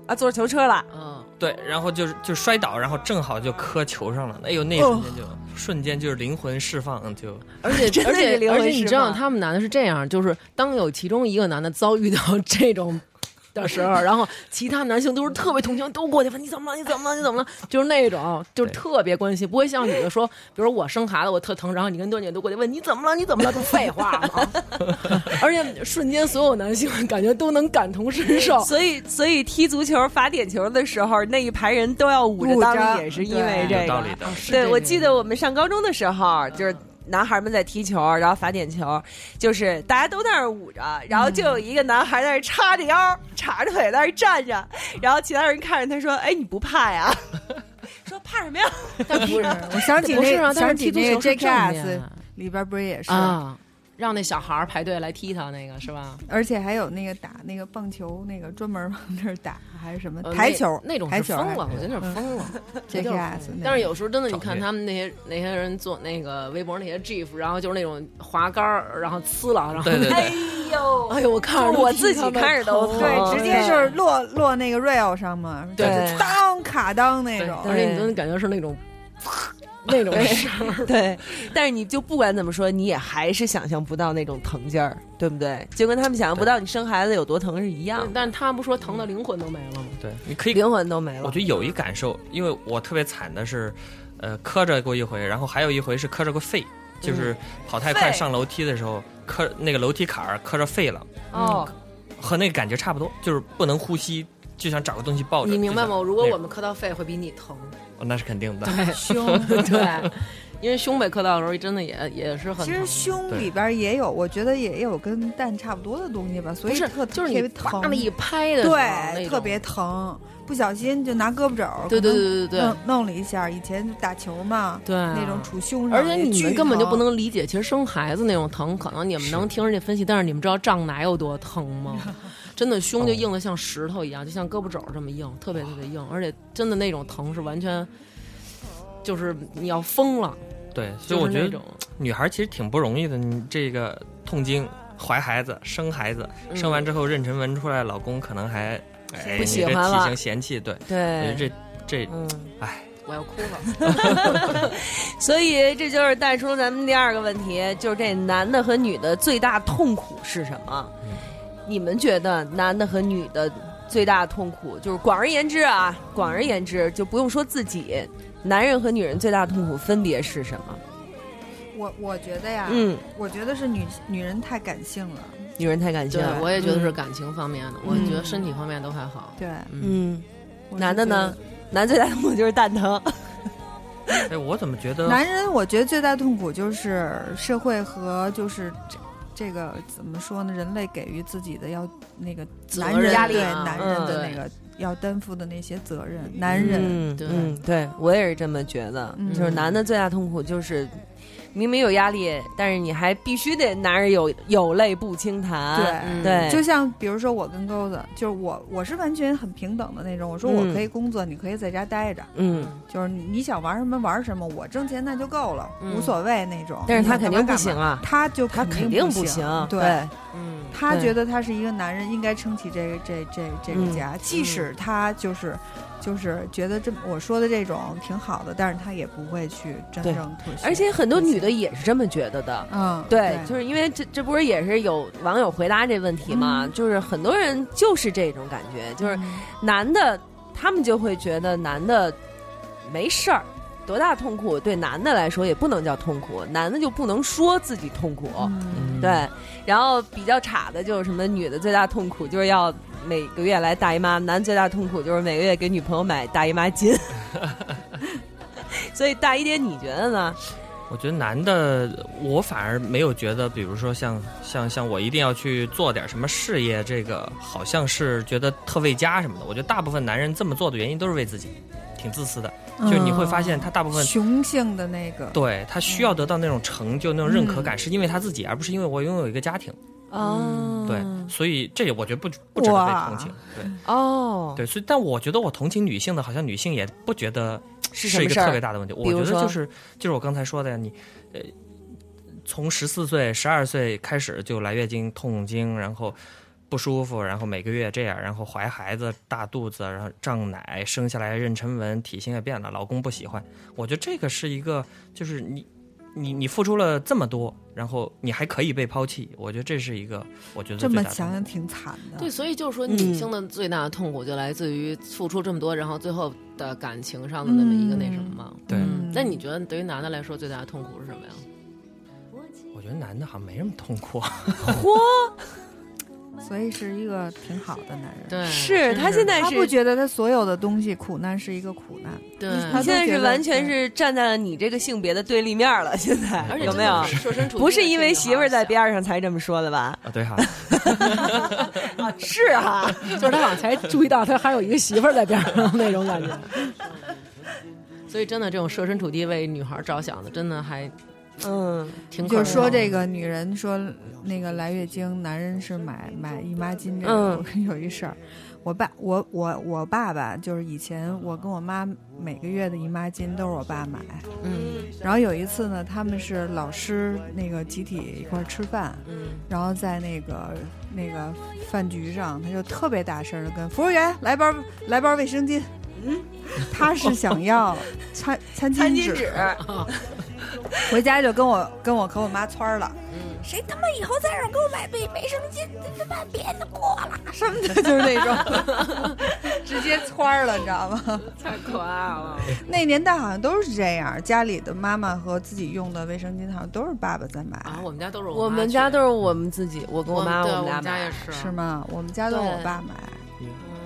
Speaker 5: 啊，坐球车了，
Speaker 6: 嗯，
Speaker 7: 对，然后就是就摔倒，然后正好就磕球上了，哎呦，那一瞬间就、瞬间就是灵魂释放，就
Speaker 6: 而且
Speaker 5: 真的
Speaker 6: 而
Speaker 5: 是
Speaker 6: 且
Speaker 5: 灵魂
Speaker 6: 而且你
Speaker 5: 释
Speaker 6: 知道
Speaker 5: 放
Speaker 6: 他们男的是这样，就是当有其中一个男的遭遇到 这种。的时候，然后其他男性都是特别同情，都过去问你怎么了，你怎么了，你怎么了，就是那种，就是
Speaker 7: 对
Speaker 6: 特别关心，不会像女的说，比如我生孩子我特疼，然后你跟段姐都过去问你怎么了，你怎么了，不废话吗？ 而且瞬间所有男性感觉都能感同身受，
Speaker 5: 所以所以踢足球罚点球的时候，那一排人都要捂着
Speaker 4: 捂着
Speaker 5: 裆里，也是因为
Speaker 4: 对
Speaker 5: 这个。
Speaker 7: 有道理的。
Speaker 6: 是这
Speaker 5: 对，
Speaker 6: 种
Speaker 5: 我记得我们上高中的时候，就是男孩们在踢球，然后罚点球，就是大家都在那儿捂着，然后就有一个男孩在那儿叉着腰、叉着腿在那儿站着，然后其他人看着他说：“哎，你不怕呀？” 说怕什么呀？
Speaker 6: 但不是
Speaker 4: 我想起
Speaker 6: 不是
Speaker 4: 那
Speaker 6: 啊，但
Speaker 4: 想
Speaker 6: 是踢
Speaker 4: 起
Speaker 6: 足
Speaker 4: 那
Speaker 6: 球
Speaker 4: 个
Speaker 6: 是正
Speaker 4: JKS
Speaker 6: 面
Speaker 4: 里边不是也是，
Speaker 6: 啊，让那小孩儿排队来踢他那个是吧？
Speaker 4: 而且还有那个打那个棒球，那个专门往那儿打还是什么
Speaker 6: 呃
Speaker 4: 台
Speaker 6: 那
Speaker 4: 球
Speaker 6: 那种
Speaker 4: 台
Speaker 6: 是
Speaker 4: 球
Speaker 6: 疯了，我觉得那
Speaker 4: 嗯
Speaker 6: 是 疯了。这就是
Speaker 4: JKS 那
Speaker 6: 但是
Speaker 4: 种
Speaker 6: 有时候真的，你看
Speaker 7: 找虐
Speaker 6: 他们那些那些人做那个微博那些 GIF，然后就是那种滑杆儿，然后呲了，然后
Speaker 7: 对对对，
Speaker 5: 呦，
Speaker 6: 哎呦，我看着都
Speaker 5: 我
Speaker 6: 替
Speaker 5: 自己
Speaker 6: 他们
Speaker 5: 看着都
Speaker 6: 疼
Speaker 5: 疼
Speaker 4: 对，直接就是落落那个 rail 上嘛，
Speaker 7: 对
Speaker 4: 就是当卡当那种，
Speaker 6: 而且你都能感觉是那种那种声儿。
Speaker 5: 对，但是你就不管怎么说，你也还是想象不到那种疼劲儿，对不对？就跟他们想象不到你生孩子有多疼是一样
Speaker 6: 但，但是他不说疼的灵魂都没了吗？
Speaker 7: 对，你可以
Speaker 5: 灵魂都没
Speaker 7: 我
Speaker 5: 了
Speaker 7: 觉。得有一感受，因为我特别惨的是，呃，磕着过一回，然后还有一回是磕着过肺，
Speaker 6: 嗯
Speaker 7: 就是跑太快
Speaker 5: 肺
Speaker 7: 上楼梯的时候磕那个楼梯坎儿磕着肺了，
Speaker 5: 哦，
Speaker 7: 和那个感觉差不多，就是不能呼吸，就想找个东西抱着。
Speaker 6: 你明白
Speaker 7: 就
Speaker 6: 吗？
Speaker 7: 想
Speaker 6: 如果
Speaker 7: 那
Speaker 6: 我们磕到肺，会比你 疼。
Speaker 7: 哦那是肯定的，
Speaker 6: 胸对，因为胸被磕到的时候，真的也也是很
Speaker 4: 其
Speaker 6: 疼
Speaker 4: 实胸里边也有，我觉得也有跟蛋差不多的东西吧，所
Speaker 6: 不
Speaker 4: 以
Speaker 6: 是
Speaker 4: 特
Speaker 6: 就是
Speaker 4: 特
Speaker 6: 你
Speaker 4: 别疼
Speaker 6: 啪的一拍的时候那
Speaker 4: 对，
Speaker 6: 种
Speaker 4: 特别疼，不小心就拿胳膊肘儿，
Speaker 6: 对对对对对
Speaker 4: 弄弄了一下。以前打球嘛，
Speaker 6: 对啊
Speaker 4: 嗯那种杵胸上，
Speaker 6: 而且你们根本就不
Speaker 4: 也巨疼。
Speaker 6: 能理解，其实生孩子那种疼，可能你们能听人家分析，但是你们知道胀奶有多疼吗？真的胸就硬的像石头一样，就像胳膊肘这么硬，特别特别硬，而且真的那种疼是完全，就是你要疯了，
Speaker 7: 对，所
Speaker 6: 就
Speaker 7: 以我
Speaker 6: 是
Speaker 7: 觉
Speaker 6: 那
Speaker 7: 得
Speaker 6: 种
Speaker 7: 女孩其实挺不容易的。你这个痛经、怀孩子、生孩子，
Speaker 6: 嗯
Speaker 7: 生完之后妊娠纹出来，老公可能还哎
Speaker 5: 不喜欢
Speaker 7: 你这
Speaker 5: 了
Speaker 7: 体型嫌弃，对，我
Speaker 6: 哎
Speaker 7: 觉得
Speaker 5: 对，
Speaker 7: 这这
Speaker 5: 嗯，
Speaker 7: 哎，
Speaker 6: 我要哭了。
Speaker 5: 所以这就是带出咱们第二个问题，就是这男的和女的最大痛苦是什么？
Speaker 7: 嗯
Speaker 5: 你们觉得男的和女的最大痛苦，就是广而言之啊，广而言之就不用说自己，男人和女人最大痛苦分别是什么？
Speaker 4: 我我觉得
Speaker 6: 啊
Speaker 4: 呀，
Speaker 5: 嗯，
Speaker 4: 我觉得是女女人太感性了，
Speaker 5: 女人太感性
Speaker 6: 对
Speaker 5: 了，，
Speaker 6: 我也觉得是感情方面的，我
Speaker 4: 嗯
Speaker 6: 觉得身体方面都还好。
Speaker 4: 对，
Speaker 5: 嗯，
Speaker 4: 我
Speaker 5: 男
Speaker 4: 是
Speaker 5: 的
Speaker 4: 觉得
Speaker 5: 呢，男最大痛苦就是蛋疼，
Speaker 6: 嗯
Speaker 7: 哎，我怎么觉得
Speaker 4: 男人，我觉得最大痛苦就是社会和就是这这个怎么说呢？人类给予自己的要那个
Speaker 6: 责
Speaker 4: 男人
Speaker 6: 任啊
Speaker 4: 对男人的
Speaker 6: 嗯
Speaker 4: 那个要担负的那些责任，男人
Speaker 5: 嗯，
Speaker 6: 对
Speaker 5: 嗯，对我也是这么觉得，
Speaker 4: 嗯
Speaker 5: 就是男的最大痛苦就是明明有压力，但是你还必须得男人有有泪不轻弹，
Speaker 4: 对。
Speaker 6: 嗯
Speaker 5: 对，
Speaker 4: 就像比如说我跟钩子，就是我我是完全很平等的那种。我说我
Speaker 5: 嗯
Speaker 4: 可以工作，你可以在家待着，
Speaker 5: 嗯，
Speaker 4: 就是你你想玩什么玩什么，我挣钱那就够了，
Speaker 6: 嗯
Speaker 4: 无所谓那种。
Speaker 5: 但是他
Speaker 4: 你想
Speaker 5: 肯定
Speaker 4: 干嘛
Speaker 5: 不行
Speaker 4: 干嘛，
Speaker 5: 啊，
Speaker 4: 他就
Speaker 5: 他肯定不行，
Speaker 4: 对，
Speaker 6: 嗯，
Speaker 4: 他
Speaker 5: 对
Speaker 4: 觉得他是一个男人，应该撑起这个这这这个
Speaker 5: 嗯
Speaker 4: 家，即使他就是就是觉得这我说的这种挺好的，但是他也不会去真
Speaker 5: 对
Speaker 4: 正妥协。
Speaker 5: 而且很多女的也是这么觉得的。
Speaker 4: 嗯，
Speaker 5: 对，就是因为这这不是也是有网友回答这问题嘛？就是很多人就是这种感觉，
Speaker 4: 嗯
Speaker 5: 就是男的他们就会觉得男的没事儿，多大痛苦对男的来说也不能叫痛苦，男的就不能说自己痛苦，
Speaker 4: 嗯
Speaker 7: 嗯
Speaker 5: 对。然后比较差的就是什么女的最大痛苦就是要每个月来大姨妈，男最大痛苦就是每个月给女朋友买大姨妈巾。所以大姨爹，你觉得呢？
Speaker 7: 我觉得男的，我反而没有觉得，比如说像像像我一定要去做点什么事业，这个好像是觉得特为家什么的。我觉得大部分男人这么做的原因都是为自己，挺自私的。
Speaker 4: 嗯
Speaker 7: 嗯就是你会发现，他大部分
Speaker 4: 雄性的那个，
Speaker 7: 对他需要得到那种成就、那种认可感，是因为他自己，而不是因为我拥有一个家庭。
Speaker 5: 哦，
Speaker 7: 嗯对，所以这我觉得不不值得被同情。对
Speaker 5: 哦，
Speaker 7: 对，所以但我觉得我同情女性的，好像女性也不觉得
Speaker 5: 是什
Speaker 7: 是一
Speaker 5: 么
Speaker 7: 个
Speaker 5: 事
Speaker 7: 特别
Speaker 5: 儿？
Speaker 7: 大的问题。我
Speaker 5: 比
Speaker 7: 觉得
Speaker 5: 如说
Speaker 7: 就是就是我刚才说的呀，你呃，从十四岁、十二岁开始就来月经、痛经，然后不舒服，然后每个月这样，然后怀孩子、大肚子，然后胀奶，生下来妊娠纹，体型也变了，老公不喜欢。我觉得这个是一个，就是你你你付出了这么多，然后你还可以被抛弃，我觉得这是一个，我觉得
Speaker 4: 这么
Speaker 7: 最大的
Speaker 4: 想想挺惨的。
Speaker 6: 对，所以就是说，女性的最大的痛苦就来自于付出这么多，然后最后的感情上的那么一个那什么嘛。
Speaker 7: 对，
Speaker 4: 嗯
Speaker 6: 那你觉得对于男的来说，最大的痛苦是什么呀？
Speaker 7: 我觉得男的好像没什么痛苦。啊
Speaker 4: 所以是一个挺好的男人。
Speaker 6: 对，
Speaker 5: 是他现在
Speaker 4: 他不
Speaker 5: 是，
Speaker 4: 觉得他所有的东西苦难是一个苦难，
Speaker 6: 对，
Speaker 4: 他
Speaker 5: 你现在
Speaker 4: 都觉
Speaker 5: 是
Speaker 4: 得
Speaker 5: 完全是站在了你这个性别的对立面了。现在
Speaker 6: 而且
Speaker 5: 有
Speaker 6: 真
Speaker 5: 没
Speaker 6: 的
Speaker 5: 有？
Speaker 6: 是设身处地
Speaker 5: 不
Speaker 6: 地
Speaker 5: 是因为
Speaker 6: 去
Speaker 5: 媳妇儿在
Speaker 6: 想，
Speaker 5: 边上才这么说的吧？
Speaker 7: 啊，对哈、
Speaker 5: 啊，是啊，
Speaker 6: 就是他好像才注意到他还有一个媳妇儿在边上那种感觉。所以真的，这种设身处地为女孩着想的，真的还
Speaker 5: 嗯，
Speaker 6: 挺可
Speaker 4: 就是说
Speaker 6: 人的
Speaker 4: 这个女人说那个来月经，男人是买买姨妈巾这个。
Speaker 5: 嗯
Speaker 4: 我跟你 有一事儿，我爸我我我爸爸就是以前我跟我妈每个月的姨妈巾都是我爸买，
Speaker 6: 嗯
Speaker 4: 然后有一次呢，他们是老师那个集体一块儿吃饭，
Speaker 6: 嗯
Speaker 4: 然后在那个那个饭局上，他就特别大声的跟服务员来包来包卫生巾。嗯，他是想要餐餐
Speaker 5: 餐
Speaker 4: 巾
Speaker 5: 巾
Speaker 4: 纸
Speaker 5: 纸，
Speaker 4: 回家就跟我跟我和我妈蹿儿了，
Speaker 6: 嗯
Speaker 4: 谁他妈以后再让给我买卫卫生巾，他妈别过了什么 的，就是那种直接蹿儿了，你知道吗？
Speaker 6: 太可爱
Speaker 5: 哦
Speaker 6: 了。
Speaker 4: 那年代好像都是这样，家里的妈妈和自己用的卫生巾好像都是爸爸在买，
Speaker 6: 啊，我们家都是
Speaker 5: 我
Speaker 6: 妈
Speaker 5: 们
Speaker 6: 去
Speaker 5: 家都是我们自己，我跟
Speaker 6: 我
Speaker 5: 妈，
Speaker 6: 对我
Speaker 5: 们俩
Speaker 6: 家也
Speaker 5: 买。
Speaker 6: 是啊
Speaker 4: 是吗？我们家都是我
Speaker 6: 对
Speaker 4: 爸买。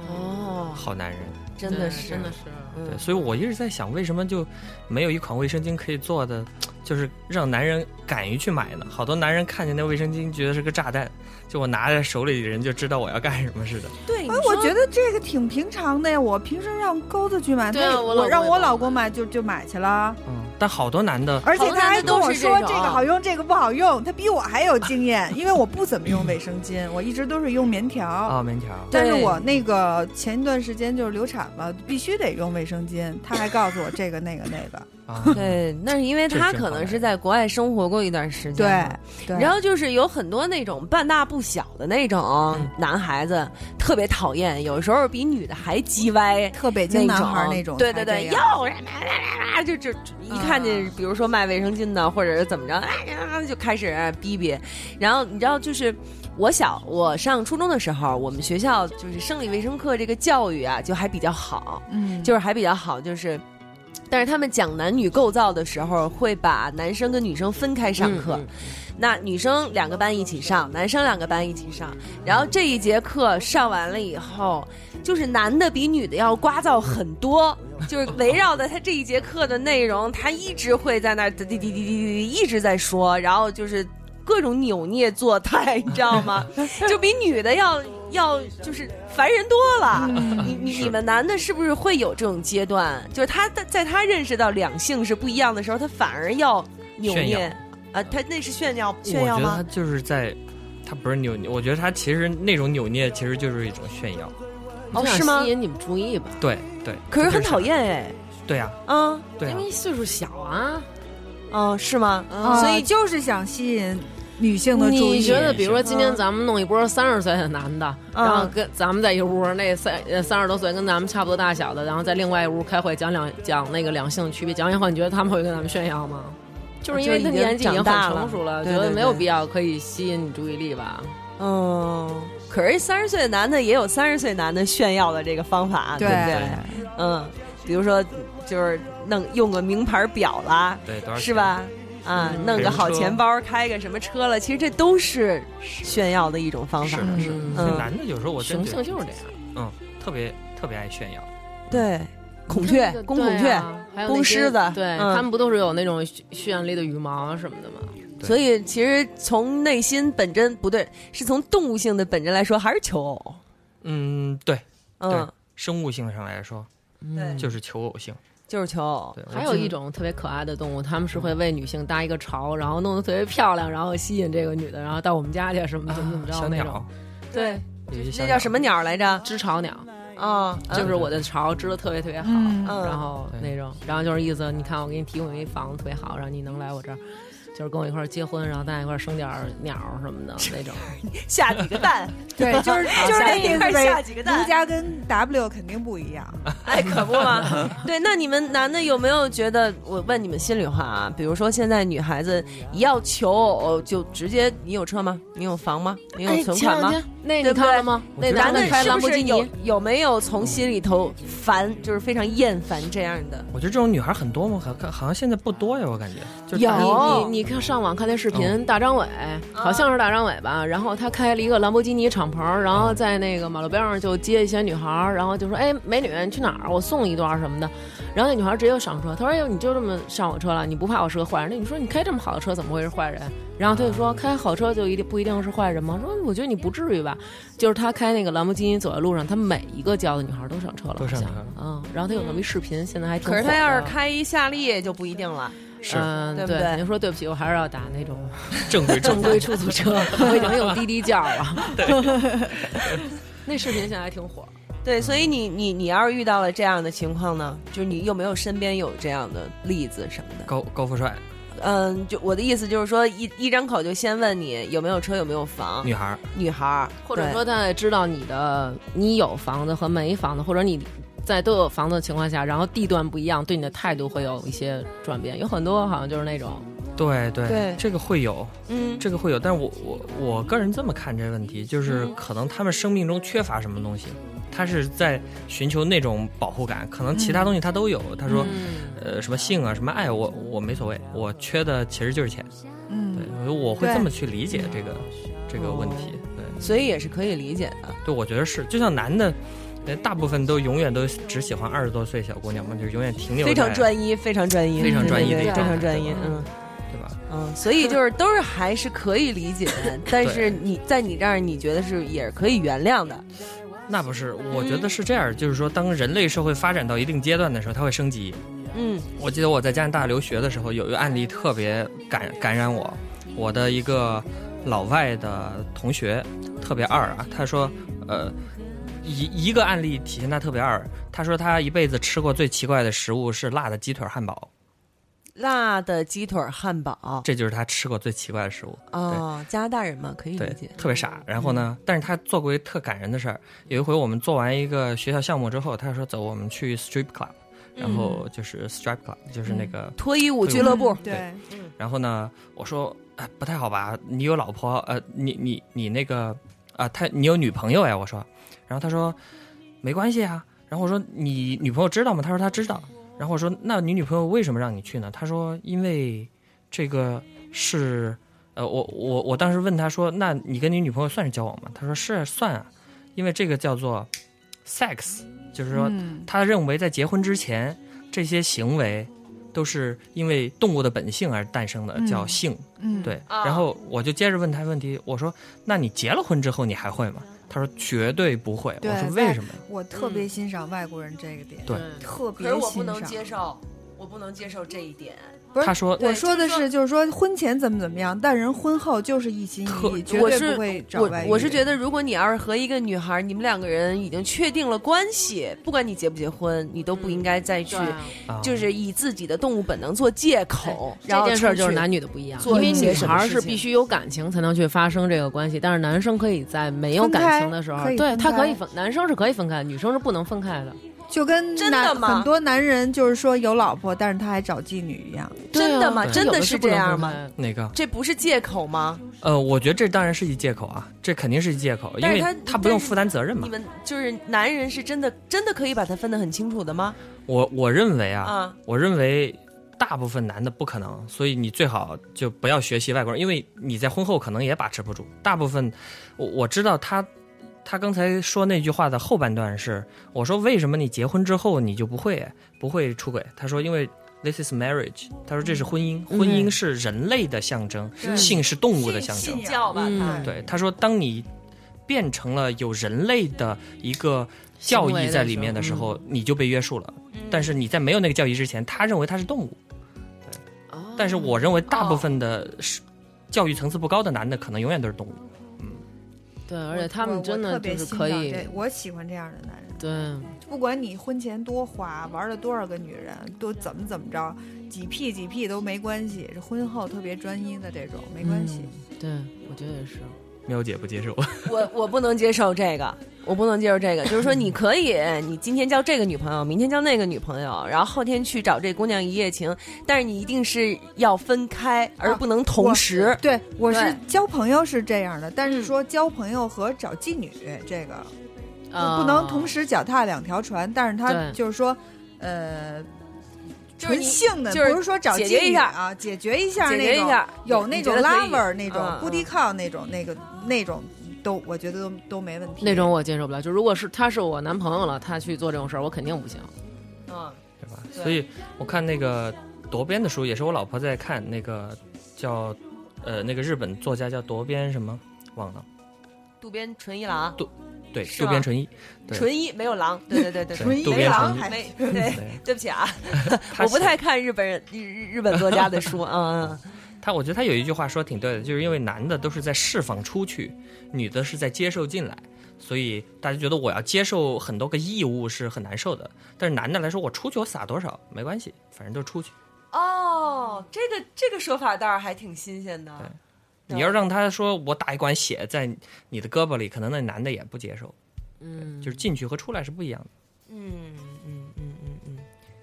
Speaker 5: 哦，
Speaker 7: 好男人。
Speaker 5: 真的是，嗯
Speaker 6: 真的是，
Speaker 7: 对，所以我一直在想，为什么就没有一款卫生巾可以做的，就是让男人敢于去买呢？好多男人看见那卫生巾，觉得是个炸弹，就我拿在手里，人就知道我要干什么似的。
Speaker 5: 对，
Speaker 4: 哎，我觉得这个挺平常的呀。我平时让钩子去买，
Speaker 6: 对啊
Speaker 4: 那
Speaker 6: 我
Speaker 4: 我
Speaker 6: 老公
Speaker 4: 让
Speaker 6: 也
Speaker 4: 我
Speaker 6: 帮
Speaker 4: 老
Speaker 6: 我
Speaker 4: 公买就就买去了。
Speaker 7: 嗯，但好多男的，
Speaker 4: 而且
Speaker 6: 好多
Speaker 4: 他
Speaker 6: 男
Speaker 4: 还
Speaker 6: 的
Speaker 4: 跟
Speaker 6: 都
Speaker 4: 我
Speaker 6: 是这
Speaker 4: 说
Speaker 6: 种
Speaker 5: 啊
Speaker 4: 这个好用，这个不好用，他比我还有经验，因为我不怎么用卫生巾，我一直都是用棉条。
Speaker 7: 啊，棉条，
Speaker 4: 但是
Speaker 5: 对
Speaker 4: 我那个前一段时间就是流产嘛，必须得用卫生巾。他还告诉我这个那个那 个，
Speaker 7: 啊，
Speaker 5: 对，呃那是因为
Speaker 7: 这
Speaker 5: 他
Speaker 7: 真
Speaker 5: 可
Speaker 7: 好
Speaker 5: 能
Speaker 7: 玩
Speaker 5: 是在国外生活过一段时间，
Speaker 4: 对。对。
Speaker 5: 然后就是有很多那种半大不小的那种男孩子，特别讨厌，有时候比女的还鸡歪。
Speaker 4: 特北京
Speaker 5: 那
Speaker 4: 男
Speaker 5: 种
Speaker 4: 孩那种才
Speaker 5: 对
Speaker 4: 这
Speaker 5: 对
Speaker 4: 样，嗯
Speaker 5: 对，要什么就就就一看见，比如说卖卫生巾的，或者是怎么着，哎呀，就开始逼逼。然后你知道，就是我小我上初中的时候，我们学校就是生理卫生课这个教育啊，就还比较好，
Speaker 4: 嗯，
Speaker 5: 就是还比较好，就是。但是他们讲男女构造的时候，会把男生跟女生分开
Speaker 6: 嗯
Speaker 5: 上课。那女生两个班一起上，男生两个班一起上。然后这一节课上完了以后，就是男的比女的要聒噪很多， 就是围绕着他这一节课的内容，他一直会在那儿滴滴滴滴滴滴一直在说，然后就是各种扭捏作态，你知道 吗？就比女的要要就是烦人多了。
Speaker 7: 嗯
Speaker 5: 你你你们男的是不是会有这种阶段？就是他在在他认识到两性是不一样的时候，他反而要扭
Speaker 7: 炫
Speaker 5: 捏
Speaker 7: 耀。
Speaker 5: 啊，他那是炫耀炫
Speaker 7: 我
Speaker 5: 耀
Speaker 7: 觉得他
Speaker 5: 吗？
Speaker 7: 就是在，他不是扭捏，我觉得他其实那种扭捏其实就是一种炫耀。
Speaker 5: 哦
Speaker 6: 就想
Speaker 5: 是吗
Speaker 6: 吸引你们注意吧，
Speaker 7: 对对，
Speaker 5: 可是很讨
Speaker 7: 厌。
Speaker 5: 厌哎，
Speaker 7: 对呀、
Speaker 5: 嗯
Speaker 7: 对啊呀、
Speaker 6: 因为岁数小啊。
Speaker 5: 嗯，是吗？
Speaker 4: 啊
Speaker 5: 所以
Speaker 4: 就是想吸引女性的注
Speaker 6: 你
Speaker 4: 意
Speaker 6: 觉。得，比如说今天咱们弄一波三十岁的男的，
Speaker 5: 嗯
Speaker 6: 然后跟咱们在一屋，那三呃三十多岁跟咱们差不多大小的，然后在另外一屋开会讲两讲那个两性区别，讲完以后，你觉得他们会跟咱们炫耀吗？就是因为他年纪已经很成熟了，
Speaker 5: 就是已经长大了
Speaker 6: 觉得没有
Speaker 5: 对对对
Speaker 6: 必要可以吸引你注意力吧？
Speaker 5: 嗯，可是三十岁的男的也有三十岁男的炫耀的这个方法，
Speaker 4: 对
Speaker 5: 不对？嗯，比如说就是弄用个名牌表啦，
Speaker 7: 对，多少
Speaker 5: 是？吧？啊，
Speaker 6: 嗯
Speaker 5: 弄个好钱包，开个什么车了，其实这都是炫耀的一种方
Speaker 7: 是
Speaker 5: 法。
Speaker 7: 的，是的。
Speaker 6: 嗯
Speaker 7: 所以男的有时候我真
Speaker 6: 雄
Speaker 7: 觉
Speaker 6: 性
Speaker 7: 得
Speaker 6: 就是这样，
Speaker 7: 特别特别爱炫耀。
Speaker 5: 对，孔雀
Speaker 6: 对啊，
Speaker 5: 公孔雀，
Speaker 6: 还有那些
Speaker 5: 公狮子
Speaker 6: 对
Speaker 5: 嗯
Speaker 6: 他们不都是有那种绚绚丽的羽毛什么的吗？
Speaker 7: 对
Speaker 5: 所以其实从内心本真不对，是从动物性的本真来说，还是求偶。
Speaker 7: 嗯，对，对
Speaker 5: 嗯，
Speaker 7: 生物性上来说
Speaker 5: 对，
Speaker 7: 就是求偶性。
Speaker 5: 就是求偶。
Speaker 7: 对，
Speaker 6: 嗯
Speaker 7: 我
Speaker 6: 还有
Speaker 7: 记
Speaker 6: 一种特别可爱的动物，它们是会为女性搭一个巢，然后弄得特别漂亮，然后吸引这个女的，然后到我们家去什么怎么怎么
Speaker 7: 得小
Speaker 6: 着那种
Speaker 7: 鸟。，
Speaker 6: 对，
Speaker 7: 有一些小
Speaker 5: 那叫什么鸟来着？
Speaker 6: 织巢鸟
Speaker 5: 啊，
Speaker 6: 就
Speaker 5: 嗯
Speaker 6: 是我的巢织的特别特别好，
Speaker 4: 嗯
Speaker 5: 嗯
Speaker 6: 然后那种，然后就是意思，你看我给你提供一房子特别好，然后你能来我这儿。就是跟我一块儿结婚，然后咱俩一块儿生点儿鸟什么的那种。
Speaker 5: 下几个 蛋，
Speaker 4: 对，就是 就是那意
Speaker 5: 一块
Speaker 4: 思
Speaker 5: 儿
Speaker 4: 呗
Speaker 5: 下几个蛋
Speaker 4: 儒，家跟 W 肯定不一样。
Speaker 5: 哎，可不 嘛。对，那你们男的有没有觉得？我问你们心里话啊，比如说现在女孩子一要求偶，就直接你有车吗？你有房吗？你
Speaker 6: 哎
Speaker 5: 有存款吗？？
Speaker 6: 那
Speaker 5: 对
Speaker 6: 你
Speaker 5: 不对
Speaker 6: 看了吗？
Speaker 7: 我
Speaker 6: 那
Speaker 7: 觉得
Speaker 6: 男
Speaker 5: 男的
Speaker 6: 的开
Speaker 5: 是
Speaker 6: 兰
Speaker 5: 不
Speaker 6: 博
Speaker 5: 是
Speaker 6: 基
Speaker 5: 有
Speaker 6: 尼，
Speaker 5: 有没有从心里头烦，就是非常厌烦这样的？
Speaker 7: 我觉得这种女孩很多吗？好看，好像现在不多呀，我感觉。就是
Speaker 5: 有哦
Speaker 7: 大
Speaker 6: 你你你看上网看那视
Speaker 7: 哦
Speaker 6: 频，大张伟好像是大张伟吧？然后他开了一个兰博基尼敞篷，然
Speaker 7: 哦
Speaker 6: 后在那个马路边上就接一些女孩儿，然后就说：“哎，美女，你去哪儿？我送你一段什么的。”然后那女孩儿直接就上车，她说：“哎呦，你就这么上我车了？你不怕我是个坏人？那你说你开这么好的车，怎么会是坏人？”然后他就
Speaker 7: 哦
Speaker 6: 说：“开好车就一定不一定是坏人吗？”说：“我觉得你不至于吧。”就是他开那个兰博基尼走在路上，他每一个教的女孩儿都上车了，
Speaker 7: 都上
Speaker 6: 好像
Speaker 7: 车了
Speaker 6: 嗯，然后他有那么一视频，现在还挺
Speaker 5: 可是
Speaker 6: 火
Speaker 5: 他要
Speaker 6: 的
Speaker 5: 是开一夏利就不一定了。
Speaker 7: 是
Speaker 6: 嗯，
Speaker 5: 对
Speaker 6: 对
Speaker 5: 不对
Speaker 6: 您说对不起，我还是要打那种
Speaker 7: 正规
Speaker 6: 正
Speaker 7: 正
Speaker 6: 规出租 车，我已经用滴滴叫了。 那视频现在还挺火，
Speaker 5: 对，所以你你你要是遇到了这样的情况呢，就是你有没有身边有这样的例子什么的？
Speaker 7: 高高富帅
Speaker 5: 嗯，就我的意思就是说，一一张口就先问你有没有车，有没有房，
Speaker 7: 女孩儿，
Speaker 5: 女孩儿，
Speaker 6: 或者
Speaker 5: 对
Speaker 6: 说他也知道你的你有房子和没房子，或者你在都有房子的情况下，然后地段不一样，对你的态度会有一些转变。有很多好像就是那种，
Speaker 7: 对对
Speaker 5: 对
Speaker 7: 这个会有，
Speaker 5: 嗯，
Speaker 7: 这个会有，但我我我个人这么看这个问题，就是
Speaker 6: 嗯
Speaker 7: 可能他们生命中缺乏什么东西，他是在寻求那种保护感，可能
Speaker 6: 嗯
Speaker 7: 其他东西他都有。他说，呃，什么性啊，什么爱，我我没所谓，我缺的其实就是钱。对
Speaker 4: 嗯，，
Speaker 7: 我觉得我会
Speaker 4: 对
Speaker 7: 这么去理解
Speaker 6: 嗯
Speaker 7: 这个这个问题。对
Speaker 5: 所以也是可以理解的。
Speaker 7: 对，我觉得是，就像男的，人大部分都永远都只喜欢二十多岁小姑娘嘛，就是永远停留
Speaker 5: 非常
Speaker 7: 在
Speaker 5: 专一，非常专一，
Speaker 7: 非常专一
Speaker 5: 对对
Speaker 7: 的一个
Speaker 5: 对非常
Speaker 7: 状态
Speaker 5: 专一
Speaker 7: 对吧，
Speaker 5: 嗯
Speaker 7: 对吧？
Speaker 5: 嗯，所以就是都是还是可以理解 的，但是你在你这儿，你觉得是也是可以原谅的，
Speaker 7: 那不是，我觉得是这样，就是说，当人类社会发展到一定阶段的时候，它会升级。
Speaker 5: 嗯
Speaker 7: 我记得我在加拿大留学的时候，有一个案例特别感感染我，我的一个老外的同学特别二啊，他说，呃，一一个案例体现他特别二，他说他一辈子吃过最奇怪的食物是辣的鸡腿汉堡，
Speaker 5: 辣的鸡腿汉堡
Speaker 7: 这就是他吃过最奇怪的食物。
Speaker 5: 哦，加拿大人嘛，可以理
Speaker 7: 对
Speaker 5: 解，，嗯
Speaker 7: 特别傻。然后呢，但是他做过一特感人的事儿。有一回我们做完一个学校项目之后，他说：“走，我们去 strip club。”然
Speaker 5: 嗯
Speaker 7: 后就是 strip club，、就是那个。
Speaker 5: 脱衣舞
Speaker 7: 对
Speaker 5: 俱乐部，
Speaker 4: 对，
Speaker 7: 然后呢，我说：“哎，不太好吧？你有老婆？呃，你你你那个啊、他你有女朋友呀？”我说。然后他说：“没关系啊。”然后我说：“你女朋友知道吗？”他说：“他知道。”然后我说：“那你女朋友为什么让你去呢？”他说：“因为这个是，呃，我我我当时问他说，那你跟你女朋友算是交往吗？他说是啊算啊，因为这个叫做 sex，就是说
Speaker 4: 嗯
Speaker 7: 他认为在结婚之前这些行为都是因为动物的本性而诞生的，
Speaker 4: 嗯
Speaker 7: 叫性。
Speaker 4: 嗯，
Speaker 7: 对，
Speaker 5: 啊
Speaker 7: 然后我就接着问他问题，我说那你结了婚之后你还会吗？他说绝对不会。
Speaker 4: 对
Speaker 7: 我说
Speaker 4: 在
Speaker 7: 为什么？
Speaker 4: 我特别欣赏外国人这个点，
Speaker 7: 对
Speaker 4: 特
Speaker 5: 嗯可
Speaker 4: 别
Speaker 5: 是我不
Speaker 4: 欣
Speaker 5: 能
Speaker 4: 赏。
Speaker 5: 接受，我不能接受这一点。
Speaker 4: 不是
Speaker 7: 他说
Speaker 4: 我说的是，就是说婚前怎么怎么样，但人婚后就是一心一意，
Speaker 5: 特
Speaker 4: 绝
Speaker 5: 我
Speaker 4: 对
Speaker 5: 是
Speaker 4: 不会找
Speaker 5: 我
Speaker 4: 外遇。
Speaker 5: 我是觉得，如果你要是和一个女孩，你们两个人已经确定了关系，不管你结不结婚，你都不应该再去，
Speaker 7: 啊，
Speaker 5: 就是以自己的动物本能做借口。然
Speaker 6: 这
Speaker 5: 后
Speaker 6: 件事儿
Speaker 5: 出
Speaker 6: 就是
Speaker 5: 去
Speaker 6: 男女的不一样，
Speaker 5: 做
Speaker 6: 因为
Speaker 5: 一些
Speaker 6: 女
Speaker 5: 什
Speaker 6: 孩
Speaker 5: 么
Speaker 6: 儿
Speaker 5: 事
Speaker 6: 是
Speaker 5: 情
Speaker 6: 必须有感情才能去发生这个关系，但是男生可以在没有
Speaker 4: 分开
Speaker 6: 感情的时候
Speaker 4: 可，以
Speaker 6: 对
Speaker 4: 分
Speaker 6: 他可
Speaker 4: 开
Speaker 6: 以分，男生是可以分开，女生是不能分开的。
Speaker 4: 就跟
Speaker 5: 真的
Speaker 4: 男
Speaker 5: 吗
Speaker 4: 很多男人就是说有老婆，但是他还找妓女一样。
Speaker 5: 真的吗
Speaker 6: 对啊
Speaker 5: 真的
Speaker 6: 有
Speaker 5: 是
Speaker 6: 是
Speaker 5: 这样吗
Speaker 6: 不能嗯分开的？
Speaker 7: 哪个？
Speaker 5: 这不是借口吗？
Speaker 7: 呃，我觉得这当然是一借口啊，这肯定是一借口，因
Speaker 5: 但是
Speaker 7: 为
Speaker 5: 他
Speaker 7: 他不用
Speaker 5: 但是
Speaker 7: 负担责任嘛
Speaker 5: 你。们就是男人是真的真的可以把它分得很清楚的吗？
Speaker 7: 我我认为
Speaker 4: 嗯
Speaker 7: 啊，
Speaker 5: 啊
Speaker 7: 我认为大部分男的不可能，所以你最好就不要学习外国人，因为你在婚后可能也把持不住。大部分我我知道他他刚才说那句话的后半段是，我说为什么你结婚之后你就不会不会出轨？他说因为。This is marriage。他说这是婚姻，婚姻是人类的象征，
Speaker 4: 对
Speaker 7: 嗯性是动物的象征
Speaker 5: 信。教吧，
Speaker 6: 嗯，
Speaker 7: 对，他说，当你变成了有人类的一个教义在里面的时候，嗯你就被约束了。但是你在没有那个教义之前，他认为它是动物。
Speaker 6: 嗯
Speaker 5: 嗯
Speaker 7: 但
Speaker 6: 哦
Speaker 7: 是我认为大
Speaker 5: 哦
Speaker 7: 部分的是教育层次不高的男的，可能永远都是动物。
Speaker 6: 对，而且他
Speaker 4: 我
Speaker 6: 们
Speaker 4: 我
Speaker 6: 真
Speaker 4: 特
Speaker 6: 的
Speaker 4: 别
Speaker 6: 就是
Speaker 4: 欣
Speaker 6: 可
Speaker 4: 赏
Speaker 6: 以，
Speaker 4: 这我喜欢这样的男人。
Speaker 6: 对，
Speaker 4: 不管你婚前多花，玩了多少个女人，都怎么怎么着，几屁几屁都没关系。这婚后特别专一的这种没关
Speaker 5: 嗯
Speaker 4: 系。
Speaker 6: 对，我觉得也是。
Speaker 7: 喵姐不接受，
Speaker 5: 我我不能接受这个，我不能接受这个。 就是说，你可以，你今天交这个女朋友，明天交那个女朋友，然后后天去找这姑娘一夜情，但是你一定是要分开，而不能同时。
Speaker 4: 对，我是
Speaker 5: 对嗯
Speaker 4: 交朋友是这样的，但是说交朋友和找妓女这个
Speaker 6: 啊，
Speaker 4: 不
Speaker 5: 哦
Speaker 4: 能同时脚踏两条船，但是他
Speaker 6: 对
Speaker 4: 就是说，呃，
Speaker 5: 就是
Speaker 4: 纯
Speaker 5: 你
Speaker 4: 性的，
Speaker 5: 就是
Speaker 4: 不是说找
Speaker 5: 解决
Speaker 4: 妓
Speaker 5: 一
Speaker 4: 女
Speaker 5: 下
Speaker 4: 啊，解决一下
Speaker 5: 解
Speaker 4: 那
Speaker 5: 决一
Speaker 4: 种
Speaker 5: 下，
Speaker 4: 有那种
Speaker 5: 你觉得可以
Speaker 4: lover 那种
Speaker 5: 嗯
Speaker 4: 不低靠那种那个那种都，我觉得都都没问题。
Speaker 6: 那种我接受不了。就如果是他是我男朋友了，他去做这种事儿，我肯定不行。
Speaker 5: 嗯，
Speaker 7: 对 吧？
Speaker 5: 对
Speaker 7: 所以我看那个夺边的书，也是我老婆在看，那个叫呃那个日本作家叫夺边什么忘了，
Speaker 5: 渡边淳一郎，
Speaker 7: 对，
Speaker 5: 是
Speaker 7: 渡边
Speaker 5: 吗
Speaker 7: 淳一，对
Speaker 5: 淳一没有郎，对对对对，
Speaker 7: 对渡
Speaker 5: 没
Speaker 7: 边
Speaker 5: 郎
Speaker 7: 淳一，
Speaker 5: 没 对。
Speaker 7: 对
Speaker 5: 对不起啊，
Speaker 7: 他
Speaker 5: 我不
Speaker 7: 写
Speaker 5: 太看日本人、日日日本作家的 书啊。嗯
Speaker 7: 他，我觉得他有一句话说得挺对的，就是因为男的都是在释放出去，女的是在接受进来，所以大家觉得我要接受很多个义务是很难受的。但是男的来说，我出去我撒多少没关系，反正就出去。
Speaker 5: 哦，这个这个说法倒是还挺新鲜的。对
Speaker 7: 你要让他说我打一管血在你的胳膊里，可能那男的也不接受。嗯，就是进去和出来是不一样的。
Speaker 5: 嗯嗯嗯嗯嗯，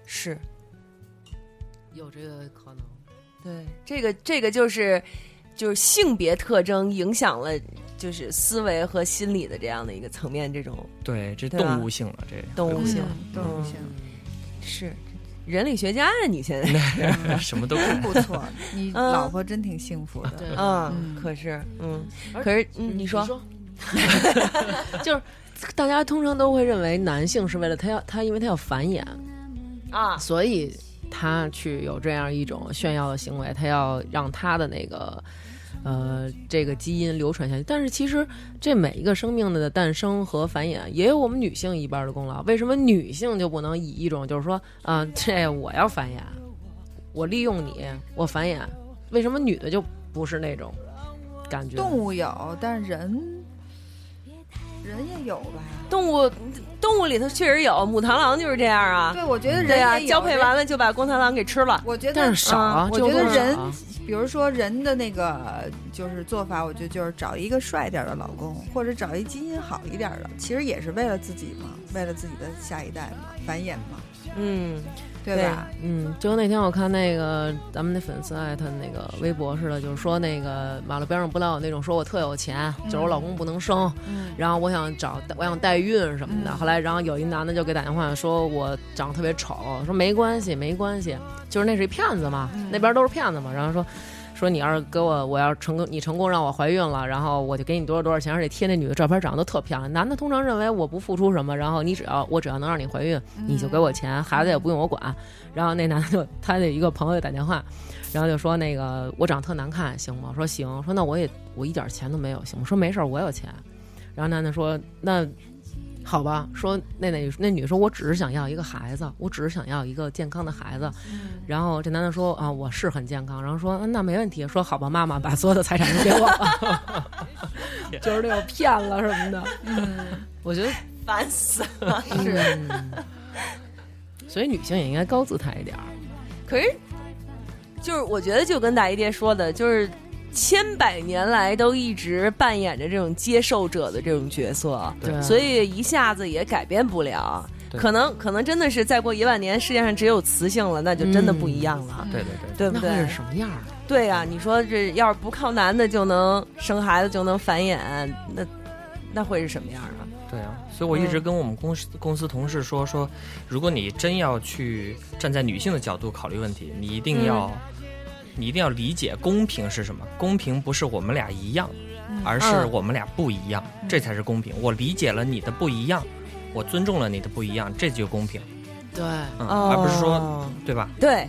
Speaker 5: 是。
Speaker 6: 有这个可能。
Speaker 7: 嗯
Speaker 5: 对，这个这个就是就是性别特征影响了就是思维和心理的这样的一个层面，这种
Speaker 7: 对，这
Speaker 5: 对吧
Speaker 7: 动物性了，这
Speaker 5: 动物性
Speaker 4: 嗯，都不行，
Speaker 5: 是人类学家啊，你现在
Speaker 7: 什么都
Speaker 4: 真
Speaker 7: 看。
Speaker 4: 不错，你
Speaker 5: 嗯
Speaker 4: 老婆真挺幸福的。
Speaker 6: 对
Speaker 4: 嗯
Speaker 5: 嗯，可是嗯，
Speaker 6: 而
Speaker 5: 可是嗯，你说
Speaker 6: 就是大家通常都会认为男性是为了他要他，因为他要繁衍，
Speaker 5: 啊，
Speaker 6: 所以他去有这样一种炫耀的行为，他要让他的那个呃这个基因流传下去。但是其实这每一个生命的诞生和繁衍，也有我们女性一半的功劳。为什么女性就不能以一种就是说啊、 这我要繁衍，我利用你，我繁衍？为什么女的就不是那种感觉？
Speaker 4: 动物有，但人人也有吧？
Speaker 5: 动物动物里头确实有母螳螂就是这样啊，
Speaker 4: 对，我觉得人
Speaker 5: 对
Speaker 4: 也有
Speaker 5: 啊，交配完，了就把公螳螂给吃了。
Speaker 4: 我觉
Speaker 6: 但
Speaker 4: 得
Speaker 6: 是少啊，
Speaker 4: 我
Speaker 6: 这
Speaker 4: 觉
Speaker 6: 有
Speaker 4: 得
Speaker 6: 多少
Speaker 4: 人
Speaker 6: 啊，
Speaker 4: 比如说人的那个呃就是做法，我觉得就是找一个帅点儿的老公，或者找一基因好一点儿的，其实也是为了自己嘛，为了自己的下一代嘛，繁衍嘛，
Speaker 5: 嗯，
Speaker 4: 对
Speaker 5: 对
Speaker 4: 吧？
Speaker 6: 嗯，就那天我看那个咱们那粉丝艾特那个微博似的，就是说那个马路边上不老有那种说我特有钱，就是我老公不能生，
Speaker 4: 嗯，
Speaker 6: 然后我想找我想代孕什么的。
Speaker 4: 嗯
Speaker 6: 后来，然后有一男的就给打电话说我长得特别丑，说没关系没关系，就是那是一骗子嘛，
Speaker 4: 嗯
Speaker 6: 那边都是骗子嘛。然后说说你要是给我我要成功你成功让我怀孕了，然后我就给你多少多少钱，而且贴那女的照片长得都特漂亮。男的通常认为我不付出什么，然后你只要我只要能让你怀孕，
Speaker 4: 嗯
Speaker 6: 你就给我钱，孩子也不用我管。然后那男的就他的一个朋友就打电话，然后就说那个我长得特难看，行吗？说行，说那我也我一点钱都没有，行吗？说没事儿，我有钱。然后男的说那好吧，说那那那女的说我只是想要一个孩子，我只是想要一个健康的孩子。然后这男的说啊我是很健康，然后说、啊那没问题，说好吧，妈妈把所有的财产都给我 吧，就是那种骗了什么的。
Speaker 4: 嗯，
Speaker 6: 我觉得
Speaker 5: 烦死了。
Speaker 4: 是。
Speaker 6: 所以女性也应该高姿态一点儿。
Speaker 5: 可是，就是我觉得就跟大姨爹说的，就是千百年来都一直扮演着这种接受者的这种角色，
Speaker 6: 对
Speaker 5: 所以一下子也改变不了。
Speaker 7: 嗯对
Speaker 5: 可能可能真的是再过一万年，世界上只有雌性了，那就真的不一样了，
Speaker 7: 对对对，
Speaker 5: 对不
Speaker 6: 那会
Speaker 5: 对
Speaker 6: 是？什么样儿？啊
Speaker 5: 对呀、你说这要是不靠男的就能生孩子就能繁衍，那那会是什么样啊？
Speaker 7: 对啊，所以我一
Speaker 5: 嗯
Speaker 7: 直跟我们公司、公司同事说说，如果你真要去站在女性的角度考虑问题，你一定要、
Speaker 5: 嗯
Speaker 7: 你一定要理解公平是什么。公平不是我们俩一样，
Speaker 4: 嗯
Speaker 7: 而是
Speaker 5: 嗯
Speaker 7: 我们俩不一样，这才是公平。我理解了你的不一样，我尊重了你的不一样，这就公平，
Speaker 6: 对，
Speaker 7: 嗯，
Speaker 5: 哦
Speaker 7: 而不是说对吧？
Speaker 5: 对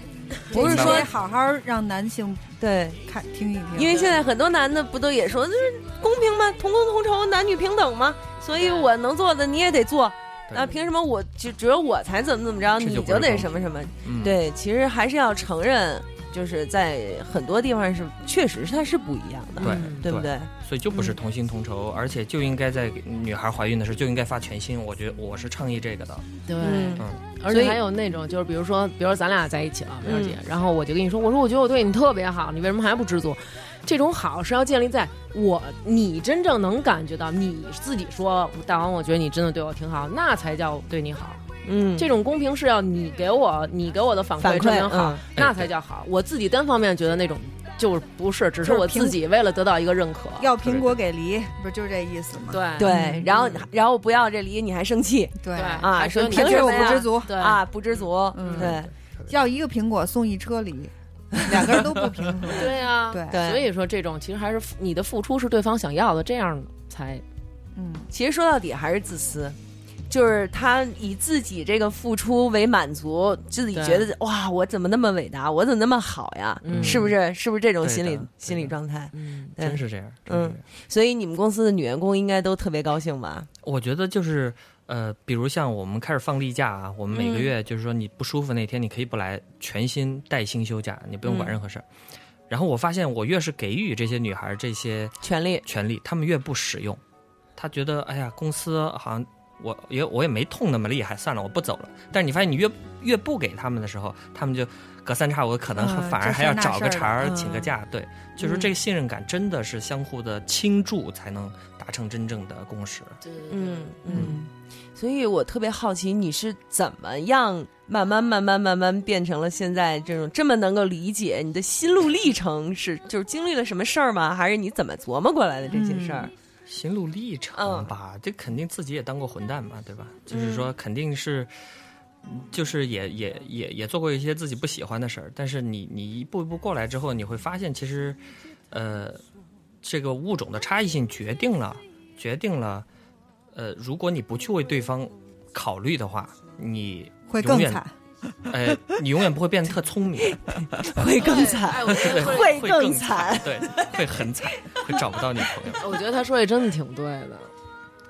Speaker 4: 不是
Speaker 7: 明白
Speaker 4: 说
Speaker 7: 了
Speaker 4: 好好让男性
Speaker 5: 对，
Speaker 4: 看听一听，
Speaker 5: 因为现在很多男的不都也说，就是公平吗？同工同酬，男女平等吗？所以我能做的你也得做，
Speaker 7: 对
Speaker 5: 那凭什么我就只有我才怎么怎么着，
Speaker 7: 这就
Speaker 5: 你
Speaker 7: 不是
Speaker 5: 就得
Speaker 7: 公
Speaker 5: 什么什么？
Speaker 7: 嗯，
Speaker 5: 对，其实还是要承认，就是在很多地方是确实它是不一样的，
Speaker 7: 对
Speaker 6: 嗯
Speaker 5: 对不对？
Speaker 7: 所以就
Speaker 5: 嗯
Speaker 7: 不是同薪同酬，而且就应该在女孩怀孕的时候就应该发全薪。我觉得我是倡议这个的，
Speaker 6: 对，
Speaker 5: 嗯
Speaker 6: 而
Speaker 5: 所
Speaker 6: 且
Speaker 5: 以嗯
Speaker 6: 还有那种，就是比如说，比如说咱俩在一起了，梅儿姐，然后我就跟你说，我说我觉得我对你特别好，你为什么还不知足？这种好是要建立在我你真正能感觉到你自己说，大王，我觉得你真的对我挺好，那才叫对你好。
Speaker 5: 嗯，
Speaker 6: 这种公平是要你给我你给我的反
Speaker 5: 反
Speaker 6: 馈
Speaker 5: 馈
Speaker 6: 证明好，
Speaker 5: 嗯
Speaker 6: 那才叫好。我自己单方面觉得那种就是不是，只是我自己为了得到一个认可。
Speaker 4: 要苹果给梨，不是就是这意思吗？
Speaker 6: 对
Speaker 5: 对，然后然后不要这离你还生气
Speaker 4: 对
Speaker 6: 对
Speaker 4: 啊，
Speaker 5: 啊，
Speaker 6: 还说
Speaker 5: 说
Speaker 6: 你
Speaker 5: 凭
Speaker 4: 觉
Speaker 5: 什
Speaker 4: 得我
Speaker 5: 么呀
Speaker 4: 不知足，
Speaker 6: 对
Speaker 5: 啊，不知足，
Speaker 4: 嗯
Speaker 5: 对，
Speaker 4: 要一个苹果送一车梨，两个人都不平衡。
Speaker 6: 对呀，
Speaker 4: 对
Speaker 5: 对
Speaker 6: 所以说这种其实还是付你的付出是对方想要的，这样才
Speaker 4: 嗯，
Speaker 5: 其实说到底还是自私，就是他以自己这个付出为满足，自己
Speaker 6: 对
Speaker 5: 觉得哇，我怎么那么伟大，我怎么那么好呀？
Speaker 6: 嗯
Speaker 5: 是不是？是不是这种心
Speaker 7: 对
Speaker 5: 理
Speaker 7: 的
Speaker 5: 心理
Speaker 7: 对的
Speaker 5: 状态？
Speaker 6: 嗯。
Speaker 5: 对
Speaker 7: 真是这样。真是这
Speaker 5: 嗯
Speaker 7: 样，
Speaker 5: 所以你们公司的女员工应该都特别高兴吧？
Speaker 7: 我觉得就是呃，比如像我们开始放例假啊，我们每个
Speaker 5: 嗯
Speaker 7: 月就是说你不舒服那天你可以不来，全薪带薪休假，你不用管
Speaker 5: 嗯
Speaker 7: 任何事儿。然后我发现，我越是给予这些女孩这些
Speaker 5: 权利，
Speaker 7: 权利，她们越不使用。她觉得，哎呀，公司好像我也我也没痛那么厉害，算了，我不走了。但是你发现，你越越不给她们的时候，她们就隔三差五可能
Speaker 4: 啊
Speaker 7: 反而
Speaker 4: 这
Speaker 7: 还要
Speaker 4: 事儿那
Speaker 7: 找个
Speaker 4: 事儿
Speaker 7: 茬儿
Speaker 5: 嗯
Speaker 7: 请个假。对，就是
Speaker 5: 嗯
Speaker 7: 这个信任感真的是相互的倾注，才能达成真正的共识。
Speaker 5: 嗯嗯。所以我特别好奇，你是怎么样慢慢慢慢慢慢变成了现在这种这么能够理解你的心路历程是就是经历了什么事儿吗？还是你怎么琢磨过来的这些事儿？
Speaker 7: 心路历程
Speaker 5: 嗯
Speaker 7: 吧，这肯定自己也当过混蛋嘛，对吧？就是说，肯定是，就是也也也也做过一些自己不喜欢的事儿，但是你你一步一步过来之后，你会发现，其实，呃，这个物种的差异性决定了决定了，呃，如果你不去为对方考虑的话，你
Speaker 4: 会
Speaker 7: 永
Speaker 4: 更
Speaker 7: 远
Speaker 4: 惨。
Speaker 7: 呃，你永远不会变得特聪明，
Speaker 5: 会更惨。
Speaker 6: 哎，我觉 得
Speaker 5: 会
Speaker 7: 会
Speaker 5: 更
Speaker 7: 更惨，对，会很惨，会找不到女朋友。
Speaker 6: 我觉得他说的真的挺对的，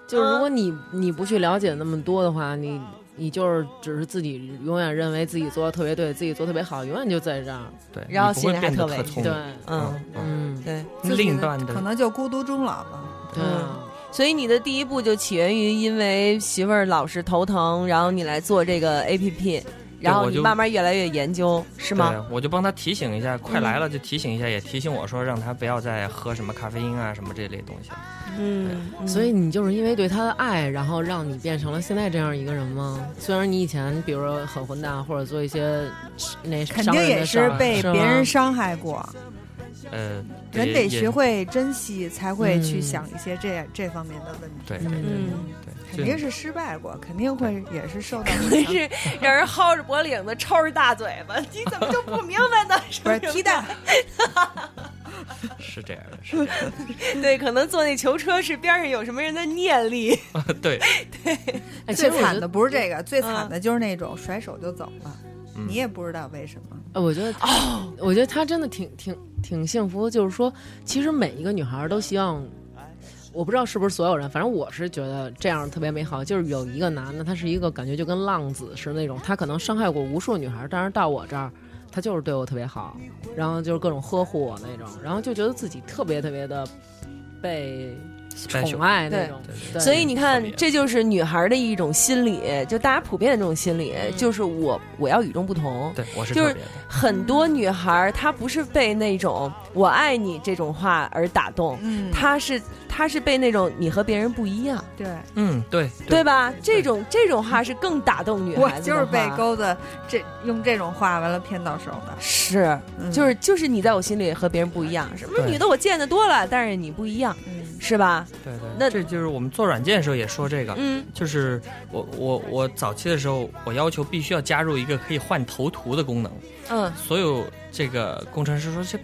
Speaker 6: 就是如果你你不去了解那么多的话，你你就是只是自己永远认为自己做的特别对，自己做得特别好，永远就在这儿。
Speaker 7: 对，
Speaker 5: 然后
Speaker 7: 你不会
Speaker 5: 心里还
Speaker 7: 变得
Speaker 5: 特
Speaker 7: 特
Speaker 5: 委
Speaker 7: 聪
Speaker 5: 嗯
Speaker 6: 对
Speaker 7: 明。，
Speaker 5: 嗯，
Speaker 7: 嗯，
Speaker 6: 嗯，
Speaker 5: 对，
Speaker 4: 自己
Speaker 7: 另一半的
Speaker 4: 可能就孤独终老了。
Speaker 6: 对啊，
Speaker 5: 所以你的第一步就起源于因为媳妇儿老是头疼，然后你来做这个 A P P，然后
Speaker 7: 我
Speaker 5: 你
Speaker 7: 就
Speaker 5: 慢慢越来越研究，是吗？
Speaker 7: 对，啊我就帮他提醒一下，快来了就提醒一下，也提醒我说让他不要再喝什么咖啡因啊什么这类东西。
Speaker 5: 嗯，嗯
Speaker 6: 所以你就是因为对他的爱，然后让你变成了现在这样一个人吗？虽然你以前比如说很混蛋，或者做一些那
Speaker 4: 肯
Speaker 6: 伤
Speaker 4: 定
Speaker 6: 人的
Speaker 4: 也
Speaker 6: 事儿
Speaker 4: 是被
Speaker 6: 吗
Speaker 4: 别人伤害过，
Speaker 7: 呃，
Speaker 4: 人
Speaker 7: 也
Speaker 4: 得
Speaker 7: 也
Speaker 4: 学会珍惜，才会去
Speaker 6: 嗯
Speaker 4: 想一些这这方面的问题。
Speaker 7: 对对
Speaker 6: 嗯，
Speaker 5: 嗯，
Speaker 7: 对，
Speaker 4: 肯
Speaker 7: 就
Speaker 4: 定是失败过，肯定会也是受到
Speaker 5: 真 是让人薅着脖领子抽着大嘴巴，你怎么就不明白呢？ 是
Speaker 4: 不是踢蛋，
Speaker 7: 是这样的，是这样
Speaker 5: 对，可能坐那囚车是边上有什么人的念力，
Speaker 7: 的， 对，
Speaker 6: 哎，其
Speaker 4: 最
Speaker 6: 实我
Speaker 4: 惨
Speaker 6: 觉
Speaker 4: 的
Speaker 6: 得，
Speaker 4: 不是这个，最惨的就是那种甩手就走了，
Speaker 7: 嗯
Speaker 4: 你也不知道为什么。
Speaker 6: 哎我觉得，哦，我觉得他真的挺挺挺幸福的。就是说，其实每一个女孩都希望，我不知道是不是所有人，反正我是觉得这样特别美好。就是有一个男的，他是一个感觉就跟浪子似的那种，他可能伤害过无数女孩，但是到我这儿，他就是对我特别好，然后就是各种呵护我那种，然后就觉得自己特别特别的被宠啊
Speaker 7: special
Speaker 6: 爱那种
Speaker 7: 对。对
Speaker 6: 对
Speaker 5: 所以你
Speaker 7: 特别
Speaker 5: 看，这就是女孩的一种心理，就大家普遍的这种心理，就是我我要与众不同。
Speaker 7: 对，我是
Speaker 5: 就是
Speaker 7: 特别的，
Speaker 5: 很多女孩儿她不是被那种“我爱你”这种话而打动，
Speaker 4: 嗯，
Speaker 5: 她是她是被那种你和别人不一样，
Speaker 4: 对，
Speaker 7: 嗯，对
Speaker 5: 对吧？这种这种话是更打动女
Speaker 4: 我
Speaker 5: 孩子
Speaker 4: 就
Speaker 5: 的
Speaker 4: 是被
Speaker 5: 话
Speaker 4: 钩子这用这种话完了骗到手的，
Speaker 5: 是，
Speaker 4: 嗯
Speaker 5: 就是就是你在我心里和别人不一样，什么
Speaker 7: 对
Speaker 5: 女的我见的多了，但是你不一样，
Speaker 4: 嗯
Speaker 5: 是吧？
Speaker 7: 对对，
Speaker 5: 那
Speaker 7: 这就是我们做软件的时候也说这个，
Speaker 5: 嗯，
Speaker 7: 就是我我我早期的时候，我要求必须要加入一个可以换头图的功能。
Speaker 5: 嗯，
Speaker 7: 所有这个工程师说这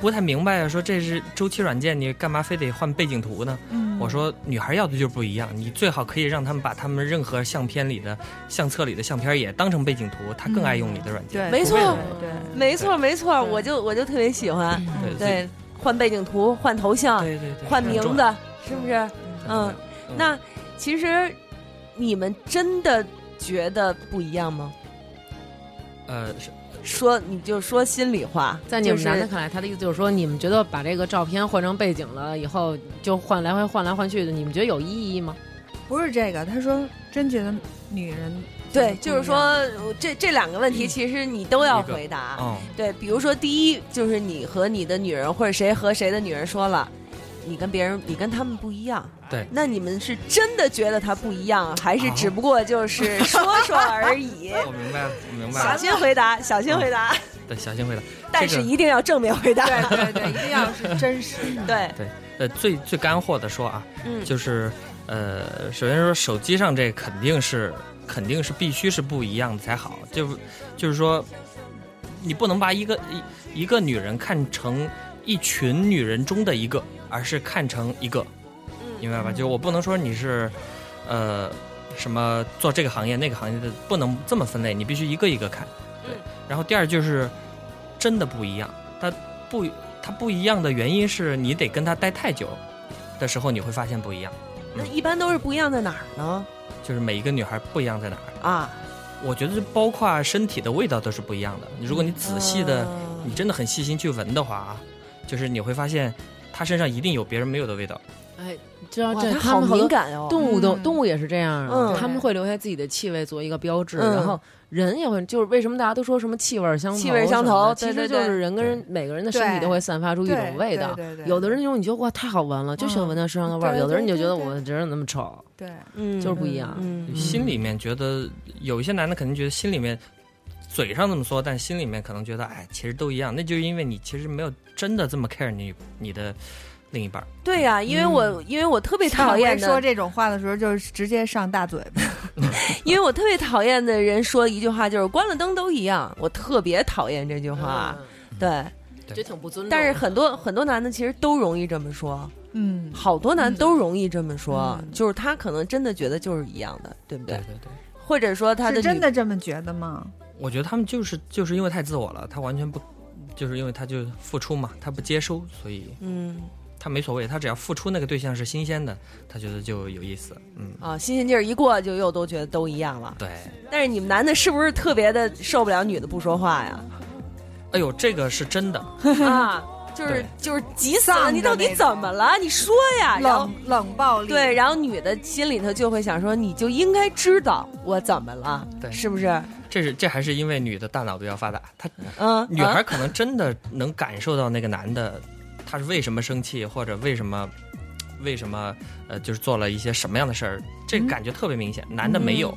Speaker 7: 不太明白啊，说这是周期软件，你干嘛非得换背景图呢？
Speaker 4: 嗯
Speaker 7: 我说女孩要的就是不一样，你最好可以让他们把他们任何相片里的相册里的相片也当成背景图，她更爱用你的软件。
Speaker 4: 对，
Speaker 5: 没错
Speaker 4: 对对，对
Speaker 5: 没错没错，我就我就特别喜欢，
Speaker 7: 对对
Speaker 5: 对，换背景图，换头像，
Speaker 7: 对对对，
Speaker 5: 换
Speaker 7: 很
Speaker 5: 名
Speaker 7: 重要，
Speaker 5: 字，是不是？
Speaker 7: 很重要
Speaker 5: 嗯，那其实你们真的觉得不一样吗？
Speaker 7: 呃是
Speaker 5: 说你就说心里话，
Speaker 6: 在你
Speaker 5: 就
Speaker 6: 们男的
Speaker 5: 是
Speaker 6: 看来，他的意思就是说，你们觉得把这个照片换成背景了以后，就换来回换来换去的，你们觉得有意义吗？
Speaker 4: 不是这个，他说真觉得女人
Speaker 5: 对，
Speaker 4: 不一样
Speaker 5: 就是说我这这两个问题，其实你都要回答。
Speaker 7: 嗯
Speaker 5: 对，比如说第一就是你和你的女人，或者谁和谁的女人说了，你跟别人，你跟他们不一样。
Speaker 7: 对
Speaker 5: 那你们是真的觉得他不一样，还是
Speaker 7: 啊
Speaker 5: 只不过就是说说而已？
Speaker 7: 我明白了，我 明白
Speaker 5: 小
Speaker 7: 了，
Speaker 5: 心回答，小心回答，
Speaker 7: 对，小心回答。
Speaker 5: 但
Speaker 7: 这
Speaker 5: 是
Speaker 7: 个
Speaker 5: 一定要正面回答。
Speaker 4: 对对 对，一定要是真实的，
Speaker 5: 对，
Speaker 7: 对，呃，最最干货的说啊，
Speaker 5: 嗯
Speaker 7: 就是呃，首先说手机上这肯定是肯定是必须是不一样的才好，就就是说，你不能把一个一一个女人看成一群女人中的一个，而是看成一个，
Speaker 5: 嗯
Speaker 7: 明白吧？就是我不能说你是呃什么做这个行业那个行业的，不能这么分类，你必须一个一个看。对，
Speaker 5: 嗯
Speaker 7: 然后第二就是真的不一样，它不它不一样的原因是你得跟它待太久的时候，你会发现不一样。
Speaker 5: 那一般都是不一样在哪儿呢？
Speaker 7: 就是每一个女孩不一样在哪儿，
Speaker 5: 啊，
Speaker 7: 我觉得是包括身体的味道都是不一样的。你如果你仔细的，
Speaker 5: 嗯
Speaker 7: 你真的很细心去闻的话啊，就是你会发现她身上一定有别人没有的味道。
Speaker 6: 哎，知道
Speaker 5: 哇
Speaker 6: 这
Speaker 5: 他
Speaker 6: 他
Speaker 5: 好
Speaker 6: 们好
Speaker 5: 敏
Speaker 6: 多
Speaker 5: 感哦。
Speaker 6: 动物都、
Speaker 4: 嗯
Speaker 6: 动物也是这样啊，
Speaker 5: 嗯
Speaker 6: 他们会留下自己的气味作为一个标志，
Speaker 5: 嗯
Speaker 6: 然后人也会就是为什么大家都说什么气味相投什么的，
Speaker 5: 气味相投
Speaker 6: 其
Speaker 5: 对对
Speaker 6: 实
Speaker 5: 对
Speaker 6: 就是人跟人每个人的身体
Speaker 4: 对
Speaker 6: 都会散发出一
Speaker 4: 对
Speaker 6: 种味道。
Speaker 4: 对对对，
Speaker 6: 有的人那种你就哇太好闻了，就喜欢闻他身上的味儿；
Speaker 4: 对
Speaker 6: 有的人你就觉得
Speaker 4: 对对对
Speaker 6: 我觉得那么丑，
Speaker 4: 对
Speaker 5: 嗯，
Speaker 6: 就是不一样。
Speaker 5: 嗯，
Speaker 7: 心里面觉得有一些男的肯定觉得心里面嘴上这么说，但心里面可能觉得哎，其实都一样。那就是因为你其实没有真的这么 care 你你的另一半儿。
Speaker 5: 对呀、因为我、因为我特别嗯讨厌
Speaker 4: 上回说
Speaker 5: 的
Speaker 4: 这种话的时候，就是直接上大嘴巴。
Speaker 5: 因为我特别讨厌的人说一句话，就是关了灯都一样，我特别讨厌这句话。对，
Speaker 6: 就挺不尊重。
Speaker 5: 但是很多很多男的其实都容易这么说，
Speaker 4: 嗯，
Speaker 5: 好多男
Speaker 4: 嗯
Speaker 5: 都容易这么说，
Speaker 4: 嗯
Speaker 5: 就是他可能真的觉得就是一样的，对不
Speaker 7: 对
Speaker 5: 对？
Speaker 7: 对对，
Speaker 5: 或者说他的
Speaker 4: 是真
Speaker 5: 女
Speaker 4: 的这么觉得吗？
Speaker 7: 我觉得他们就是就是因为太自我了，他完全不，就是因为他就付出嘛，他不接收，所以
Speaker 5: 嗯
Speaker 7: 他没所谓，他只要付出那个对象是新鲜的，他觉得就有意思。嗯，
Speaker 5: 啊，新鲜劲儿一过就又都觉得都一样了。
Speaker 7: 对。
Speaker 5: 但是你们男的是不是特别的受不了女的不说话呀？
Speaker 7: 哎呦，这个是真的，
Speaker 5: 啊，就是
Speaker 7: 对
Speaker 5: 就是急死
Speaker 4: 丧
Speaker 5: 了，
Speaker 4: 着
Speaker 5: 你到底
Speaker 4: 那种
Speaker 5: 怎么了？你说呀，然后
Speaker 4: 冷冷暴力，
Speaker 5: 对，然后女的心里头就会想说，你就应该知道我怎么了，
Speaker 7: 对
Speaker 5: 是不是？
Speaker 7: 这是这还是因为女的大脑比较发达，她
Speaker 5: 嗯，
Speaker 7: 女孩
Speaker 5: 啊
Speaker 7: 可能真的能感受到那个男的，他是为什么生气，或者为什么，为什么呃，就是做了一些什么样的事儿，这个
Speaker 5: 嗯
Speaker 7: 感觉特别明显。男的没有，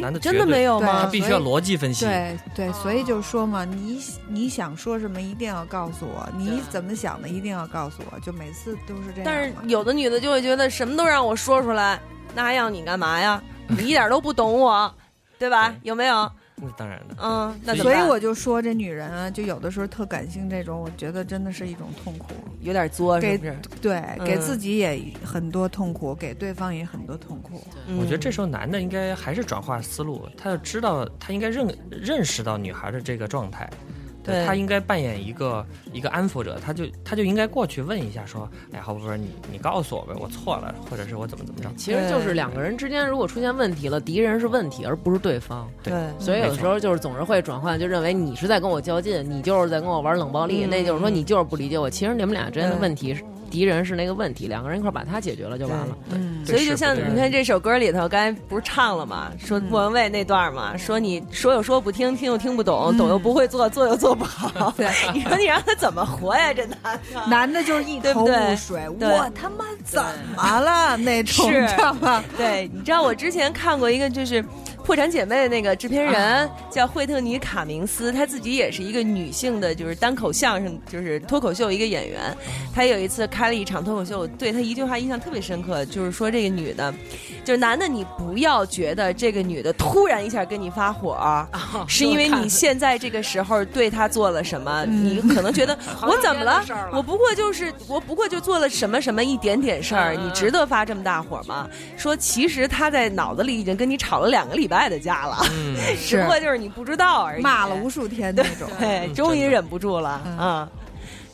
Speaker 7: 男的
Speaker 5: 真的没
Speaker 7: 有，
Speaker 5: 有
Speaker 4: 对
Speaker 7: 他
Speaker 5: 吗？
Speaker 7: 必须要逻辑分析。
Speaker 4: 哎对对，所以就说
Speaker 5: 哦
Speaker 4: 嘛，你你想说什么一定要告诉我，你怎么想的一定要告诉我，就每次都是这样嘛。
Speaker 5: 但是有的女的就会觉得什么都让我说出来，那还要你干 嘛呀？你一点都不懂我，对吧？有没有？
Speaker 7: 那当然了，
Speaker 5: 嗯，那怎么
Speaker 4: 所以
Speaker 5: 办
Speaker 4: 我就说这女人啊，就有的时候特感性，这种我觉得真的是一种痛苦，
Speaker 5: 有点作，是
Speaker 4: 给
Speaker 5: 不是？
Speaker 4: 对，给
Speaker 5: 嗯
Speaker 4: 自己也很多痛苦，给对方也很多痛苦。
Speaker 7: 我觉得这
Speaker 5: 是
Speaker 7: 时候男的应该还是转化思路，他要知道，他应该认认识到女孩的这个状态。
Speaker 5: 对
Speaker 7: 他应该扮演一个一个安抚者，他就他就应该过去问一下，说，哎，好不是你你告诉我呗，我错了，或者是我怎么怎么着。
Speaker 6: 其实就是两个人之间，如果出现问题了，敌人是问题，而不是对方。
Speaker 7: 对
Speaker 6: 所以有
Speaker 7: 没错
Speaker 6: 时候就是总是会转换，就认为你是在跟我较劲，你就是在跟我玩冷暴力，
Speaker 5: 嗯
Speaker 6: 那就是说你就是不理解我。其实你们俩之间的
Speaker 4: 对
Speaker 6: 问题是，敌人是那个问题，两个人一块儿把它解决了就完了。
Speaker 4: 嗯，
Speaker 5: 所以就
Speaker 7: 对
Speaker 5: 像
Speaker 7: 是不对
Speaker 5: 你看这首歌里头，刚才不是唱了嘛，说莫文蔚那段嘛，说你说又说不听，听又听不懂，懂又不会做，做又做不 好。
Speaker 4: 对
Speaker 5: 你说你让他怎么活呀？这男的
Speaker 4: 男的就是一
Speaker 5: 对
Speaker 4: 头
Speaker 5: 不对
Speaker 4: 雾水，
Speaker 5: 对
Speaker 4: 我他妈怎么了那种，
Speaker 5: 是
Speaker 4: 你知道吗？
Speaker 5: 对，你知道我之前看过一个就是。破产姐妹那个制片人叫惠特尼·卡明斯，她自己也是一个女性的，就是单口相声，就是脱口秀一个演员。她有一次开了一场脱口秀，我对她一句话印象特别深刻，就是说这个女的，就是男的，你不要觉得这个女的突然一下跟你发火儿，
Speaker 4: 哦
Speaker 5: 是因为 你现在这个时候对她做了什么，
Speaker 4: 嗯
Speaker 5: 你可能觉 得我怎么了？我不过就是我不过就做了什么什么一点点事
Speaker 4: 嗯
Speaker 5: 儿，你值得发这么大火吗？说其实她在脑子里已经跟你吵了两个礼拜的架 了，
Speaker 7: 嗯，
Speaker 5: 只不过就是你不知道而已，
Speaker 4: 骂了 无数嗯天那种。
Speaker 5: 对，
Speaker 7: 嗯
Speaker 5: 终于
Speaker 7: 真的
Speaker 5: 忍不住了啊！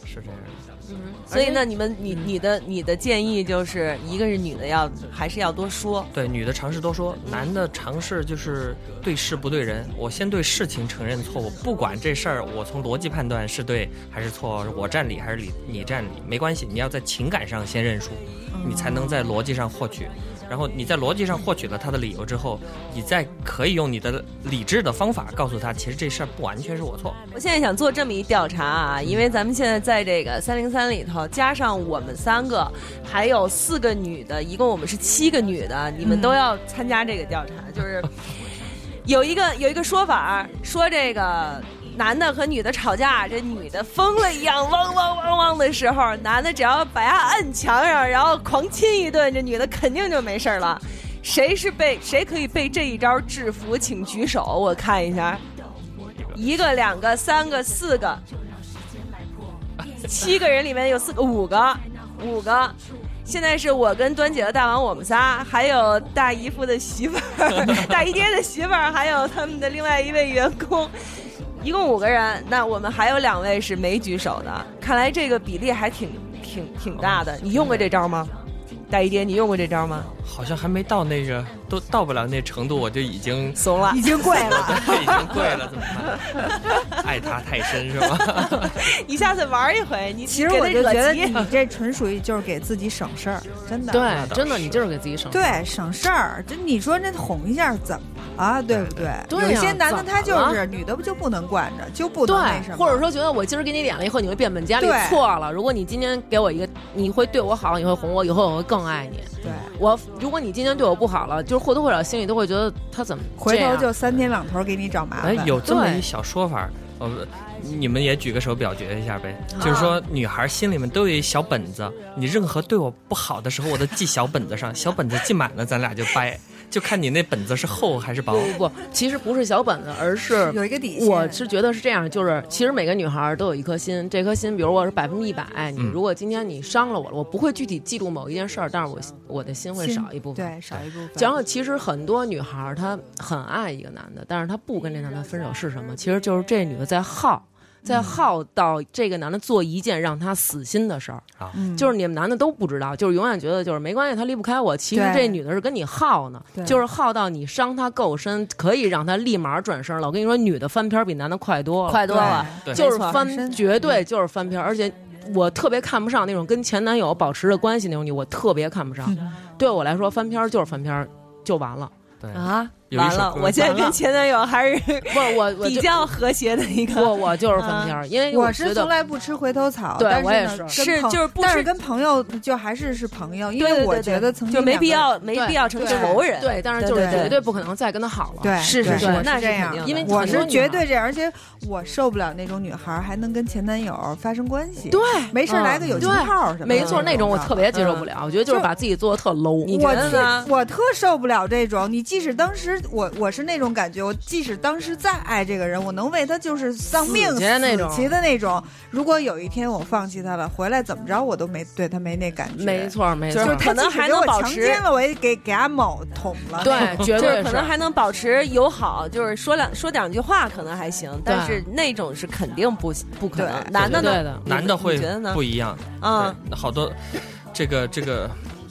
Speaker 7: 是这样的。
Speaker 4: 嗯
Speaker 5: 所以呢，你们你你的你的建议就是一个是女的要还是要多说，
Speaker 7: 对，女的尝试多说，男的尝试就是对事不对人。我先对事情承认错误，不管这事儿我从逻辑判断是对还是错，我占理还是你你占理，没关系。你要在情感上先认输，
Speaker 4: 嗯
Speaker 7: 你才能在逻辑上获取。然后你在逻辑上获取了他的理由之后，你再可以用你的理智的方法告诉他，其实这事儿不完全是我错。
Speaker 5: 我现在想做这么一调查啊，因为咱们现在在这个三零三里头，加上我们三个，还有四个女的，一共我们是七个女的，你们都要参加这个调查。就是有一个有一个说法儿，说这个男的和女的吵架，这女的疯了一样汪汪汪汪的时候，男的只要把她摁墙上，然后狂亲一顿，这女的肯定就没事儿了。谁是被谁可以被这一招制服？请举手，我看一下。一个、两个、三个、四个，七个人里面有四个、五个、五个。现在是我跟端姐和大王，我们仨，还有大姨夫的媳妇儿、大姨爹的媳妇儿，还有他们的另外一位员工，一共五个人。那我们还有两位是没举手的，看来这个比例还挺挺挺大的。你用过这招吗？大姨爹，你用过这招吗？
Speaker 7: 好像还没到那个，都到不了那程度，我就已经
Speaker 5: 怂 了，
Speaker 4: 已经跪了，
Speaker 7: 已经跪了，怎么办？爱他太深是吧？
Speaker 5: 你下次玩一回，你
Speaker 4: 其实
Speaker 5: 给
Speaker 4: 我
Speaker 5: 他
Speaker 4: 就
Speaker 5: 惹
Speaker 4: 觉得
Speaker 5: 急
Speaker 4: 你这纯属于就是给自己省事儿，真的。
Speaker 6: 对，
Speaker 7: 倒
Speaker 6: 真的，你就是给自己省。
Speaker 4: 对，省事儿。就你说那哄一下怎么了，啊对不对？
Speaker 6: 对
Speaker 4: 有
Speaker 6: 呀
Speaker 4: 些男的他
Speaker 6: 怎么
Speaker 4: 就是女的不就不能惯着，就不能那什
Speaker 6: 对，
Speaker 4: 么，
Speaker 6: 或者说觉得我今儿给你脸了以后，你会变本加厉
Speaker 4: 对，
Speaker 6: 错了。如果你今天给我一个，你会对我好，你会哄我，以后我会更爱你。
Speaker 4: 对，
Speaker 6: 我如果你今天对我不好了，就是或多或少心里都会觉得他怎么
Speaker 4: 回
Speaker 6: 这
Speaker 4: 头
Speaker 6: 样
Speaker 4: 就三天两头给你找麻
Speaker 7: 哎
Speaker 4: 烦。，
Speaker 7: 有这么
Speaker 6: 对
Speaker 7: 一小说法儿，呃，你们也举个手表决一下呗。
Speaker 5: 啊
Speaker 7: 就是说，女孩心里面都有一小 本子，你任何对我不好的时候，我都记小本子上，小本子记满了，咱俩就掰。就看你那本子是厚还是薄。
Speaker 6: 不，其实不是小本子，而是
Speaker 4: 有一个底线。
Speaker 6: 我是觉得
Speaker 4: 嗯
Speaker 6: 是这样，就是其实每个女孩儿都有一颗心，这颗心，比如我是百分之一百，你
Speaker 7: 嗯
Speaker 6: 如果今天你伤了我了，我不会具体记住某一件事儿，但是我我的心会
Speaker 4: 心
Speaker 6: 少一部分。
Speaker 4: 对，少一部分。
Speaker 6: 然后其实很多女孩儿她很爱一个男的，但是她不跟这男的分手是什么？其实就是这女的在耗，
Speaker 4: 嗯
Speaker 6: 在耗到这个男的做一件让她死心的事儿。
Speaker 4: 嗯
Speaker 6: 就是你们男的都不知道，就是永远觉得就是没关系，他离不开我。其实
Speaker 4: 对
Speaker 6: 这女的是跟你耗呢
Speaker 4: 对，
Speaker 6: 就是耗到你伤她够深，可以让她立马转身了。我跟你说，女的翻篇比男的快多了，
Speaker 5: 快多了。
Speaker 7: 对
Speaker 6: 就是
Speaker 4: 没错嗯
Speaker 6: 翻，绝对就是翻篇，而且。我特别看不上那种跟前男友保持着关系那种女，我特别看不上。 对我来说，翻篇就是翻篇，就完了。
Speaker 7: 对，
Speaker 5: 啊，
Speaker 7: 有一
Speaker 5: 完
Speaker 7: 首
Speaker 5: 了！
Speaker 7: 歌
Speaker 5: 我现在
Speaker 6: 完
Speaker 5: 跟
Speaker 6: 了
Speaker 5: 前男友还是
Speaker 6: 不，我我
Speaker 5: 比
Speaker 6: 就
Speaker 5: 较和谐的一个
Speaker 6: 我，我就是翻篇，因为
Speaker 4: 嗯我
Speaker 6: 哎觉
Speaker 4: 是
Speaker 6: 得
Speaker 4: 从来不吃回头草，
Speaker 6: 对
Speaker 4: 但
Speaker 6: 我也
Speaker 4: 呢
Speaker 6: 是
Speaker 4: 跟
Speaker 5: 是
Speaker 4: 朋
Speaker 5: 就是不
Speaker 4: 但是
Speaker 5: 吃
Speaker 4: 跟朋友就还是是朋友，因
Speaker 5: 对
Speaker 4: 为
Speaker 5: 对
Speaker 4: 我
Speaker 5: 对
Speaker 4: 觉得曾经
Speaker 5: 就没
Speaker 4: 两
Speaker 5: 必
Speaker 4: 个
Speaker 5: 要没
Speaker 6: 对
Speaker 5: 必要成
Speaker 6: 对
Speaker 5: 仇人。
Speaker 6: 对，但是就是
Speaker 4: 对对
Speaker 6: 绝对不可能再跟他好了。
Speaker 4: 对，
Speaker 5: 是
Speaker 4: 对
Speaker 6: 是
Speaker 5: 是
Speaker 4: 我
Speaker 5: 那
Speaker 4: 是
Speaker 5: 是
Speaker 4: 这
Speaker 5: 肯
Speaker 4: 样
Speaker 5: 定
Speaker 4: 的，
Speaker 5: 的因为
Speaker 4: 我
Speaker 6: 很多
Speaker 4: 是
Speaker 6: 女
Speaker 4: 绝
Speaker 6: 孩
Speaker 4: 对这样，而且我受不了那种女孩还能跟前男友发生关系，
Speaker 6: 对，
Speaker 4: 没事儿来个有
Speaker 6: 嗯
Speaker 4: 情
Speaker 6: 对
Speaker 4: 炮什么的，
Speaker 6: 没错，那种我
Speaker 4: 知道
Speaker 6: 特别接受不了。我觉得就是
Speaker 4: 就
Speaker 6: 把自己做的特 low。
Speaker 5: 你
Speaker 4: 我
Speaker 5: 觉得
Speaker 4: 最
Speaker 5: 呢
Speaker 4: 我特受不了这种，你即使当时我我是那种感觉，我即使当时再爱这个人，我能为他就是丧命
Speaker 6: 死去的那种
Speaker 4: 死去的那种。如果有一天我放弃他了，回来怎么着我都没对他没那感觉。
Speaker 6: 没，错，没
Speaker 5: 就
Speaker 6: 错
Speaker 5: 是，
Speaker 4: 他
Speaker 5: 可能
Speaker 4: 即使
Speaker 5: 还
Speaker 4: 给
Speaker 5: 能
Speaker 4: 我
Speaker 5: 保
Speaker 4: 强
Speaker 5: 持
Speaker 4: 奸了，我也给给俺某捅了。
Speaker 6: 对，绝
Speaker 5: 就是
Speaker 6: 对
Speaker 5: 可能还能保持友好，就是说两说两句话可能还行，但是那种是肯定不不可能。
Speaker 4: 对
Speaker 5: 男的
Speaker 6: 对
Speaker 5: 呢？
Speaker 6: 的。
Speaker 5: 你
Speaker 7: 男的会
Speaker 5: 你觉得呢
Speaker 7: 不？一样，
Speaker 5: 嗯，
Speaker 7: 对，好多这个这个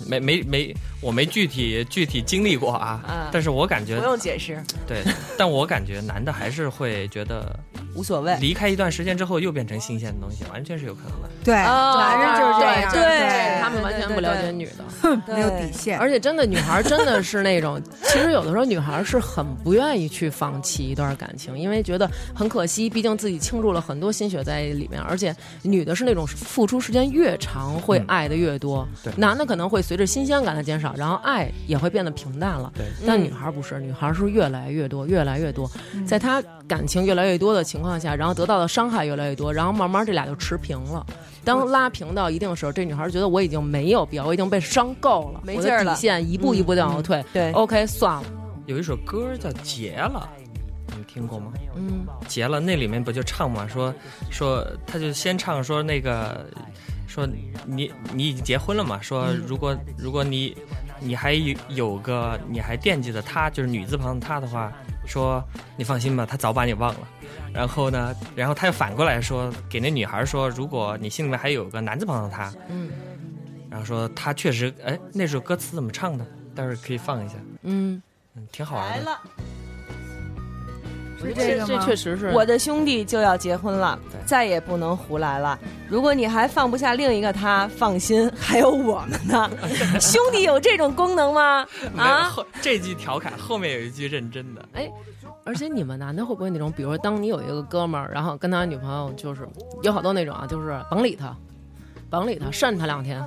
Speaker 7: 没没没，我没具体具体经历过啊
Speaker 5: 啊，
Speaker 7: 但是我感
Speaker 5: 不
Speaker 7: 觉
Speaker 5: 用解释，
Speaker 7: 对，但我感觉男的还是会觉 得
Speaker 5: 无所谓。
Speaker 7: 离开一段时间之后又变成新鲜的东西，完全是有可能的。
Speaker 4: 对，
Speaker 5: 哦
Speaker 4: 男人就是这样，
Speaker 5: 对对
Speaker 6: 他们完全不了解女的，
Speaker 4: 没有底线。
Speaker 6: 而且真的女孩真的是那种，其实有的时候女孩是很不愿意去放弃一段感情，因为觉得很可惜，毕竟自己倾注了很多心血在里面。而且女的是那种付出时间越长会爱的越多，
Speaker 7: 嗯对
Speaker 6: 男的可能会随着新鲜感的减少，然后爱也会变得平淡了。
Speaker 7: 对
Speaker 6: 但女孩不是，女孩是越来越多，越来越多，在她感情越来越多的情况下，然后得到的伤害越来越多，然后慢慢这俩就持平了。当拉平到一定时候，这女孩觉得我已经没有必要，我已经被伤够了，
Speaker 5: 没
Speaker 6: 我
Speaker 5: 劲儿
Speaker 6: 的底
Speaker 5: 了
Speaker 6: 线一步一步地
Speaker 4: 嗯
Speaker 6: 往后退。
Speaker 5: 对
Speaker 7: 哦
Speaker 6: OK，算了，
Speaker 7: 有一首歌叫《结了》，你们听过吗？
Speaker 6: 嗯，
Speaker 7: 结了，那里面不就唱嘛？说说，他就先唱说那个，说你你已经结婚了嘛？说如果如果你你还有有个你还惦记着他，就是女字旁的他的话，说你放心吧，他早把你忘了。然后呢，然后他又反过来说，给那女孩说，如果你心里面还有个男字旁的他，
Speaker 6: 嗯，
Speaker 7: 然后说他确实，哎，那首歌词怎么唱的？待会儿可以放一下，
Speaker 6: 嗯，
Speaker 7: 嗯，挺好玩的。
Speaker 5: 了，
Speaker 6: 我觉得
Speaker 4: 这个
Speaker 6: 这
Speaker 4: 吗
Speaker 6: 确实是
Speaker 5: 我的兄弟就要结婚了
Speaker 7: 对，
Speaker 5: 再也不能胡来了。如果你还放不下另一个他，放心，还有我们 呢。兄弟有这种功能吗？
Speaker 7: 没有，
Speaker 5: 啊，
Speaker 7: 后这句调侃后面有一句认真的，
Speaker 6: 而且你们男的会不会那种，比如说当你有一个哥们儿，然后跟他女朋友就是有好多那种啊，就是甭理他，甭理他，扇他两天，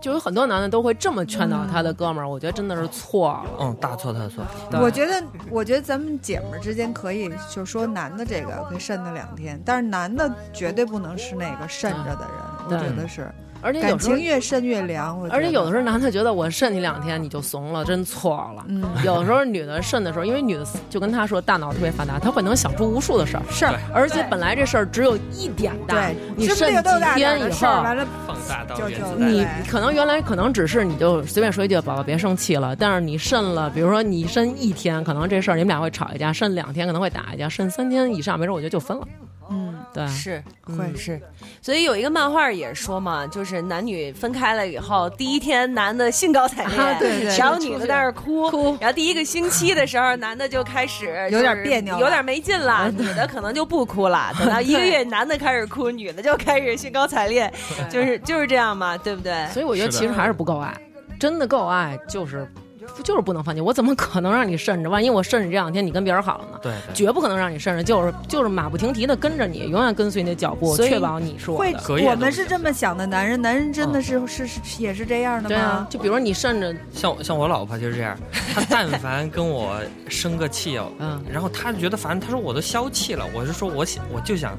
Speaker 6: 就有很多男的都会这么劝导
Speaker 4: 嗯
Speaker 6: 他的哥们儿，我觉得真的是错了。
Speaker 7: 嗯，大错特错。
Speaker 4: 我觉得，我觉得咱们姐们儿之间可以，就说男的这个可以慎他两天，但是男的绝对不能是那个慎着的人，我
Speaker 6: 对
Speaker 4: 觉得是
Speaker 6: 而且
Speaker 4: 感
Speaker 6: 有时候
Speaker 4: 情，越慎越凉。我觉得
Speaker 6: 而且有的时候男的觉得我慎你两天你就怂了，真错了。
Speaker 4: 嗯
Speaker 6: 有时候女的慎的时候，因为女的就跟他说大脑特别发达，她会能想出无数的事儿，啊
Speaker 4: 事儿，
Speaker 6: 而且本来这事儿只有一点大
Speaker 4: 对，，
Speaker 6: 你
Speaker 4: 知不
Speaker 6: 慎
Speaker 4: 有多
Speaker 6: 几
Speaker 4: 大点儿
Speaker 6: 天以
Speaker 4: 的事
Speaker 6: 后
Speaker 4: 儿，，完了
Speaker 7: 放大到
Speaker 4: 就
Speaker 7: 原
Speaker 4: 就
Speaker 7: 子弹。
Speaker 6: 你
Speaker 4: 对
Speaker 6: 可能原来可能只是你就随便说一句“宝宝别生气了”，但是你慎了，比如说你慎一天，可能这事儿你们俩会吵一架；慎两天可能会打一架；慎三天以上，没准我觉得就分了。
Speaker 4: 嗯，
Speaker 6: 对，
Speaker 5: 是
Speaker 4: 会
Speaker 5: 是，所以有一个漫画也说嘛，就是男女分开了以后，第一天男的兴高采烈，
Speaker 4: 啊对对
Speaker 5: 然后女的在那儿哭，
Speaker 6: 哭
Speaker 5: 然后第一个星期的时候，男的就开始
Speaker 4: 有点
Speaker 5: 就是
Speaker 4: 别扭了
Speaker 5: 有点没劲了，女的可能就不哭了。等到一个月，男的开始哭，女的就开始兴高采烈，就是就是这样嘛，对不对？
Speaker 6: 所以我觉得
Speaker 7: 是的
Speaker 6: 其实还是不够爱，真的够爱就是就是不能放弃。我怎么可能让你慎着？万一我慎着这两天你跟别人好了呢？
Speaker 7: 对对，
Speaker 6: 绝不可能让你慎着，就是就是马不停蹄的跟着你，永远跟随你的脚步，
Speaker 5: 所以
Speaker 6: 确保你是我
Speaker 4: 会
Speaker 6: 的。
Speaker 7: 隔夜
Speaker 4: 我
Speaker 7: 都
Speaker 4: 们
Speaker 7: 是
Speaker 4: 是这么想的，男人，男人真的是是是也是这样的
Speaker 6: 嗯对啊
Speaker 4: 吗，？
Speaker 6: 就比如你慎着，
Speaker 7: 像像我老婆就是这样，她但凡跟我生个气哦，
Speaker 6: 嗯
Speaker 7: 然后她觉得烦，她说我都消气了，我是说我想我就想，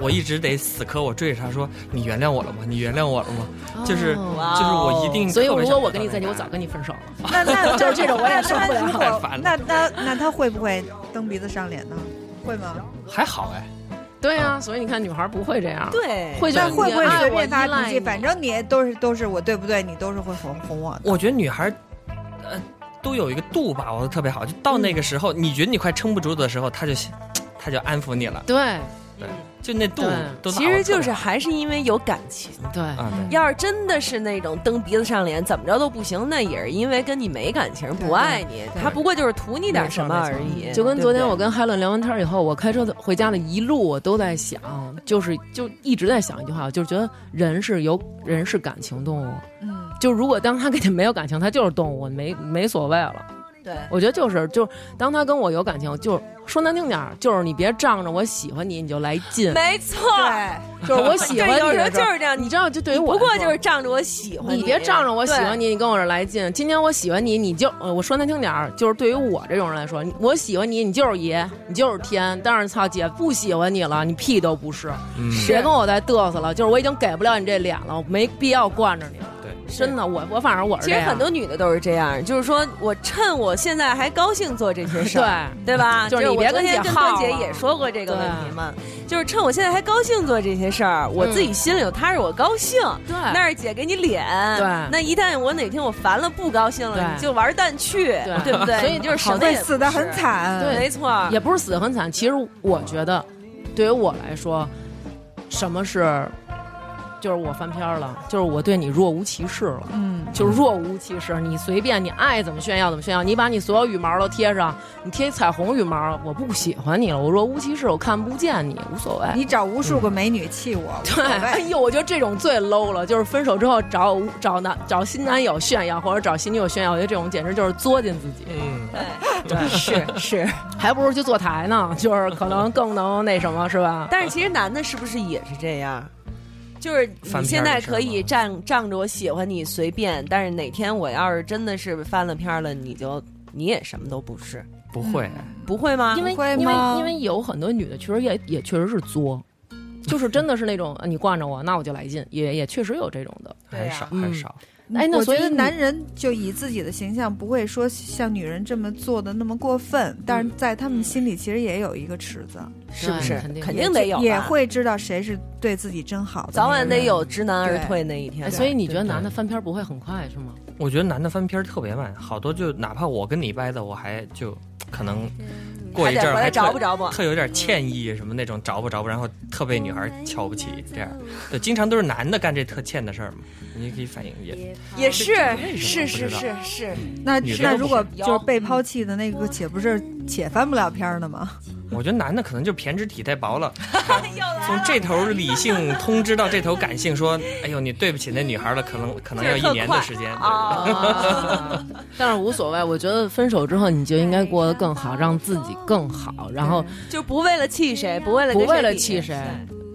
Speaker 7: 我一直得死磕，我追着她说你原谅我了吗？你原谅我了吗？就是就是
Speaker 5: 哇哦
Speaker 7: 我一定特别
Speaker 6: 所以
Speaker 7: 想得到那个答案，嗯
Speaker 6: 如果我跟你在一起，我早跟你分手了。
Speaker 4: 那那
Speaker 6: 了， 就是这种我也受不
Speaker 4: 那他如
Speaker 6: 了。
Speaker 4: 果
Speaker 7: 太烦
Speaker 4: 那
Speaker 7: 了
Speaker 4: 那那他会不会蹬鼻子上脸呢？会吗？
Speaker 7: 还好哎，
Speaker 6: 对啊，所以你看女孩不会这样，
Speaker 5: 对，
Speaker 6: 会觉
Speaker 4: 那
Speaker 6: 得
Speaker 4: 会不会
Speaker 6: 你爱
Speaker 4: 随
Speaker 6: 我
Speaker 4: 便发
Speaker 6: 依赖
Speaker 4: 脾气？
Speaker 6: 你
Speaker 4: 反正你都是都是我对不对？你都是会哄哄我的。
Speaker 7: 我觉得女孩，呃，都有一个度把握的特别好，就到那个时候，你觉得你快撑不住的时候，她就她就安抚你了，
Speaker 6: 对
Speaker 7: 对，就那度都
Speaker 6: 对
Speaker 7: 拿
Speaker 5: 其
Speaker 7: 握
Speaker 5: 实
Speaker 7: 得特
Speaker 5: 就
Speaker 7: 别
Speaker 5: 是
Speaker 7: 好
Speaker 5: 还是因为有感情。
Speaker 6: 对，
Speaker 7: 啊，
Speaker 4: 嗯
Speaker 7: 对
Speaker 5: 要是真的是那种蹬鼻子上脸，怎么着都不行，那也是因为跟你没感情，不爱你，他不过就是图你点什么而已。
Speaker 6: 就跟昨天我
Speaker 5: 对
Speaker 6: 跟海伦聊完天儿以后，我开车的回家的一路，我都在想，就是就一直在想一句话，就是觉得人是有人是感情动物，
Speaker 4: 嗯，
Speaker 6: 就如果当他跟你没有感情，他就是动物，没没所谓了。
Speaker 5: 不对
Speaker 6: 我觉得就是就是当他跟我有感情，就是说难听点儿，就是你别仗着我喜欢你你就来劲
Speaker 5: 对，没错，
Speaker 6: 就是我喜欢
Speaker 5: 对有
Speaker 6: 你
Speaker 5: 时候
Speaker 6: 的
Speaker 5: 就是这样。
Speaker 6: 你知道，就对于我
Speaker 5: 不过
Speaker 6: 来说
Speaker 5: 就是仗着我喜欢
Speaker 6: 你别仗着我喜欢
Speaker 5: 你
Speaker 6: 你，你跟我这儿来劲。今天我喜欢你，你就呃我说难听点儿，就是对于我这种人来说，你我喜欢你，你就是爷，你就是天。但是操姐不喜欢你了，你屁都不是，
Speaker 7: 嗯
Speaker 6: 别跟我再嘚瑟了。就是我已经给不了你这脸了，没必要惯着你了。
Speaker 7: 对，
Speaker 6: 真的，我我反正我啊是
Speaker 5: 对。其
Speaker 6: 这
Speaker 5: 实
Speaker 6: 样
Speaker 5: 很多女的都是这
Speaker 6: 啊
Speaker 5: 样，啊就是说我趁我现在还高兴做这些事儿，
Speaker 6: 对。
Speaker 5: 对吧？
Speaker 6: 就是你
Speaker 5: 我
Speaker 6: 别
Speaker 5: 昨
Speaker 6: 跟
Speaker 5: 天
Speaker 6: 姐
Speaker 5: 跟
Speaker 6: 耗
Speaker 5: 段姐
Speaker 6: 了
Speaker 5: 也说过这个问题嘛，就是
Speaker 6: 嗯
Speaker 5: 趁我现在还高兴做这些事儿，我自己心里有踏实，我高兴。
Speaker 6: 对，
Speaker 5: 那儿姐给你脸，
Speaker 6: 对
Speaker 5: 那一旦我哪天我烦了不高兴了，
Speaker 6: 对
Speaker 5: 你就玩蛋去，
Speaker 6: 对
Speaker 5: 对不对？
Speaker 6: 所以
Speaker 5: 你就是什
Speaker 6: 好
Speaker 5: 么
Speaker 4: 会
Speaker 5: 也
Speaker 4: 死的很
Speaker 5: 不是，
Speaker 4: 惨。
Speaker 6: 对
Speaker 5: 没
Speaker 4: 啊
Speaker 5: 错，
Speaker 6: 也不是死得很惨。其实我觉得，对于我来说，什么是就是我翻篇儿了，就是我对你若无其事了。
Speaker 4: 嗯，
Speaker 6: 就是若无其事，你随便，你爱怎么炫耀怎么炫耀，你把你所有羽毛都贴上，你贴彩虹羽毛，我不喜欢你了，我若无其事，我看不见你，无所谓。
Speaker 4: 你找无数个美女气我，无所
Speaker 6: 对，哎
Speaker 4: 谓。
Speaker 6: 呦，我觉得这种最 low 了，就是分手之后找找男找新男友炫耀，或者找新女友炫耀，我觉得这种简直就是作践自 己，
Speaker 7: 嗯，
Speaker 5: 对，是是。
Speaker 6: 还不如去坐台呢，就是可能更能那什么，是吧？
Speaker 5: 但是其实男的是不是也是这样？就是
Speaker 7: 翻篇儿
Speaker 5: 你
Speaker 7: 的
Speaker 5: 现在可
Speaker 7: 事儿
Speaker 5: 以
Speaker 7: 吗
Speaker 5: 仗仗着我喜欢你随便，但是哪天我要是真的是翻了篇儿了，你就你也什么都不是，
Speaker 7: 不会，
Speaker 6: 嗯
Speaker 5: 不啊会吗？
Speaker 6: 因为
Speaker 4: 不会
Speaker 6: 因为
Speaker 4: 吗
Speaker 6: 因为有很多女的确实也也确实是 作，就是真的是那种呃你惯着我，那我就来劲，也也确实有这种的。
Speaker 7: 还少
Speaker 6: 嗯
Speaker 7: 还少，
Speaker 6: 哎那
Speaker 4: 我
Speaker 6: 所
Speaker 4: 觉
Speaker 6: 以
Speaker 4: 得
Speaker 6: 你
Speaker 4: 男人就以自己的形象，不会说像女人这么做的那么过分，但是在他们心里其实也有一个尺子，
Speaker 5: 是不
Speaker 6: 对
Speaker 5: 是
Speaker 6: 肯定？
Speaker 5: 肯
Speaker 4: 也
Speaker 5: 定得
Speaker 4: 知
Speaker 5: 有吧，
Speaker 4: 也会知道谁是对自己真好的，
Speaker 5: 早晚得
Speaker 4: 有。
Speaker 5: 有知难而
Speaker 4: 对
Speaker 5: 退那一天
Speaker 6: 哎，
Speaker 5: 的。
Speaker 6: 所以你觉得
Speaker 7: 对
Speaker 6: 男的翻篇儿不会很快是吗？
Speaker 7: 我觉得男的翻篇儿特别慢，好多就哪怕我跟你掰的，我还就可能过
Speaker 5: 嗯还
Speaker 7: 一阵
Speaker 5: 得
Speaker 7: 儿
Speaker 5: 回
Speaker 7: 还特
Speaker 5: 来找不着不？
Speaker 7: 特有点歉意什么那种着不着不，然后特被女孩瞧不起这样，对，经常都是男的干这特欠的事儿嘛，你也可以反映也
Speaker 5: 也是
Speaker 7: 为什么不
Speaker 5: 是是
Speaker 7: 知道
Speaker 5: 是是，
Speaker 4: 那
Speaker 7: 女的
Speaker 4: 那
Speaker 7: 也
Speaker 4: 如
Speaker 7: 不
Speaker 4: 果
Speaker 7: 是
Speaker 4: 就是被抛弃的那个，且不是且翻不了篇儿呢吗？
Speaker 7: 我觉得男的可能就胼胝体太薄了，从这头
Speaker 5: 啊
Speaker 7: 理性通知到这头感性，说，哎呦，你对不起那女孩了，可能可能要一年的时间。对
Speaker 5: 啊，
Speaker 6: 但是无所谓，我觉得分手之后你就应该过得更好，让自己更好，然后
Speaker 5: 就不为了气谁，不为了
Speaker 6: 不
Speaker 5: 跟谁
Speaker 6: 为了
Speaker 5: 比
Speaker 6: 气谁，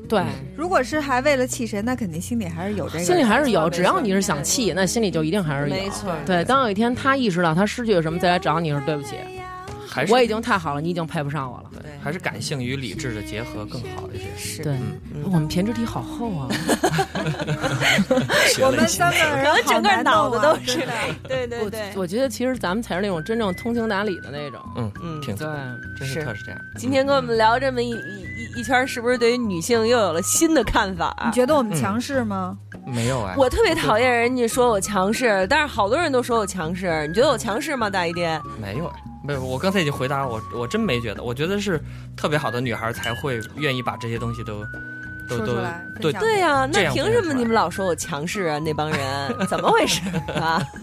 Speaker 6: 对，
Speaker 4: 如果是还为了气谁，那肯定心里还是有这个
Speaker 6: 嗯
Speaker 4: 人，
Speaker 6: 心里还是有，
Speaker 5: 没错
Speaker 6: 只要你是想气，那心里就一定还是有。
Speaker 5: 没错
Speaker 6: 对，当有一天他意识到他失去了什么，再来找你是对不起，
Speaker 7: 还是
Speaker 6: 我已经太好了，你已经配不上我了。
Speaker 5: 对
Speaker 7: 还是感性与理智的结合更好一些。
Speaker 5: 是嗯
Speaker 6: 对，我们胼胝体好厚啊，
Speaker 7: 学
Speaker 4: 我
Speaker 7: 了一
Speaker 4: 们
Speaker 7: 些
Speaker 4: 三个人
Speaker 5: 然后整
Speaker 4: 好
Speaker 5: 个
Speaker 4: 难弄啊
Speaker 5: 脑子都是
Speaker 4: 真的，
Speaker 5: 对对对。
Speaker 6: 我我觉得其实咱们才是那种真正通情达理的那种。
Speaker 7: 嗯，
Speaker 5: 嗯
Speaker 7: 挺
Speaker 6: 对，
Speaker 7: 真
Speaker 5: 是
Speaker 7: 是特是这样。
Speaker 5: 今天跟我们聊这么一一一一圈儿，是不是对于女性又有了新的看法？
Speaker 4: 你觉得
Speaker 7: 嗯
Speaker 4: 我们强势吗？
Speaker 7: 没有哎，
Speaker 5: 我特别讨厌人家说我强势，但是好多人都说我强势。你觉得我强势吗，大姨爹？
Speaker 7: 没有哎，没有。我刚才已经回答我，我真没觉得。我觉得是特别好的女孩才会愿意把这些东西都都
Speaker 4: 说
Speaker 7: 都
Speaker 4: 出来，
Speaker 7: 对
Speaker 4: 分享
Speaker 5: 对呀、
Speaker 7: 这
Speaker 5: 那
Speaker 7: 样
Speaker 5: 凭
Speaker 7: 不
Speaker 5: 什
Speaker 7: 能
Speaker 5: 么
Speaker 7: 说
Speaker 5: 你们老说我强势啊？那帮人怎么回事啊？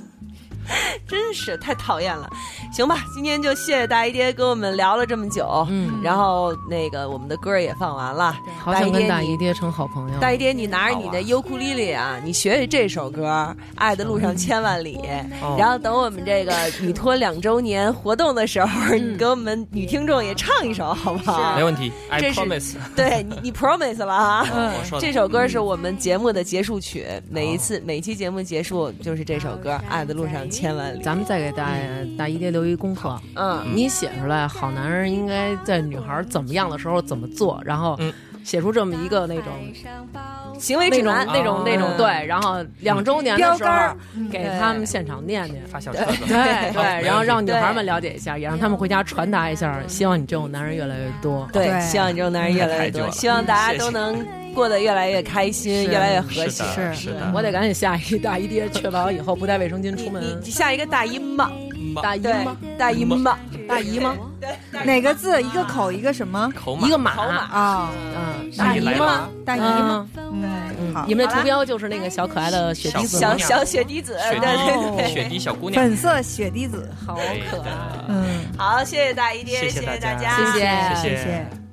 Speaker 5: 真是太讨厌了。行吧，今天就谢谢大姨爹跟我们聊了这么久，
Speaker 6: 嗯，
Speaker 5: 然后那个我们的歌儿也放完了。
Speaker 6: 好想跟
Speaker 5: 大
Speaker 6: 大
Speaker 5: 姨爹
Speaker 6: 姨爹成好朋友。
Speaker 5: 大姨爹，你拿着你的尤克里里啊，你学学这首歌《爱的路上千万里》，
Speaker 7: 哦
Speaker 5: 然后等我们这个女托两周年活动的时候，你给我们女听众也唱一首，好不好
Speaker 7: 没？问题。I
Speaker 5: 这是
Speaker 7: promise，
Speaker 5: 对你，你 promise 了啊！
Speaker 7: 我说的
Speaker 5: 这首歌是我们节目的结束曲，每一次每期节目结束就是这首歌《爱的路上千万里》。
Speaker 6: 咱们再给大大姨爹留一功课，
Speaker 5: 嗯，
Speaker 6: 你写出来，好男人应该在女孩怎么样的时候怎么做，然后
Speaker 7: 嗯
Speaker 6: 写出这么一个那种
Speaker 5: 行为
Speaker 6: 那
Speaker 5: 指
Speaker 6: 种
Speaker 5: 南
Speaker 6: 那种那种
Speaker 5: 嗯
Speaker 6: 对，然后两周年的
Speaker 4: 标
Speaker 6: 时
Speaker 4: 杆儿
Speaker 6: 候给他们现场念念。
Speaker 7: 发小册子，
Speaker 6: 对对，然后让女
Speaker 5: 对
Speaker 6: 孩们了解一下，也让他们回家传达一下，希望你这种男人越来越多。
Speaker 5: 对，
Speaker 4: 对
Speaker 5: 希望你这种男人越来
Speaker 7: 太
Speaker 5: 越
Speaker 7: 久
Speaker 5: 多，
Speaker 7: 了
Speaker 5: 希望大家
Speaker 7: 谢谢
Speaker 5: 都能过得越来越开心，
Speaker 4: 是
Speaker 5: 越来越和
Speaker 7: 是
Speaker 5: 谐。
Speaker 4: 是
Speaker 7: 的，是的。
Speaker 6: 我得赶紧下一大姨爹，确保以后不带卫生巾
Speaker 5: 你
Speaker 6: 出
Speaker 5: 你
Speaker 6: 门
Speaker 5: 你。下一个大姨妈，
Speaker 6: 大姨
Speaker 5: 对
Speaker 6: 吗？，
Speaker 5: 大姨妈，
Speaker 6: 大姨吗？
Speaker 4: 哪个字？一个口，一个什么
Speaker 7: 口
Speaker 6: 一
Speaker 7: 马
Speaker 6: 个马，
Speaker 5: 好马
Speaker 4: 啊？
Speaker 6: 嗯，
Speaker 7: 是
Speaker 6: 大
Speaker 7: 一
Speaker 6: 姨
Speaker 7: 来
Speaker 6: 妈
Speaker 7: 马，
Speaker 4: 大姨吗？
Speaker 6: 嗯，
Speaker 4: 嗯，好
Speaker 6: 你，们的图标就是那个小可爱的雪滴子
Speaker 7: 小
Speaker 6: 吗，
Speaker 5: 小小雪滴子，对
Speaker 7: 雪
Speaker 5: 对
Speaker 7: 滴
Speaker 5: 对。
Speaker 7: 雪滴小 姑娘，
Speaker 4: 粉色雪滴子，
Speaker 6: 好
Speaker 7: 对
Speaker 6: 可爱。
Speaker 7: 的，
Speaker 4: 嗯，
Speaker 5: 好，谢谢大姨爹，
Speaker 7: 谢
Speaker 5: 谢
Speaker 7: 谢大
Speaker 5: 大
Speaker 7: 家
Speaker 5: 家，
Speaker 6: 谢谢
Speaker 4: 谢
Speaker 7: 谢
Speaker 4: 谢